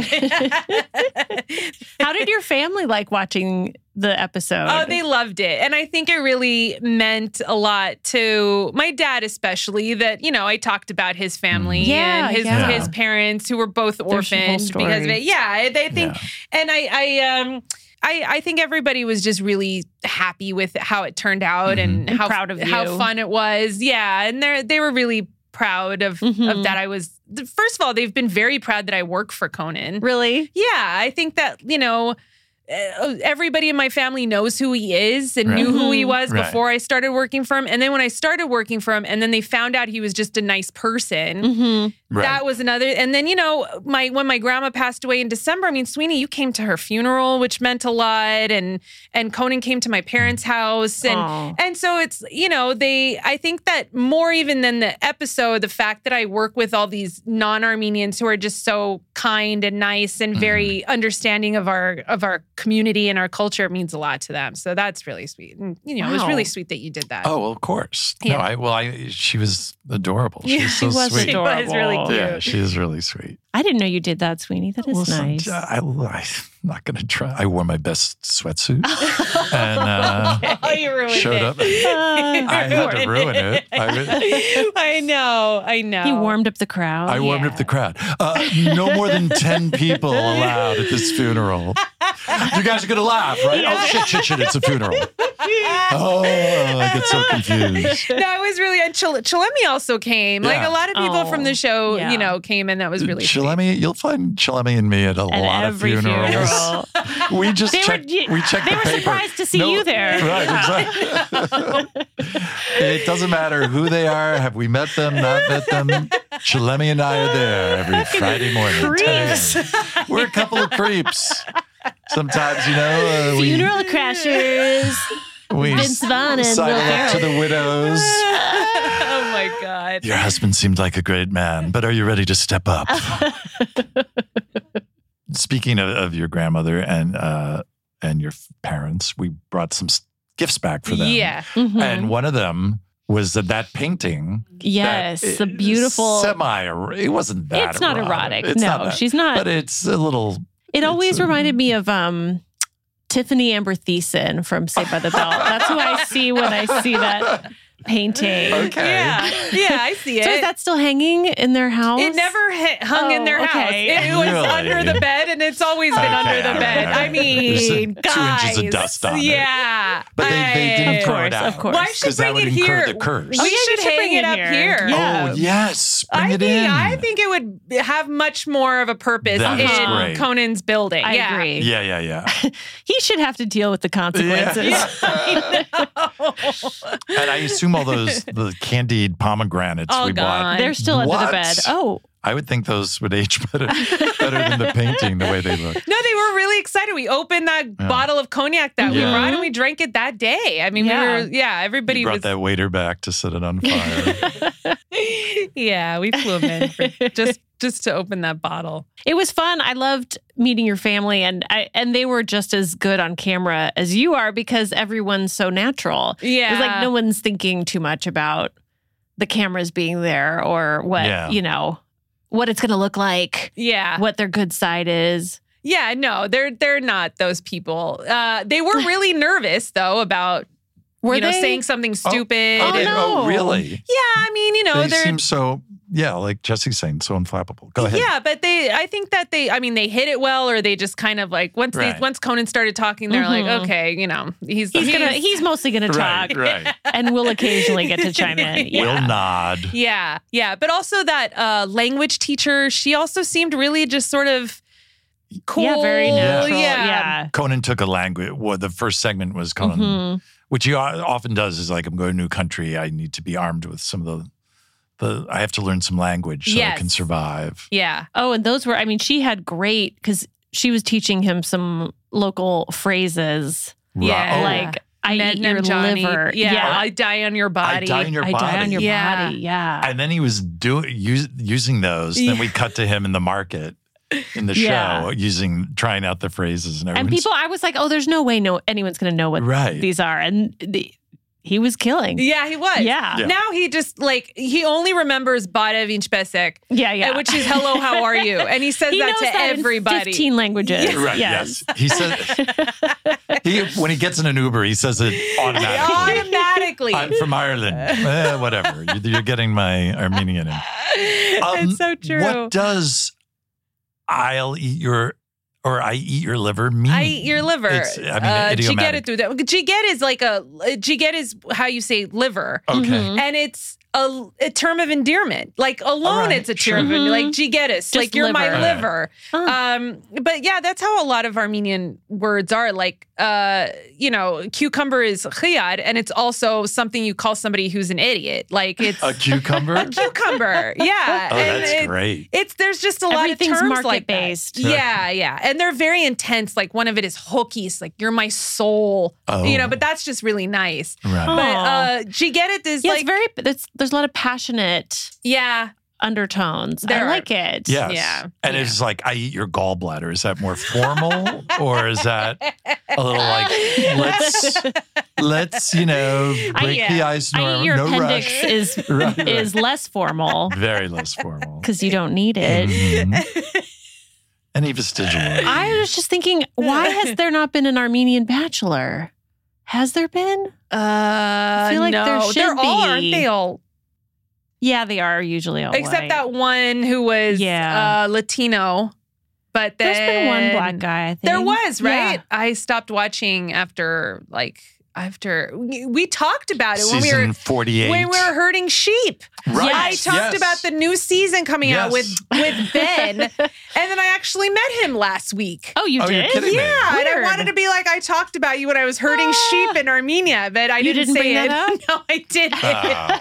[SPEAKER 2] How did your family like watching the episode?
[SPEAKER 5] Oh, they loved it. And I think it really meant a lot to my dad, especially that, you know, I talked about his family
[SPEAKER 2] Mm. Yeah,
[SPEAKER 5] and his
[SPEAKER 2] yeah.
[SPEAKER 5] his parents who were both
[SPEAKER 2] whole
[SPEAKER 5] orphans because of
[SPEAKER 2] story.
[SPEAKER 5] it. Yeah. I- They think and I I um I, I think everybody was just really happy with how it turned out and
[SPEAKER 2] And
[SPEAKER 5] how
[SPEAKER 2] proud of you.
[SPEAKER 5] how fun it was. Yeah. And they they were really proud of,
[SPEAKER 2] Mm-hmm.
[SPEAKER 5] of that I was first of all, they've been very proud that I work for Conan.
[SPEAKER 2] Really?
[SPEAKER 5] Yeah. I think that, you know, uh, everybody in my family knows who he is and
[SPEAKER 2] Right.
[SPEAKER 5] knew who he
[SPEAKER 2] Mhm.
[SPEAKER 5] was
[SPEAKER 2] Right.
[SPEAKER 5] before I started working for him. And then when I started working for him, and then they found out he was just a nice person.
[SPEAKER 2] Mm-hmm.
[SPEAKER 10] Right.
[SPEAKER 5] That was another. And then you know, my when my grandma passed away in December, I mean, Sweeney, you came to her funeral, which meant a lot, and and Conan came to my parents' house, and
[SPEAKER 10] Aw.
[SPEAKER 5] and so it's you know they. I think that more even than the episode, the fact that I work with all these non-Armenians who are just so kind and nice and very
[SPEAKER 1] Mm-hmm.
[SPEAKER 5] understanding of our of our community and our culture means a lot to them. So that's really sweet, and you know, it was
[SPEAKER 1] Wow.
[SPEAKER 5] really sweet that you did that.
[SPEAKER 1] Oh, well, of course.
[SPEAKER 5] Yeah.
[SPEAKER 1] No, I well, I she was adorable. She
[SPEAKER 5] Yeah,
[SPEAKER 1] was so
[SPEAKER 5] she was
[SPEAKER 1] sweet.
[SPEAKER 5] adorable. She was really
[SPEAKER 1] Yeah,
[SPEAKER 5] cute.
[SPEAKER 1] she is really sweet.
[SPEAKER 2] I didn't know you did that, Sweeney. That is
[SPEAKER 1] Well, some-
[SPEAKER 2] nice.
[SPEAKER 1] I, am not going to try. I wore my best
[SPEAKER 5] (laughs)
[SPEAKER 1] sweatsuit and uh,
[SPEAKER 5] Oh, (laughs) you ruined
[SPEAKER 1] showed
[SPEAKER 5] it.
[SPEAKER 1] up.
[SPEAKER 2] Uh,
[SPEAKER 5] You
[SPEAKER 1] I had to
[SPEAKER 5] ruined
[SPEAKER 1] ruin it.
[SPEAKER 5] (laughs)
[SPEAKER 1] I
[SPEAKER 2] (laughs)
[SPEAKER 1] re-
[SPEAKER 5] I know. I know.
[SPEAKER 2] He warmed up the crowd.
[SPEAKER 5] Oh,
[SPEAKER 1] I warmed up the crowd. Uh, no more than 10
[SPEAKER 5] (laughs)
[SPEAKER 1] people allowed at this funeral. You guys are going to laugh, right? Oh, shit, shit, shit. It's a
[SPEAKER 5] (laughs)
[SPEAKER 1] funeral. Oh, I get so confused.
[SPEAKER 5] no, it was really. And Chil- Chilemi also came. Like
[SPEAKER 1] Yeah.
[SPEAKER 5] a lot of people
[SPEAKER 1] Oh,
[SPEAKER 5] from the show,
[SPEAKER 1] yeah.
[SPEAKER 5] you know, came, and that was really.
[SPEAKER 1] Chilemi, you'll find Chilemi and me at a lot of
[SPEAKER 5] every
[SPEAKER 1] funerals. (laughs)
[SPEAKER 5] funeral.
[SPEAKER 1] we just
[SPEAKER 2] They were-
[SPEAKER 1] checked. we checked the
[SPEAKER 2] they were
[SPEAKER 1] paper.
[SPEAKER 2] surprised to see you there.
[SPEAKER 1] (laughs) Right, exactly. it doesn't matter who they are. Have we met them? Not met them? Chilemi and I are there every Friday morning. 10 a.m. We're a couple of creeps. Sometimes, you know, uh, we,
[SPEAKER 2] Funeral crashers.
[SPEAKER 1] we
[SPEAKER 2] Vince Vaughn and
[SPEAKER 1] sidle
[SPEAKER 2] Will
[SPEAKER 1] up to
[SPEAKER 2] Ferrell.
[SPEAKER 1] the (laughs) widows.
[SPEAKER 5] (laughs) oh my god.
[SPEAKER 1] Your husband seemed like a great man, but are you ready to step
[SPEAKER 2] (laughs)
[SPEAKER 1] up? Speaking of, of your grandmother and uh, and your f- parents, we brought some s- gifts back for them.
[SPEAKER 2] Yeah. Mhm.
[SPEAKER 1] And one of them was that, that painting.
[SPEAKER 2] Yes, the beautiful-
[SPEAKER 1] semi. It wasn't that.
[SPEAKER 2] It's not erotic. No,
[SPEAKER 1] that.
[SPEAKER 2] she's not-
[SPEAKER 1] But it's a little.
[SPEAKER 2] It always reminded me of um,
[SPEAKER 1] (laughs)
[SPEAKER 2] Tiffany Amber Thiessen from Saved by the Bell. That's who I see when I see that. painting.
[SPEAKER 5] Okay. Yeah. Yeah, I see
[SPEAKER 2] So
[SPEAKER 5] it.
[SPEAKER 2] is that still hanging in their house?
[SPEAKER 5] It never hit, hung in
[SPEAKER 2] Oh,
[SPEAKER 5] their house.
[SPEAKER 2] okay.
[SPEAKER 5] It, was
[SPEAKER 2] Really?
[SPEAKER 5] under the bed, and it's always been
[SPEAKER 2] Okay,
[SPEAKER 5] under
[SPEAKER 2] all right,
[SPEAKER 5] the bed.
[SPEAKER 2] all right.
[SPEAKER 5] I mean,
[SPEAKER 1] There's two
[SPEAKER 5] guys,
[SPEAKER 1] inches of dust on it.
[SPEAKER 5] yeah.
[SPEAKER 1] But they, they didn't
[SPEAKER 5] I-
[SPEAKER 1] throw it out.
[SPEAKER 5] Why should
[SPEAKER 1] Because that
[SPEAKER 5] bring
[SPEAKER 1] would
[SPEAKER 5] it
[SPEAKER 1] incur
[SPEAKER 5] here?
[SPEAKER 1] the curse.
[SPEAKER 5] We
[SPEAKER 2] Oh, yeah, you
[SPEAKER 5] should
[SPEAKER 2] should
[SPEAKER 5] hang
[SPEAKER 2] bring
[SPEAKER 5] it,
[SPEAKER 2] it
[SPEAKER 5] up
[SPEAKER 2] here.
[SPEAKER 5] here.
[SPEAKER 1] Oh, yes. Bring
[SPEAKER 5] I
[SPEAKER 1] it
[SPEAKER 5] think
[SPEAKER 1] in.
[SPEAKER 5] I think it would have much more of a purpose
[SPEAKER 1] That is
[SPEAKER 5] in
[SPEAKER 1] great.
[SPEAKER 5] Conan's building.
[SPEAKER 2] I
[SPEAKER 5] yeah.
[SPEAKER 2] agree.
[SPEAKER 1] yeah, yeah,
[SPEAKER 2] (laughs)
[SPEAKER 1] yeah.
[SPEAKER 2] He should have to deal with the consequences.
[SPEAKER 1] and I assume all those the candied pomegranates
[SPEAKER 2] All
[SPEAKER 1] we
[SPEAKER 2] gone.
[SPEAKER 1] bought.
[SPEAKER 2] They're still under the
[SPEAKER 1] What?
[SPEAKER 2] bed. Oh.
[SPEAKER 1] I would think those would age better better than the painting the way they look.
[SPEAKER 5] (laughs) No, they were really excited. We opened that
[SPEAKER 1] Yeah.
[SPEAKER 5] bottle of cognac that we
[SPEAKER 1] Yeah.
[SPEAKER 5] brought and we drank it that day. I mean,
[SPEAKER 2] Yeah.
[SPEAKER 5] we were, yeah,
[SPEAKER 1] He
[SPEAKER 5] everybody
[SPEAKER 1] brought
[SPEAKER 5] was,
[SPEAKER 1] that waiter back to set it on fire.
[SPEAKER 5] (laughs) yeah, we flew him in
[SPEAKER 2] (laughs)
[SPEAKER 5] for, just just to open that bottle.
[SPEAKER 2] It was fun. I loved meeting your family, and I, and they were just as good on camera as you are because everyone's so natural. it's like
[SPEAKER 5] Yeah.
[SPEAKER 2] no one's thinking too much about the cameras being there or what
[SPEAKER 5] Yeah.
[SPEAKER 2] you know what it's going to look like,
[SPEAKER 5] Yeah.
[SPEAKER 2] what their good side is.
[SPEAKER 5] Yeah, no, they're they're not those people. Uh, they were really nervous though about
[SPEAKER 2] Were
[SPEAKER 5] you know
[SPEAKER 2] they?
[SPEAKER 5] saying something stupid.
[SPEAKER 1] oh,
[SPEAKER 5] and-
[SPEAKER 1] no. really?
[SPEAKER 5] Yeah, I mean, you know,
[SPEAKER 1] they
[SPEAKER 5] are
[SPEAKER 1] seem so yeah, like Jesse's saying, so unflappable. Go ahead.
[SPEAKER 5] Yeah, but they I think that they I mean they hit it well or they just kind of like once
[SPEAKER 1] Right.
[SPEAKER 5] they once Conan started talking they're
[SPEAKER 2] Mhm.
[SPEAKER 5] like okay, you know, he's
[SPEAKER 2] He's gonna he's mostly going to
[SPEAKER 1] Right,
[SPEAKER 2] talk,
[SPEAKER 1] right.
[SPEAKER 2] and we'll occasionally get to
[SPEAKER 1] (laughs)
[SPEAKER 2] chime in. Yeah.
[SPEAKER 1] Will nod.
[SPEAKER 5] Yeah, yeah. But also that uh, language teacher, she also seemed really just sort of cool.
[SPEAKER 2] Yeah, very natural.
[SPEAKER 5] Yeah.
[SPEAKER 2] Yeah.
[SPEAKER 1] Conan took a language. Well, the first segment was Conan,
[SPEAKER 2] Mhm.
[SPEAKER 1] which he o- often does. Is like, I'm going to a new country. I need to be armed with some of the, the. I have to learn some language so I
[SPEAKER 2] Yes.
[SPEAKER 1] can survive.
[SPEAKER 5] Yeah.
[SPEAKER 2] Oh, and those were, I mean, she had great because she was teaching him some local phrases.
[SPEAKER 1] Right. Yeah.
[SPEAKER 2] Like, I
[SPEAKER 5] Ned
[SPEAKER 2] eat
[SPEAKER 5] Ned
[SPEAKER 2] your
[SPEAKER 5] Johnny.
[SPEAKER 2] liver.
[SPEAKER 5] Yeah, I die on your body.
[SPEAKER 1] die on your
[SPEAKER 2] I die on
[SPEAKER 1] body.
[SPEAKER 2] your
[SPEAKER 5] Yeah.
[SPEAKER 2] body. Yeah.
[SPEAKER 1] And then he was doing use, using those. Then we cut to him in the market in the
[SPEAKER 2] Yeah.
[SPEAKER 1] show using trying out the phrases and
[SPEAKER 2] and
[SPEAKER 1] everything.
[SPEAKER 2] people, I was like, oh, there's no way no anyone's going to know what
[SPEAKER 1] Right.
[SPEAKER 2] these are. And the, he was killing.
[SPEAKER 5] Yeah, he was.
[SPEAKER 2] Yeah. Yeah.
[SPEAKER 5] Now he just like he only remembers Bada Vinchbesek.
[SPEAKER 2] Yeah, yeah.
[SPEAKER 5] Which is hello, how
[SPEAKER 2] (laughs)
[SPEAKER 5] are you? And he says
[SPEAKER 2] He
[SPEAKER 5] that
[SPEAKER 2] knows
[SPEAKER 5] to
[SPEAKER 2] that in
[SPEAKER 5] everybody.
[SPEAKER 2] 15 languages.
[SPEAKER 1] Right. Yes. He says he when he gets in an Uber, he says it
[SPEAKER 5] (laughs)
[SPEAKER 1] automatically.
[SPEAKER 5] Automatically.
[SPEAKER 1] I'm from Ireland. Eh, whatever. You're, you're getting my Armenian in. Um,
[SPEAKER 5] (laughs) it's so true.
[SPEAKER 1] What does I'll eat your or I eat your liver mean?
[SPEAKER 5] (laughs) I eat your liver.
[SPEAKER 1] It's- I mean,
[SPEAKER 5] uh,
[SPEAKER 1] idiomatic.
[SPEAKER 5] Jiget through that. Jiget is like a jiget is how you say liver.
[SPEAKER 2] Mm-hmm.
[SPEAKER 1] Okay. Mhm.
[SPEAKER 5] And it's a, a term of endearment. Like alone, it's a term of
[SPEAKER 2] sure.
[SPEAKER 5] endearment. Like jigetis, like you're
[SPEAKER 2] liver.
[SPEAKER 5] my
[SPEAKER 2] Right.
[SPEAKER 5] liver. Um, but yeah, that's how a lot of Armenian words are. Like, uh, you know, cucumber is khiyad, and it's also something you call somebody who's an idiot.
[SPEAKER 1] (laughs)
[SPEAKER 5] Like it's
[SPEAKER 1] A cucumber?
[SPEAKER 5] (laughs) a cucumber. Yeah.
[SPEAKER 1] Oh,
[SPEAKER 5] And
[SPEAKER 1] that's
[SPEAKER 5] it-
[SPEAKER 1] great.
[SPEAKER 5] It's there's just a lot of
[SPEAKER 2] Everything's
[SPEAKER 5] terms like that.
[SPEAKER 2] market-based.
[SPEAKER 5] Yeah, yeah. And they're very intense. Like one of it is hookies, like you're my soul.
[SPEAKER 2] Oh.
[SPEAKER 5] You know, but that's just really nice.
[SPEAKER 2] Right.
[SPEAKER 5] But
[SPEAKER 2] Aw.
[SPEAKER 5] uh Jigetit is
[SPEAKER 2] Yeah,
[SPEAKER 5] like
[SPEAKER 2] it's very, it's, there's a lot of passionate
[SPEAKER 5] Yeah.
[SPEAKER 2] undertones.
[SPEAKER 5] There
[SPEAKER 2] I
[SPEAKER 5] are.
[SPEAKER 2] like it.
[SPEAKER 1] Yes. And it's like I eat your gallbladder. Is that more
[SPEAKER 5] (laughs)
[SPEAKER 1] formal or is that a little like
[SPEAKER 5] (laughs)
[SPEAKER 1] let's let's you know
[SPEAKER 2] I-
[SPEAKER 1] break
[SPEAKER 2] yeah.
[SPEAKER 1] the ice
[SPEAKER 2] I
[SPEAKER 1] no,
[SPEAKER 2] eat your
[SPEAKER 1] no
[SPEAKER 2] appendix
[SPEAKER 1] (laughs) rush.
[SPEAKER 2] is
[SPEAKER 1] Right, right.
[SPEAKER 2] is
[SPEAKER 1] (laughs)
[SPEAKER 2] less formal
[SPEAKER 1] Very less formal.
[SPEAKER 2] because you don't need it.
[SPEAKER 1] Mhm. Any vestigial?
[SPEAKER 2] I was just thinking, why (laughs) has there not been an Armenian bachelor? Has there been?
[SPEAKER 5] (laughs) Uh,
[SPEAKER 2] I feel like there
[SPEAKER 5] no,
[SPEAKER 2] should
[SPEAKER 5] they're all
[SPEAKER 2] be.
[SPEAKER 5] aren't they all
[SPEAKER 2] Yeah, they are usually all
[SPEAKER 5] except
[SPEAKER 2] white.
[SPEAKER 5] that one who was
[SPEAKER 2] Yeah.
[SPEAKER 5] uh Latino. But then
[SPEAKER 2] There's been one black guy. I think
[SPEAKER 5] There was, right?
[SPEAKER 2] Yeah.
[SPEAKER 5] I stopped watching after like after we, we talked about it when we
[SPEAKER 1] Season
[SPEAKER 5] were
[SPEAKER 1] 48.
[SPEAKER 5] when we were herding sheep.
[SPEAKER 1] Right.
[SPEAKER 5] I
[SPEAKER 1] Yes.
[SPEAKER 5] talked
[SPEAKER 1] Yes.
[SPEAKER 5] about the new season coming out with
[SPEAKER 1] Yes.
[SPEAKER 2] (laughs)
[SPEAKER 5] with Ben, and then I actually met him last week.
[SPEAKER 2] Oh, you
[SPEAKER 1] Oh, you're
[SPEAKER 2] did?
[SPEAKER 1] kidding me.
[SPEAKER 5] yeah, and I
[SPEAKER 2] Weird. Ah.
[SPEAKER 5] wanted to be like I talked about you when I was herding sheep in Armenia, but I
[SPEAKER 2] You
[SPEAKER 5] didn't,
[SPEAKER 2] didn't
[SPEAKER 5] say
[SPEAKER 2] bring
[SPEAKER 5] it.
[SPEAKER 2] that up?
[SPEAKER 5] (laughs) No, I didn't.
[SPEAKER 1] Wow.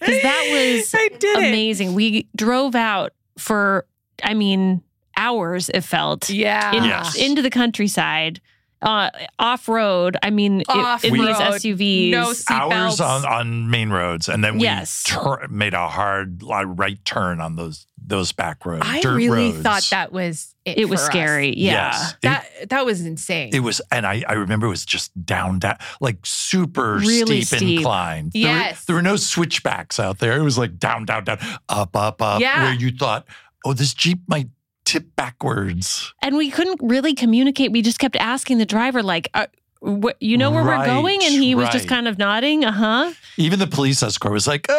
[SPEAKER 2] Because that was
[SPEAKER 5] I didn't.
[SPEAKER 2] amazing. We drove out for, I mean, hours. It felt
[SPEAKER 5] Yeah.
[SPEAKER 2] in-
[SPEAKER 1] Yes.
[SPEAKER 2] into the countryside, uh, off road. I mean, it- in
[SPEAKER 5] Off-road.
[SPEAKER 2] these SUVs.
[SPEAKER 5] No (laughs) seatbelts.
[SPEAKER 1] Hours on, on main roads, and then we
[SPEAKER 2] Yes.
[SPEAKER 1] tur- made a hard like, right turn on those those back roads.
[SPEAKER 5] I
[SPEAKER 1] dirt
[SPEAKER 5] really
[SPEAKER 1] roads.
[SPEAKER 5] thought that was it.
[SPEAKER 2] it was
[SPEAKER 5] for us.
[SPEAKER 2] scary. Yeah.
[SPEAKER 1] Yes. It-
[SPEAKER 5] That that was insane.
[SPEAKER 1] It was, and I, I remember it was just down, down, like super
[SPEAKER 2] Really
[SPEAKER 1] steep,
[SPEAKER 2] steep.
[SPEAKER 1] incline. There were,
[SPEAKER 5] Yes.
[SPEAKER 1] there were no switchbacks out there. It was like down, down, down, up, up, up,
[SPEAKER 5] Yeah.
[SPEAKER 1] where you thought, oh, this Jeep might tip backwards.
[SPEAKER 2] and we couldn't really communicate. We just kept asking the driver, like, are, wh- you know where
[SPEAKER 1] Right,
[SPEAKER 2] we're going? And he was just
[SPEAKER 1] right.
[SPEAKER 2] kind of nodding, uh
[SPEAKER 5] (laughs)
[SPEAKER 2] huh.
[SPEAKER 1] Even the police escort was like, uh,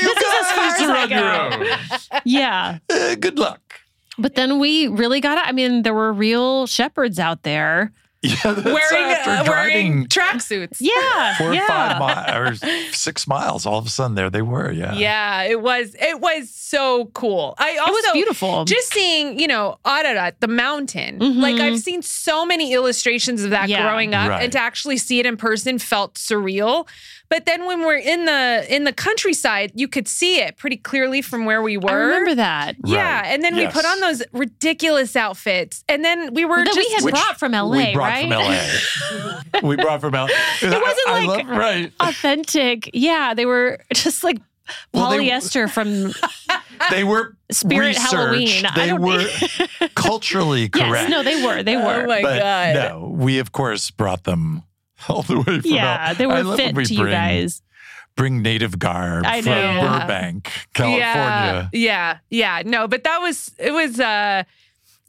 [SPEAKER 1] you guys are on your own.
[SPEAKER 2] yeah.
[SPEAKER 1] Uh, good luck. (laughs)
[SPEAKER 2] But then we really got I mean, there were real shepherds out there.
[SPEAKER 1] Yeah, that's after driving
[SPEAKER 5] uh, (laughs) tracksuits.
[SPEAKER 2] Yeah.
[SPEAKER 1] four or
[SPEAKER 2] yeah.
[SPEAKER 1] five miles or six miles, all of a sudden there they were. Yeah.
[SPEAKER 5] Yeah, it was it was so cool. I also
[SPEAKER 2] was beautiful.
[SPEAKER 5] Just seeing, you know, Ararat, the mountain.
[SPEAKER 2] Mhm.
[SPEAKER 5] Like I've seen so many illustrations of that
[SPEAKER 2] Yeah.
[SPEAKER 5] growing up,
[SPEAKER 2] Right.
[SPEAKER 5] and to actually see it in person felt surreal. But then when we're in the in the countryside, you could see it pretty clearly from where we were.
[SPEAKER 2] remember that.
[SPEAKER 5] Yeah,
[SPEAKER 2] Right.
[SPEAKER 5] and then we put
[SPEAKER 2] Yes.
[SPEAKER 5] on those ridiculous outfits, and then we were
[SPEAKER 2] That we
[SPEAKER 5] just
[SPEAKER 2] had Which brought from LA,
[SPEAKER 1] we brought from LA. we brought from LA. It
[SPEAKER 2] wasn't
[SPEAKER 1] I,
[SPEAKER 2] like
[SPEAKER 1] love-
[SPEAKER 2] (laughs)
[SPEAKER 1] right.
[SPEAKER 2] (laughs) authentic. Yeah, they were just like
[SPEAKER 1] Well, they- (laughs)
[SPEAKER 2] polyester from
[SPEAKER 1] They were
[SPEAKER 2] Spirit
[SPEAKER 1] researched.
[SPEAKER 2] Halloween. I
[SPEAKER 1] They
[SPEAKER 2] don't
[SPEAKER 1] were culturally
[SPEAKER 2] (laughs) Yes,
[SPEAKER 1] correct. Uh,
[SPEAKER 2] no, they were. They were. Oh my
[SPEAKER 1] But
[SPEAKER 2] God.
[SPEAKER 1] No, we of course brought them all the way from
[SPEAKER 2] Yeah,
[SPEAKER 1] LA.
[SPEAKER 2] they were
[SPEAKER 1] I love when
[SPEAKER 2] fit
[SPEAKER 1] we
[SPEAKER 2] to you
[SPEAKER 1] bring-
[SPEAKER 2] guys.
[SPEAKER 1] Bring native garb
[SPEAKER 5] I
[SPEAKER 1] from
[SPEAKER 5] know.
[SPEAKER 1] Burbank, California.
[SPEAKER 5] Yeah, yeah, yeah. No, but that was it was uh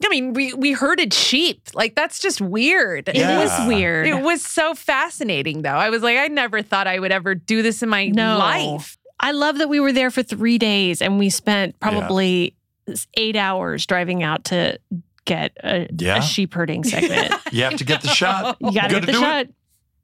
[SPEAKER 5] I mean, we we herded sheep. Like that's just weird.
[SPEAKER 2] It is Yeah. weird.
[SPEAKER 5] It was so fascinating though. I was like I never thought I would ever do this in my
[SPEAKER 2] no.
[SPEAKER 5] life.
[SPEAKER 2] I love that we were there for three days and we spent probably s- eight hours driving out to get a,
[SPEAKER 1] Yeah.
[SPEAKER 2] a
[SPEAKER 1] (laughs)
[SPEAKER 2] sheep herding segment.
[SPEAKER 1] You have to get the shot.
[SPEAKER 2] (laughs) You gotta get the
[SPEAKER 1] do it.
[SPEAKER 2] shot.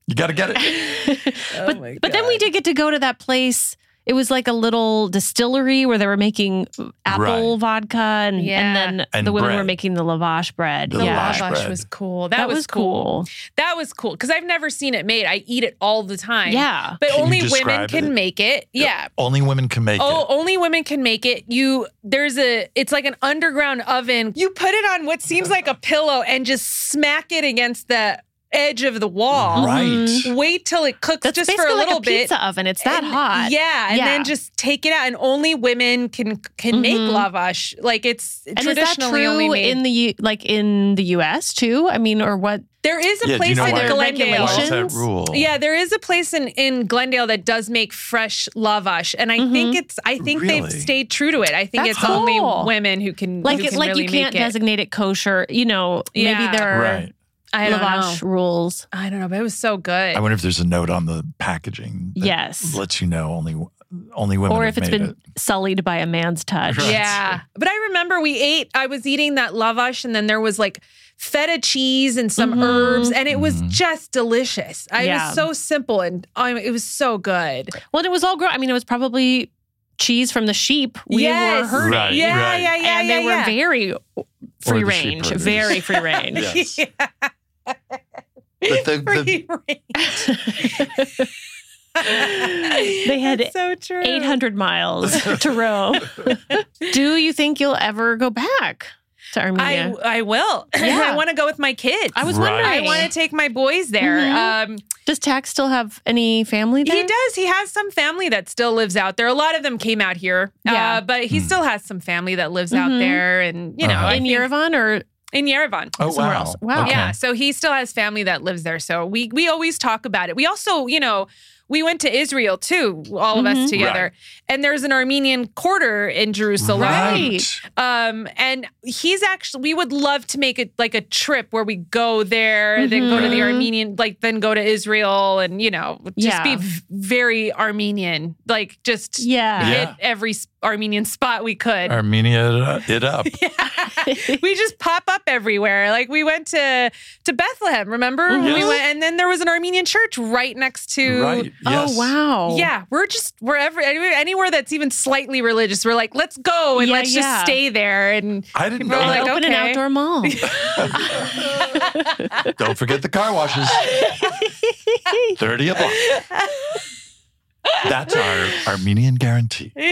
[SPEAKER 1] You gotta get it.
[SPEAKER 2] but but then we did get to go to that place. It was like a little distillery where they were making apple vodka, and, and then
[SPEAKER 5] And
[SPEAKER 2] the women were
[SPEAKER 5] bread.
[SPEAKER 2] making the lavash bread.
[SPEAKER 5] The
[SPEAKER 2] yeah.
[SPEAKER 5] lavash Lavash bread. was cool. That was
[SPEAKER 2] cool.
[SPEAKER 5] That was cool cuz I've never seen it made. I eat it all the time.
[SPEAKER 2] Yeah.
[SPEAKER 5] But
[SPEAKER 1] Can you
[SPEAKER 5] only women
[SPEAKER 1] describe
[SPEAKER 5] can
[SPEAKER 1] it?
[SPEAKER 5] make it. Yeah.
[SPEAKER 1] Only women can make
[SPEAKER 5] oh,
[SPEAKER 1] it.
[SPEAKER 5] only women can make it. You there's a it's like an underground oven. You put it on what seems like a pillow and just smack it against the edge of the wall.
[SPEAKER 2] Right. Mhm.
[SPEAKER 5] Wait till it cooks just for a
[SPEAKER 2] basically like a
[SPEAKER 5] little bit.
[SPEAKER 2] pizza oven. It's that
[SPEAKER 5] And-
[SPEAKER 2] hot.
[SPEAKER 5] Yeah, and
[SPEAKER 2] Yeah. Mm-hmm.
[SPEAKER 5] then just take it out. And only women can can make lavash. Like it's
[SPEAKER 2] And is that
[SPEAKER 5] traditionally only
[SPEAKER 2] true
[SPEAKER 5] made.
[SPEAKER 2] in the U- like in the U.S. too? I mean, or what?
[SPEAKER 5] There is
[SPEAKER 2] Yeah,
[SPEAKER 5] a
[SPEAKER 2] do you
[SPEAKER 5] place
[SPEAKER 2] know
[SPEAKER 5] in
[SPEAKER 2] why- Are there
[SPEAKER 5] Glendale.
[SPEAKER 2] regulations? Why is that rule?
[SPEAKER 5] Yeah, there is a place in, in Glendale that does make fresh lavash, and I think it's I think they've
[SPEAKER 2] Really?
[SPEAKER 5] stayed true to it. I think
[SPEAKER 2] Mm-hmm. That's
[SPEAKER 5] it's only
[SPEAKER 2] cool.
[SPEAKER 5] women who can
[SPEAKER 2] Like
[SPEAKER 5] who
[SPEAKER 2] it,
[SPEAKER 5] can
[SPEAKER 2] like
[SPEAKER 5] really
[SPEAKER 2] you can't
[SPEAKER 5] make it.
[SPEAKER 2] designate it kosher. You know,
[SPEAKER 5] Yeah.
[SPEAKER 2] maybe there are
[SPEAKER 1] Right.
[SPEAKER 5] I don't
[SPEAKER 2] lavash
[SPEAKER 5] know.
[SPEAKER 2] rules.
[SPEAKER 5] I don't know, but it was so good.
[SPEAKER 1] I wonder if there's a note on the packaging. that
[SPEAKER 2] Yes.
[SPEAKER 1] Lets you know only only women.
[SPEAKER 2] or
[SPEAKER 1] have
[SPEAKER 2] if it's
[SPEAKER 1] made
[SPEAKER 2] been
[SPEAKER 1] it.
[SPEAKER 2] sullied by a
[SPEAKER 1] (laughs)
[SPEAKER 2] man's touch.
[SPEAKER 5] Yeah. But I remember we ate, I was eating that lavash and then there was like feta cheese and some herbs and it
[SPEAKER 1] Mm-hmm.
[SPEAKER 5] was just delicious. I,
[SPEAKER 2] Mm-hmm.
[SPEAKER 5] It
[SPEAKER 2] Yeah.
[SPEAKER 5] was so simple and um, it was so good.
[SPEAKER 2] Well, and it was all grown. I mean, it was probably cheese from the sheep we
[SPEAKER 5] Yes.
[SPEAKER 2] were herding.
[SPEAKER 5] Right, Yeah, right. yeah, yeah,
[SPEAKER 2] And they
[SPEAKER 5] yeah,
[SPEAKER 2] were
[SPEAKER 5] yeah.
[SPEAKER 2] very free
[SPEAKER 1] the sheep
[SPEAKER 2] range,
[SPEAKER 1] herders.
[SPEAKER 2] very free range.
[SPEAKER 5] (laughs)
[SPEAKER 1] Yes. But the, the,
[SPEAKER 2] They had
[SPEAKER 5] so true.
[SPEAKER 1] (laughs)
[SPEAKER 2] 800 miles to row. Do you think you'll ever go back to
[SPEAKER 5] I,
[SPEAKER 2] Armenia?
[SPEAKER 5] I will. (laughs)
[SPEAKER 2] Yeah.
[SPEAKER 5] I want to go with my kids.
[SPEAKER 2] I was
[SPEAKER 1] Right.
[SPEAKER 2] wondering.
[SPEAKER 5] I want to take my boys there.
[SPEAKER 2] Mhm.
[SPEAKER 5] Um,
[SPEAKER 2] Does Tax still have any family there?
[SPEAKER 5] He does. He has some family that still lives out there. A lot of them came out here,
[SPEAKER 2] Yeah.
[SPEAKER 5] uh, but
[SPEAKER 2] Hmm.
[SPEAKER 5] he still has some family that lives out
[SPEAKER 2] Mhm.
[SPEAKER 5] there, and you know,
[SPEAKER 1] Uh-huh.
[SPEAKER 2] in Yerevan or
[SPEAKER 5] in Yerevan.
[SPEAKER 2] Uh-huh. Oh, Somewhere wow. else. Wow.
[SPEAKER 5] Yeah.
[SPEAKER 2] Okay.
[SPEAKER 5] So he still has family that lives there. So we we always talk about it. We also, you know, we went to Israel too, all of
[SPEAKER 2] Mhm.
[SPEAKER 5] us together.
[SPEAKER 2] Right.
[SPEAKER 5] And there's an Armenian quarter in Jerusalem.
[SPEAKER 2] Right.
[SPEAKER 5] Um, and he's actually we would love to make it like a trip where we go there, then go to the
[SPEAKER 2] Mhm.
[SPEAKER 5] Armenian, like then go to Israel and you know, just
[SPEAKER 2] Yeah.
[SPEAKER 5] be v- very Armenian. Like just
[SPEAKER 2] Yeah.
[SPEAKER 5] hit
[SPEAKER 1] Yeah.
[SPEAKER 5] every s- Armenian spot we could
[SPEAKER 1] Armenia it up.
[SPEAKER 2] (laughs)
[SPEAKER 5] (laughs) we just pop up everywhere. Like we went to to Bethlehem, remember? When We
[SPEAKER 1] Oh, Yes.
[SPEAKER 5] went, and then there was an Armenian church right next to.
[SPEAKER 1] Right, Oh, yes. wow.
[SPEAKER 5] Yeah, we're just wherever anywhere, anywhere that's even slightly religious, we're like, let's go and
[SPEAKER 2] Yeah,
[SPEAKER 5] let's
[SPEAKER 2] yeah.
[SPEAKER 5] just stay there.
[SPEAKER 1] (laughs)
[SPEAKER 5] And
[SPEAKER 1] I didn't
[SPEAKER 5] people
[SPEAKER 1] know
[SPEAKER 5] are
[SPEAKER 1] that.
[SPEAKER 5] like,
[SPEAKER 2] Open an
[SPEAKER 5] okay.
[SPEAKER 2] outdoor
[SPEAKER 5] (laughs)
[SPEAKER 2] mall.
[SPEAKER 1] Don't forget the car
[SPEAKER 2] (laughs)
[SPEAKER 1] washes. 30 o'clock. That's our Armenian guarantee. (laughs)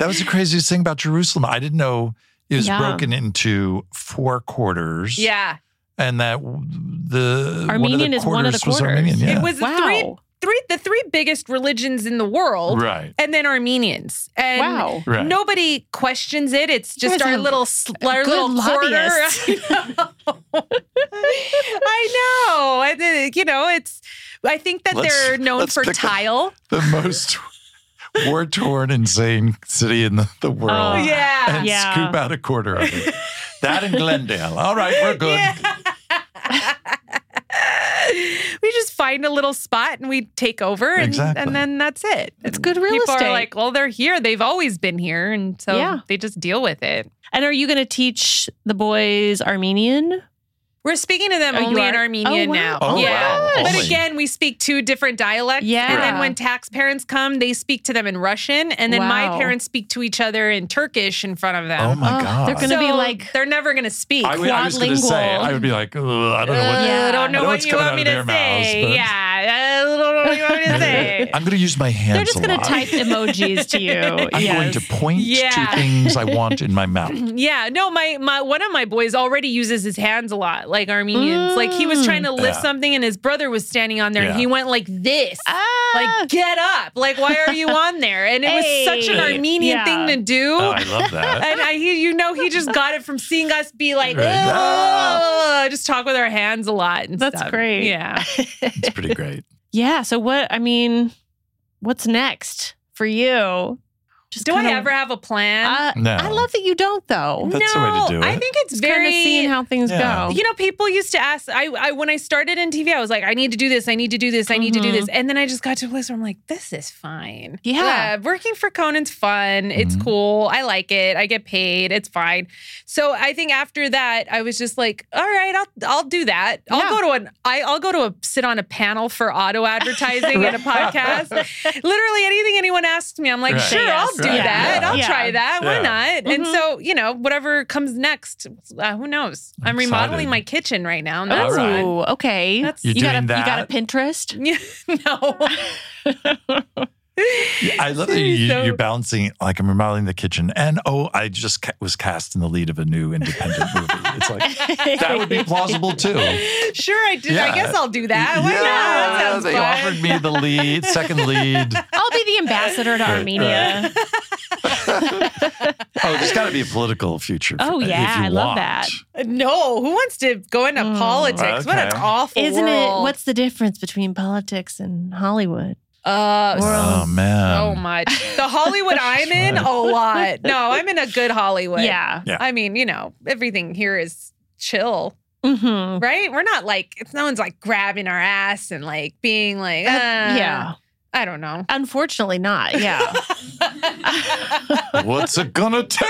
[SPEAKER 1] That was the craziest thing about Jerusalem. I didn't know it was
[SPEAKER 2] Yeah.
[SPEAKER 1] broken into four quarters.
[SPEAKER 5] yeah.
[SPEAKER 1] And that w- the
[SPEAKER 2] Armenian
[SPEAKER 1] one of the
[SPEAKER 2] is one of the
[SPEAKER 1] was
[SPEAKER 2] quarters.
[SPEAKER 1] Armenian. Yeah.
[SPEAKER 5] It was the three, three, the three biggest religions in the world,
[SPEAKER 1] Right.
[SPEAKER 5] And then Armenians, and
[SPEAKER 2] Wow.
[SPEAKER 1] Right.
[SPEAKER 5] nobody questions it. It's
[SPEAKER 2] You
[SPEAKER 5] just
[SPEAKER 2] guys
[SPEAKER 5] our
[SPEAKER 2] have
[SPEAKER 5] little, sl- our
[SPEAKER 2] good
[SPEAKER 5] little (laughs)
[SPEAKER 2] lobbyists.
[SPEAKER 5] quarter. I know, I did- you know, it's. I think that
[SPEAKER 1] Let's-
[SPEAKER 5] they're known
[SPEAKER 1] let's
[SPEAKER 5] for
[SPEAKER 1] pick a-
[SPEAKER 5] tile.
[SPEAKER 1] the most (laughs) war torn, insane city in the, the world.
[SPEAKER 5] Oh, yeah.
[SPEAKER 1] Uh,
[SPEAKER 5] (laughs)
[SPEAKER 1] And
[SPEAKER 5] Yeah.
[SPEAKER 1] scoop out a quarter of it. That in Glendale. All right, we're good.
[SPEAKER 5] find a little spot and we take over, and,
[SPEAKER 1] Exactly.
[SPEAKER 5] and then that's it. It's
[SPEAKER 2] good real
[SPEAKER 5] People
[SPEAKER 2] estate.
[SPEAKER 5] Are like, well, they're here. They've always been here, and so
[SPEAKER 2] Yeah.
[SPEAKER 5] they just deal with it.
[SPEAKER 2] And are you going to teach the boys Armenian?
[SPEAKER 5] We're speaking to them
[SPEAKER 2] Oh, you
[SPEAKER 5] only in
[SPEAKER 2] are?
[SPEAKER 5] Armenian
[SPEAKER 2] Oh, wow.
[SPEAKER 5] now.
[SPEAKER 2] Oh,
[SPEAKER 5] yeah.
[SPEAKER 2] wow.
[SPEAKER 5] But
[SPEAKER 2] Only.
[SPEAKER 5] again, we speak two different dialects.
[SPEAKER 2] Yeah.
[SPEAKER 5] And then when tax parents come, they speak to them in Russian. And then
[SPEAKER 2] Wow.
[SPEAKER 5] my parents speak to each other in Turkish in front of them.
[SPEAKER 1] Oh, my Oh, God. they're gonna be
[SPEAKER 5] So
[SPEAKER 2] like-
[SPEAKER 5] they're never going to speak.
[SPEAKER 1] I, would- I was going to say, I would be like, "Ugh, I don't know what,
[SPEAKER 5] Uh,
[SPEAKER 1] I
[SPEAKER 5] don't know what
[SPEAKER 1] what's
[SPEAKER 5] you
[SPEAKER 1] coming out
[SPEAKER 5] want me
[SPEAKER 1] of
[SPEAKER 5] to
[SPEAKER 1] their mouths,
[SPEAKER 5] say.
[SPEAKER 1] but-
[SPEAKER 5] yeah, I don't know what you want
[SPEAKER 1] (laughs)
[SPEAKER 5] me to say.
[SPEAKER 1] I'm going to use my hands.
[SPEAKER 2] They're just
[SPEAKER 1] a
[SPEAKER 2] going to
[SPEAKER 1] lot.
[SPEAKER 2] type emojis to you.
[SPEAKER 1] (laughs) I'm going to point
[SPEAKER 5] Yeah.
[SPEAKER 1] to things I want in my mouth.
[SPEAKER 2] (laughs)
[SPEAKER 5] Yeah, no, my my one of my boys already uses his hands a lot, like Armenians. Like he
[SPEAKER 2] Mm.
[SPEAKER 5] was trying to lift
[SPEAKER 1] Yeah.
[SPEAKER 5] something, and his brother was standing on there, and
[SPEAKER 1] Yeah.
[SPEAKER 5] he went like this,
[SPEAKER 2] Ah.
[SPEAKER 5] like get up, like why are you on there? And it
[SPEAKER 2] Hey.
[SPEAKER 5] was such an Armenian
[SPEAKER 2] Yeah.
[SPEAKER 5] thing to do.
[SPEAKER 1] Oh, I love that.
[SPEAKER 5] and I, he, you know, he just got it from seeing us be like,
[SPEAKER 1] Right.
[SPEAKER 5] "Ugh," just talk with our hands a lot. And
[SPEAKER 2] Ah. That's
[SPEAKER 5] stuff.
[SPEAKER 2] great.
[SPEAKER 5] Yeah.
[SPEAKER 1] It's pretty great.
[SPEAKER 2] Yeah. So what? I mean, what's next for you? Just
[SPEAKER 5] Do I
[SPEAKER 2] kinda-
[SPEAKER 5] ever have a plan?
[SPEAKER 2] Uh,
[SPEAKER 1] No.
[SPEAKER 2] I love that you don't though.
[SPEAKER 1] That's the way to do
[SPEAKER 5] I
[SPEAKER 1] it.
[SPEAKER 5] think it's,
[SPEAKER 2] It's kind
[SPEAKER 5] very
[SPEAKER 2] of seeing how things
[SPEAKER 1] Yeah.
[SPEAKER 2] go.
[SPEAKER 5] You know, people used to ask. I, I when I started in TV, I was like, I need to do this. I need to do this. I need to do this. And then I just got to a place where I'm like, this is fine.
[SPEAKER 2] Yeah.
[SPEAKER 5] working for Conan's fun. It's
[SPEAKER 1] Mm-hmm.
[SPEAKER 5] cool. I like it. I get paid. It's fine. So I think after that, I was just like, all right, I'll I'll do that. I'll
[SPEAKER 2] Yeah.
[SPEAKER 5] go to an I, I'll go to a sit on a panel for auto
[SPEAKER 1] (laughs)
[SPEAKER 5] advertising and a podcast. Literally anything anyone asks me, I'm like,
[SPEAKER 1] Right.
[SPEAKER 5] sure,
[SPEAKER 1] Say
[SPEAKER 5] I'll
[SPEAKER 1] yes.
[SPEAKER 5] do
[SPEAKER 1] Right.
[SPEAKER 5] that.
[SPEAKER 1] Yeah.
[SPEAKER 5] I'll
[SPEAKER 2] Yeah.
[SPEAKER 5] try that. Why
[SPEAKER 1] Yeah. Mm-hmm.
[SPEAKER 5] not? it. And so, you know, whatever comes next, uh, who knows? I'm,
[SPEAKER 1] excited.
[SPEAKER 5] remodeling
[SPEAKER 1] Oh.
[SPEAKER 5] my kitchen right now. And
[SPEAKER 1] All
[SPEAKER 5] that's
[SPEAKER 1] right.
[SPEAKER 2] Ooh, okay.
[SPEAKER 5] That's-
[SPEAKER 1] You're
[SPEAKER 2] you got a
[SPEAKER 1] doing
[SPEAKER 2] you got a
[SPEAKER 1] that?
[SPEAKER 2] Pinterest.
[SPEAKER 5] (laughs) no. (laughs)
[SPEAKER 1] I love that you,
[SPEAKER 5] So-
[SPEAKER 1] you're balancing, like, I'm remodeling the kitchen. And oh, I just ca- was cast in the lead of a new independent movie. It's like, that would be plausible too.
[SPEAKER 5] Sure, I did. I
[SPEAKER 1] Yeah.
[SPEAKER 5] guess I'll do that. Why
[SPEAKER 1] yeah,
[SPEAKER 5] not? That sounds
[SPEAKER 1] they
[SPEAKER 5] fun.
[SPEAKER 1] offered me the lead, second lead.
[SPEAKER 2] I'll be the ambassador to
[SPEAKER 1] Right,
[SPEAKER 2] Armenia.
[SPEAKER 1] Oh, there's got to be a political future. for-
[SPEAKER 2] Oh,
[SPEAKER 1] if
[SPEAKER 2] yeah,
[SPEAKER 1] you
[SPEAKER 2] I
[SPEAKER 1] want.
[SPEAKER 2] love that.
[SPEAKER 5] No, who wants to go into politics? What an
[SPEAKER 1] Okay.
[SPEAKER 5] awful
[SPEAKER 2] Hmm. Isn't it?
[SPEAKER 5] world.
[SPEAKER 2] What's the difference between politics and Hollywood?
[SPEAKER 5] uh,
[SPEAKER 1] Oh man.
[SPEAKER 5] so much.
[SPEAKER 1] (laughs)
[SPEAKER 5] The Hollywood I'm in, a lot. No, I'm in a good Hollywood.
[SPEAKER 2] Yeah.
[SPEAKER 1] Yeah.
[SPEAKER 5] I mean, you know, everything here is chill.
[SPEAKER 2] Mm-hmm.
[SPEAKER 5] Right? We're not like, it's no one's like grabbing our ass and like being like, uh,
[SPEAKER 2] yeah.
[SPEAKER 5] I don't know.
[SPEAKER 2] Unfortunately, not.
[SPEAKER 5] (laughs)
[SPEAKER 2] Yeah.
[SPEAKER 1] What's it gonna
[SPEAKER 2] (laughs)
[SPEAKER 1] take?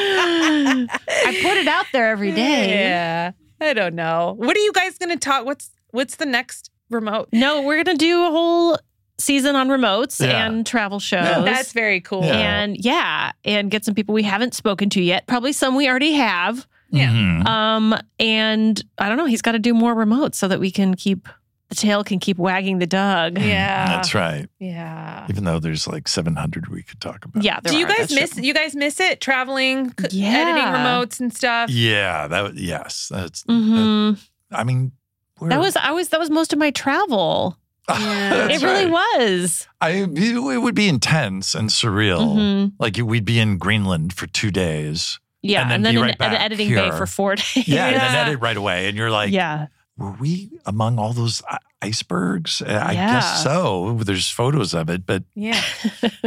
[SPEAKER 2] I put it out there every day.
[SPEAKER 5] Yeah. I don't know. What are you guys going to talk? What's what's the next remote?
[SPEAKER 2] No, we're gonna do a whole season on remotes
[SPEAKER 1] Yeah.
[SPEAKER 2] and travel shows.
[SPEAKER 5] That's very cool.
[SPEAKER 1] Yeah.
[SPEAKER 2] and yeah, and get some people we haven't spoken to yet. Probably some we already have.
[SPEAKER 5] Yeah.
[SPEAKER 1] Mhm.
[SPEAKER 2] Um, and I don't know. He's got to do more remotes so that we can keep the tail can keep wagging the dog.
[SPEAKER 5] Yeah.
[SPEAKER 1] That's right.
[SPEAKER 5] Yeah.
[SPEAKER 1] Even though there's like 700 we could talk about.
[SPEAKER 2] (laughs) Yeah. there
[SPEAKER 5] Do you
[SPEAKER 2] are,
[SPEAKER 5] guys
[SPEAKER 2] that's true.
[SPEAKER 5] miss you guys miss it traveling, c-
[SPEAKER 2] Yeah.
[SPEAKER 5] editing remotes and stuff?
[SPEAKER 1] Yeah. That. would- Yes. That's.
[SPEAKER 2] Mhm.
[SPEAKER 1] I mean. We're,
[SPEAKER 2] That was I was that was most of my travel.
[SPEAKER 1] (laughs) That's
[SPEAKER 2] it really
[SPEAKER 1] right.
[SPEAKER 2] was.
[SPEAKER 1] I. It would be intense and surreal.
[SPEAKER 2] Mhm.
[SPEAKER 1] Like we'd be in Greenland for two days.
[SPEAKER 2] Yeah,
[SPEAKER 1] And
[SPEAKER 2] and
[SPEAKER 1] then
[SPEAKER 2] then,
[SPEAKER 1] be
[SPEAKER 2] an,
[SPEAKER 1] right
[SPEAKER 2] an
[SPEAKER 1] back
[SPEAKER 2] editing bay
[SPEAKER 1] here.
[SPEAKER 2] for four (laughs) days.
[SPEAKER 1] Yeah. And then edit right away, and you're like,
[SPEAKER 2] yeah.
[SPEAKER 1] were we among all those i- icebergs? Uh, I
[SPEAKER 2] Yeah.
[SPEAKER 1] guess so. There's photos of it, but
[SPEAKER 5] Yeah.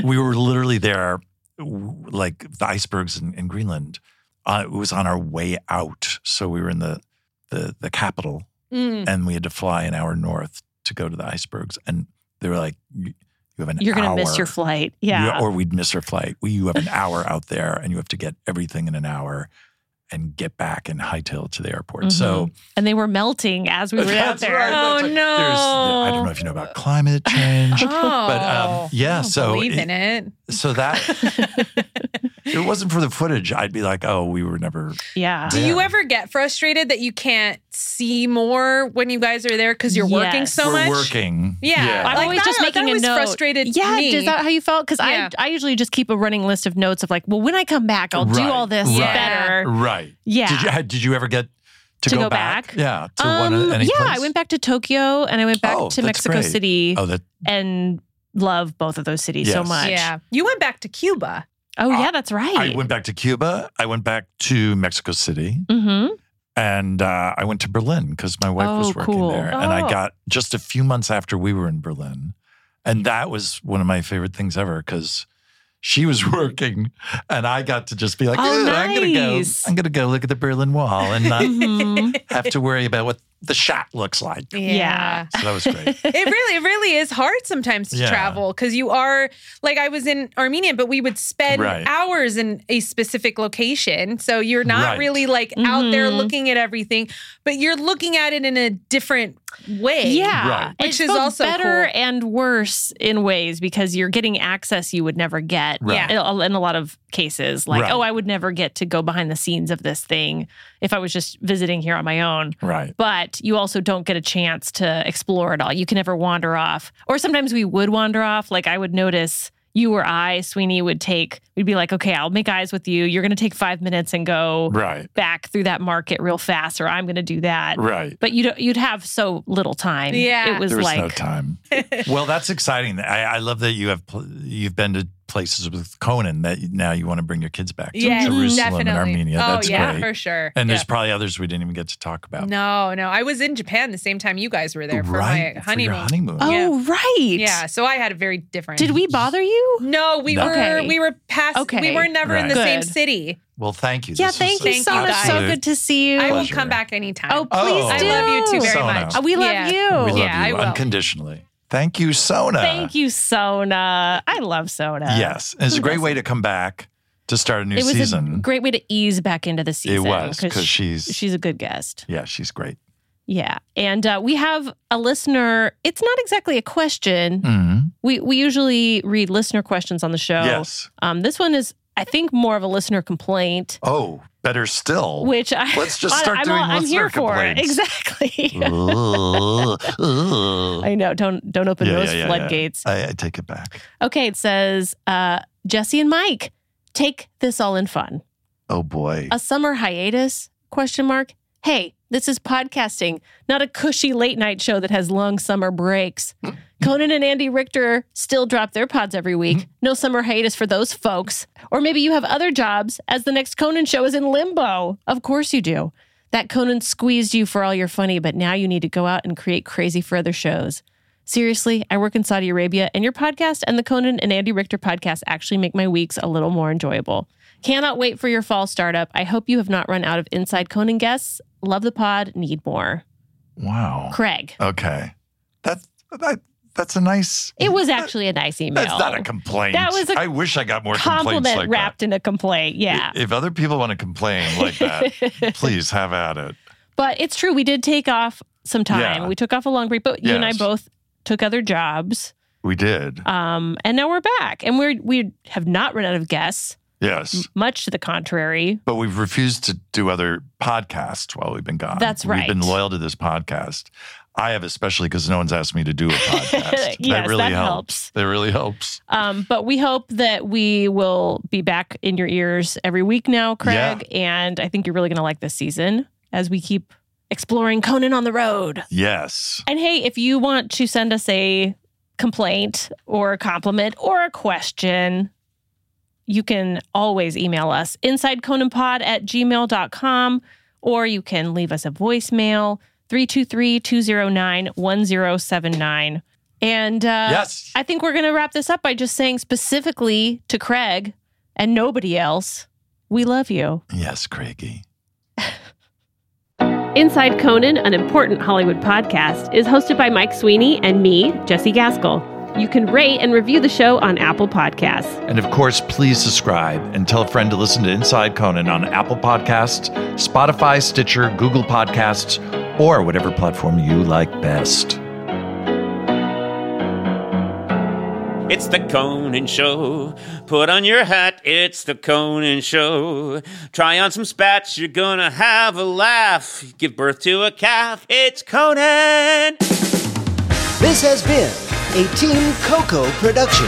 [SPEAKER 1] we were literally there, w- like the icebergs in, in Greenland. Uh, it was on our way out, so we were in the the, the capital,
[SPEAKER 2] Hmm.
[SPEAKER 5] Mm.
[SPEAKER 1] and we had to fly an hour north to go to the icebergs. And they were like, "You you have an
[SPEAKER 2] You're gonna
[SPEAKER 1] hour.
[SPEAKER 2] miss your flight.
[SPEAKER 1] You-
[SPEAKER 2] Yeah.
[SPEAKER 1] or we'd miss our flight. We, you have an hour out there, and you have to get everything in an hour." And get back and hightail it to the airport.
[SPEAKER 2] Mm-hmm.
[SPEAKER 1] So
[SPEAKER 2] and they were melting as
[SPEAKER 1] (laughs)
[SPEAKER 2] we were out
[SPEAKER 1] That's
[SPEAKER 2] there.
[SPEAKER 1] right,
[SPEAKER 5] Oh
[SPEAKER 1] that's right.
[SPEAKER 5] no.
[SPEAKER 1] There's, I don't know if you know about climate change, but um, yeah. So
[SPEAKER 5] believe
[SPEAKER 1] it-
[SPEAKER 5] in it.
[SPEAKER 1] so that if it wasn't for the footage, I'd be like, oh, we were never.
[SPEAKER 2] Yeah.
[SPEAKER 5] Do you
[SPEAKER 1] Yeah.
[SPEAKER 5] ever get frustrated that you can't see more when you guys are there because you're working
[SPEAKER 2] Yes.
[SPEAKER 5] so
[SPEAKER 1] we're
[SPEAKER 5] much?
[SPEAKER 1] working.
[SPEAKER 5] Yeah.
[SPEAKER 2] I'm
[SPEAKER 5] Like
[SPEAKER 2] always
[SPEAKER 5] that-
[SPEAKER 2] just
[SPEAKER 5] that
[SPEAKER 2] making a
[SPEAKER 5] always
[SPEAKER 2] note.
[SPEAKER 5] frustrated
[SPEAKER 2] Yeah,
[SPEAKER 5] me.
[SPEAKER 2] is that how you felt? Because
[SPEAKER 5] Yeah.
[SPEAKER 2] I I usually just keep a running list of notes of like, well, when I come back, I'll do
[SPEAKER 1] Right,
[SPEAKER 2] all this
[SPEAKER 1] right,
[SPEAKER 2] better.
[SPEAKER 1] Right.
[SPEAKER 2] Yeah.
[SPEAKER 1] Did you had- did you ever get to,
[SPEAKER 2] To
[SPEAKER 1] go,
[SPEAKER 2] go
[SPEAKER 1] back?
[SPEAKER 2] back?
[SPEAKER 1] Yeah. To one
[SPEAKER 2] Um,
[SPEAKER 1] of any
[SPEAKER 2] yeah,
[SPEAKER 1] place?
[SPEAKER 2] I went back to Tokyo and I went back
[SPEAKER 1] Oh,
[SPEAKER 2] to
[SPEAKER 1] that's
[SPEAKER 2] Mexico
[SPEAKER 1] great.
[SPEAKER 2] City
[SPEAKER 1] Oh, that
[SPEAKER 2] and love both of those cities so
[SPEAKER 1] Yes. Uh,
[SPEAKER 2] much.
[SPEAKER 5] Yeah. You went back to Cuba.
[SPEAKER 2] Oh
[SPEAKER 1] I-
[SPEAKER 2] yeah, that's right.
[SPEAKER 1] I went back to Cuba. I went back to Mexico City. (laughs)
[SPEAKER 2] Mm-hmm.
[SPEAKER 1] and uh, I went to Berlin because my wife
[SPEAKER 2] Oh,
[SPEAKER 1] was working
[SPEAKER 2] cool.
[SPEAKER 1] there, and I
[SPEAKER 5] Oh.
[SPEAKER 1] got just a few months after we were in Berlin, and that was one of my favorite things ever because she was (laughs) working, and I got to just be like,
[SPEAKER 2] Oh,
[SPEAKER 1] "Ooh, I'm gonna go,
[SPEAKER 2] nice. (laughs)
[SPEAKER 1] I'm gonna go look at the Berlin Wall and not
[SPEAKER 2] Mhm.
[SPEAKER 1] have to worry about what the shot looks like.
[SPEAKER 5] Yeah.
[SPEAKER 1] So that was great.
[SPEAKER 5] it really, it really is hard sometimes to
[SPEAKER 1] Yeah.
[SPEAKER 5] travel because you are like I was in Armenia, but we would spend
[SPEAKER 1] Right.
[SPEAKER 5] hours in a specific location, so you're not
[SPEAKER 1] Right.
[SPEAKER 5] really like out there
[SPEAKER 2] Mhm.
[SPEAKER 5] looking at everything, but you're looking at it in a different way.
[SPEAKER 2] Yeah,
[SPEAKER 5] which
[SPEAKER 2] It's
[SPEAKER 5] is
[SPEAKER 2] both
[SPEAKER 5] also
[SPEAKER 2] better
[SPEAKER 5] cool.
[SPEAKER 2] and worse in ways because you're getting access you would never get.
[SPEAKER 5] Right.
[SPEAKER 2] in, a- in a lot of cases, like
[SPEAKER 1] Right.
[SPEAKER 2] oh, I would never get to go behind the scenes of this thing if I was just visiting here on my own.
[SPEAKER 1] Right.
[SPEAKER 2] But you also don't get a chance to explore it all. You can never wander off. Or sometimes we would wander off. Like I would notice. You or I, Sweeney, would take, we'd be like, okay, I'll make eyes with you. You're going to take five minutes and go
[SPEAKER 1] Right.
[SPEAKER 2] back through that market real fast, or I'm going to do that.
[SPEAKER 1] Right.
[SPEAKER 2] But you'd, you'd have so little time.
[SPEAKER 5] Yeah.
[SPEAKER 2] It was,
[SPEAKER 1] there was
[SPEAKER 2] like,
[SPEAKER 1] no time. well, that's exciting. I, I love that you have pl- you've been to places with Conan that now you want to bring your kids back to
[SPEAKER 5] Yeah,
[SPEAKER 1] Jerusalem
[SPEAKER 5] definitely.
[SPEAKER 1] and Armenia.
[SPEAKER 5] Oh
[SPEAKER 1] that's
[SPEAKER 5] yeah,
[SPEAKER 1] great.
[SPEAKER 5] for sure.
[SPEAKER 1] And
[SPEAKER 5] yeah.
[SPEAKER 1] there's probably others we didn't even get to talk about.
[SPEAKER 5] No, no. I was in Japan the same time you guys were there for
[SPEAKER 1] Right,
[SPEAKER 5] my
[SPEAKER 1] for your honeymoon.
[SPEAKER 5] honeymoon.
[SPEAKER 2] Oh, right.
[SPEAKER 5] Yeah. So I had a very different.
[SPEAKER 2] Did we bother you?
[SPEAKER 5] No, we
[SPEAKER 1] No.
[SPEAKER 5] were
[SPEAKER 2] Okay.
[SPEAKER 5] we were past.
[SPEAKER 2] Okay.
[SPEAKER 5] We were never in
[SPEAKER 1] Right.
[SPEAKER 5] the same
[SPEAKER 2] Good.
[SPEAKER 5] city.
[SPEAKER 1] Well, thank you.
[SPEAKER 2] Yeah,
[SPEAKER 1] This was
[SPEAKER 2] thank you
[SPEAKER 1] an
[SPEAKER 2] so much. So
[SPEAKER 1] absolute-
[SPEAKER 2] good to see you.
[SPEAKER 5] I will
[SPEAKER 1] pleasure.
[SPEAKER 5] come back anytime.
[SPEAKER 2] Oh, please
[SPEAKER 1] Oh.
[SPEAKER 2] do.
[SPEAKER 5] I love you too very
[SPEAKER 1] Sona.
[SPEAKER 5] much.
[SPEAKER 2] Uh, We love
[SPEAKER 5] Yeah.
[SPEAKER 2] you.
[SPEAKER 1] We love
[SPEAKER 5] Yeah, I
[SPEAKER 1] you
[SPEAKER 5] will.
[SPEAKER 1] unconditionally. Thank you, Sona.
[SPEAKER 2] Thank you, Sona. I love Sona.
[SPEAKER 1] Yes, and it's a
[SPEAKER 2] Who
[SPEAKER 1] great way
[SPEAKER 2] doesn't?
[SPEAKER 1] to come back to start a new
[SPEAKER 2] It was
[SPEAKER 1] season.
[SPEAKER 2] a great way to ease back into the season.
[SPEAKER 1] was, 'cause she's-
[SPEAKER 2] she's a good guest.
[SPEAKER 1] yeah, she's great.
[SPEAKER 2] Yeah, and uh, we have a listener. It's not exactly a question.
[SPEAKER 1] Mhm.
[SPEAKER 2] We we usually read listener questions on the show.
[SPEAKER 1] Yes.
[SPEAKER 2] Um, this one is, I think, more of a listener complaint,
[SPEAKER 1] Oh, better still. (laughs)
[SPEAKER 2] which I
[SPEAKER 1] Let's just start
[SPEAKER 2] I'm,
[SPEAKER 1] doing
[SPEAKER 2] all- I'm
[SPEAKER 1] listener
[SPEAKER 2] here for. it.
[SPEAKER 1] complaints.
[SPEAKER 2] Exactly. (laughs)
[SPEAKER 1] Ooh, ooh.
[SPEAKER 2] I know. Don't don't open
[SPEAKER 1] Yeah,
[SPEAKER 2] those
[SPEAKER 1] yeah, yeah, yeah.
[SPEAKER 2] floodgates.
[SPEAKER 1] I, I take it back.
[SPEAKER 2] Okay, it says uh, Jesse and Mike take this all in fun.
[SPEAKER 1] Oh boy.
[SPEAKER 2] A summer hiatus? Question mark. Hey, this is podcasting, not a cushy late night show that has long summer breaks. Conan and Andy Richter still drop their pods every week. No summer hiatus for those folks. Or maybe you have other jobs, as the next Conan show is in limbo. Of course you do. That Conan squeezed you for all your funny, but now you need to go out and create crazy for other shows. Seriously, I work in Saudi Arabia, and your podcast and the Conan and Andy Richter podcast actually make my weeks a little more enjoyable. Cannot wait for your fall startup. I hope you have not run out of inside Conan guests. Love the pod, need more.
[SPEAKER 1] Wow.
[SPEAKER 2] Craig.
[SPEAKER 1] Okay. That's that, that's a nice.
[SPEAKER 2] It was actually a nice email.
[SPEAKER 1] That's not a complaint.
[SPEAKER 2] That was a
[SPEAKER 1] I wish I got more complaints
[SPEAKER 2] compliment
[SPEAKER 1] like
[SPEAKER 2] wrapped in a complaint.
[SPEAKER 1] that.
[SPEAKER 2] Yeah.
[SPEAKER 1] I- If other people want to complain
[SPEAKER 2] (laughs)
[SPEAKER 1] like that, please have at it.
[SPEAKER 2] But it's true. We did take off some time.
[SPEAKER 1] Yeah.
[SPEAKER 2] We took off a long break, but you and I
[SPEAKER 1] Yes.
[SPEAKER 2] both took other jobs.
[SPEAKER 1] We did.
[SPEAKER 2] Um, and now we're back. And we're we have not run out of guests,
[SPEAKER 1] Yes.
[SPEAKER 2] much to the contrary.
[SPEAKER 1] But we've refused to do other podcasts while we've been gone.
[SPEAKER 2] That's right.
[SPEAKER 1] We've been loyal to this podcast. I have especially because no one's asked me to do a
[SPEAKER 2] (laughs)
[SPEAKER 1] podcast.
[SPEAKER 2] Yes,
[SPEAKER 1] that really
[SPEAKER 2] that helps.
[SPEAKER 1] helps. That really helps.
[SPEAKER 2] Um, but we hope that we will be back in your ears every week now,
[SPEAKER 1] Yeah.
[SPEAKER 2] Craig. And I think you're really going to like this season as we keep exploring Conan on the road.
[SPEAKER 1] Yes.
[SPEAKER 2] And hey, if you want to send us a complaint or a compliment or a question, you can always email us insideconanpod at gmail.com or you can leave us a voicemail 323 209 1079. And uh,
[SPEAKER 1] Yes.
[SPEAKER 2] I think we're going to wrap this up by just saying specifically to Craig and nobody else, we love you.
[SPEAKER 1] Yes, Craigie.
[SPEAKER 2] Inside Conan, an important Hollywood podcast, is hosted by Mike Sweeney and me, Jesse Gaskell. You can rate and review the show on Apple Podcasts.
[SPEAKER 1] And of course, please subscribe and tell a friend to listen to Inside Conan on Apple Podcasts, Spotify, Stitcher, Google Podcasts, or whatever platform you like best.
[SPEAKER 4] It's the Conan Show. Put on your hat. It's the Conan Show. Try on some spats. You're gonna have a laugh. Give birth to a calf. It's Conan.
[SPEAKER 11] This has been a Team Coco production.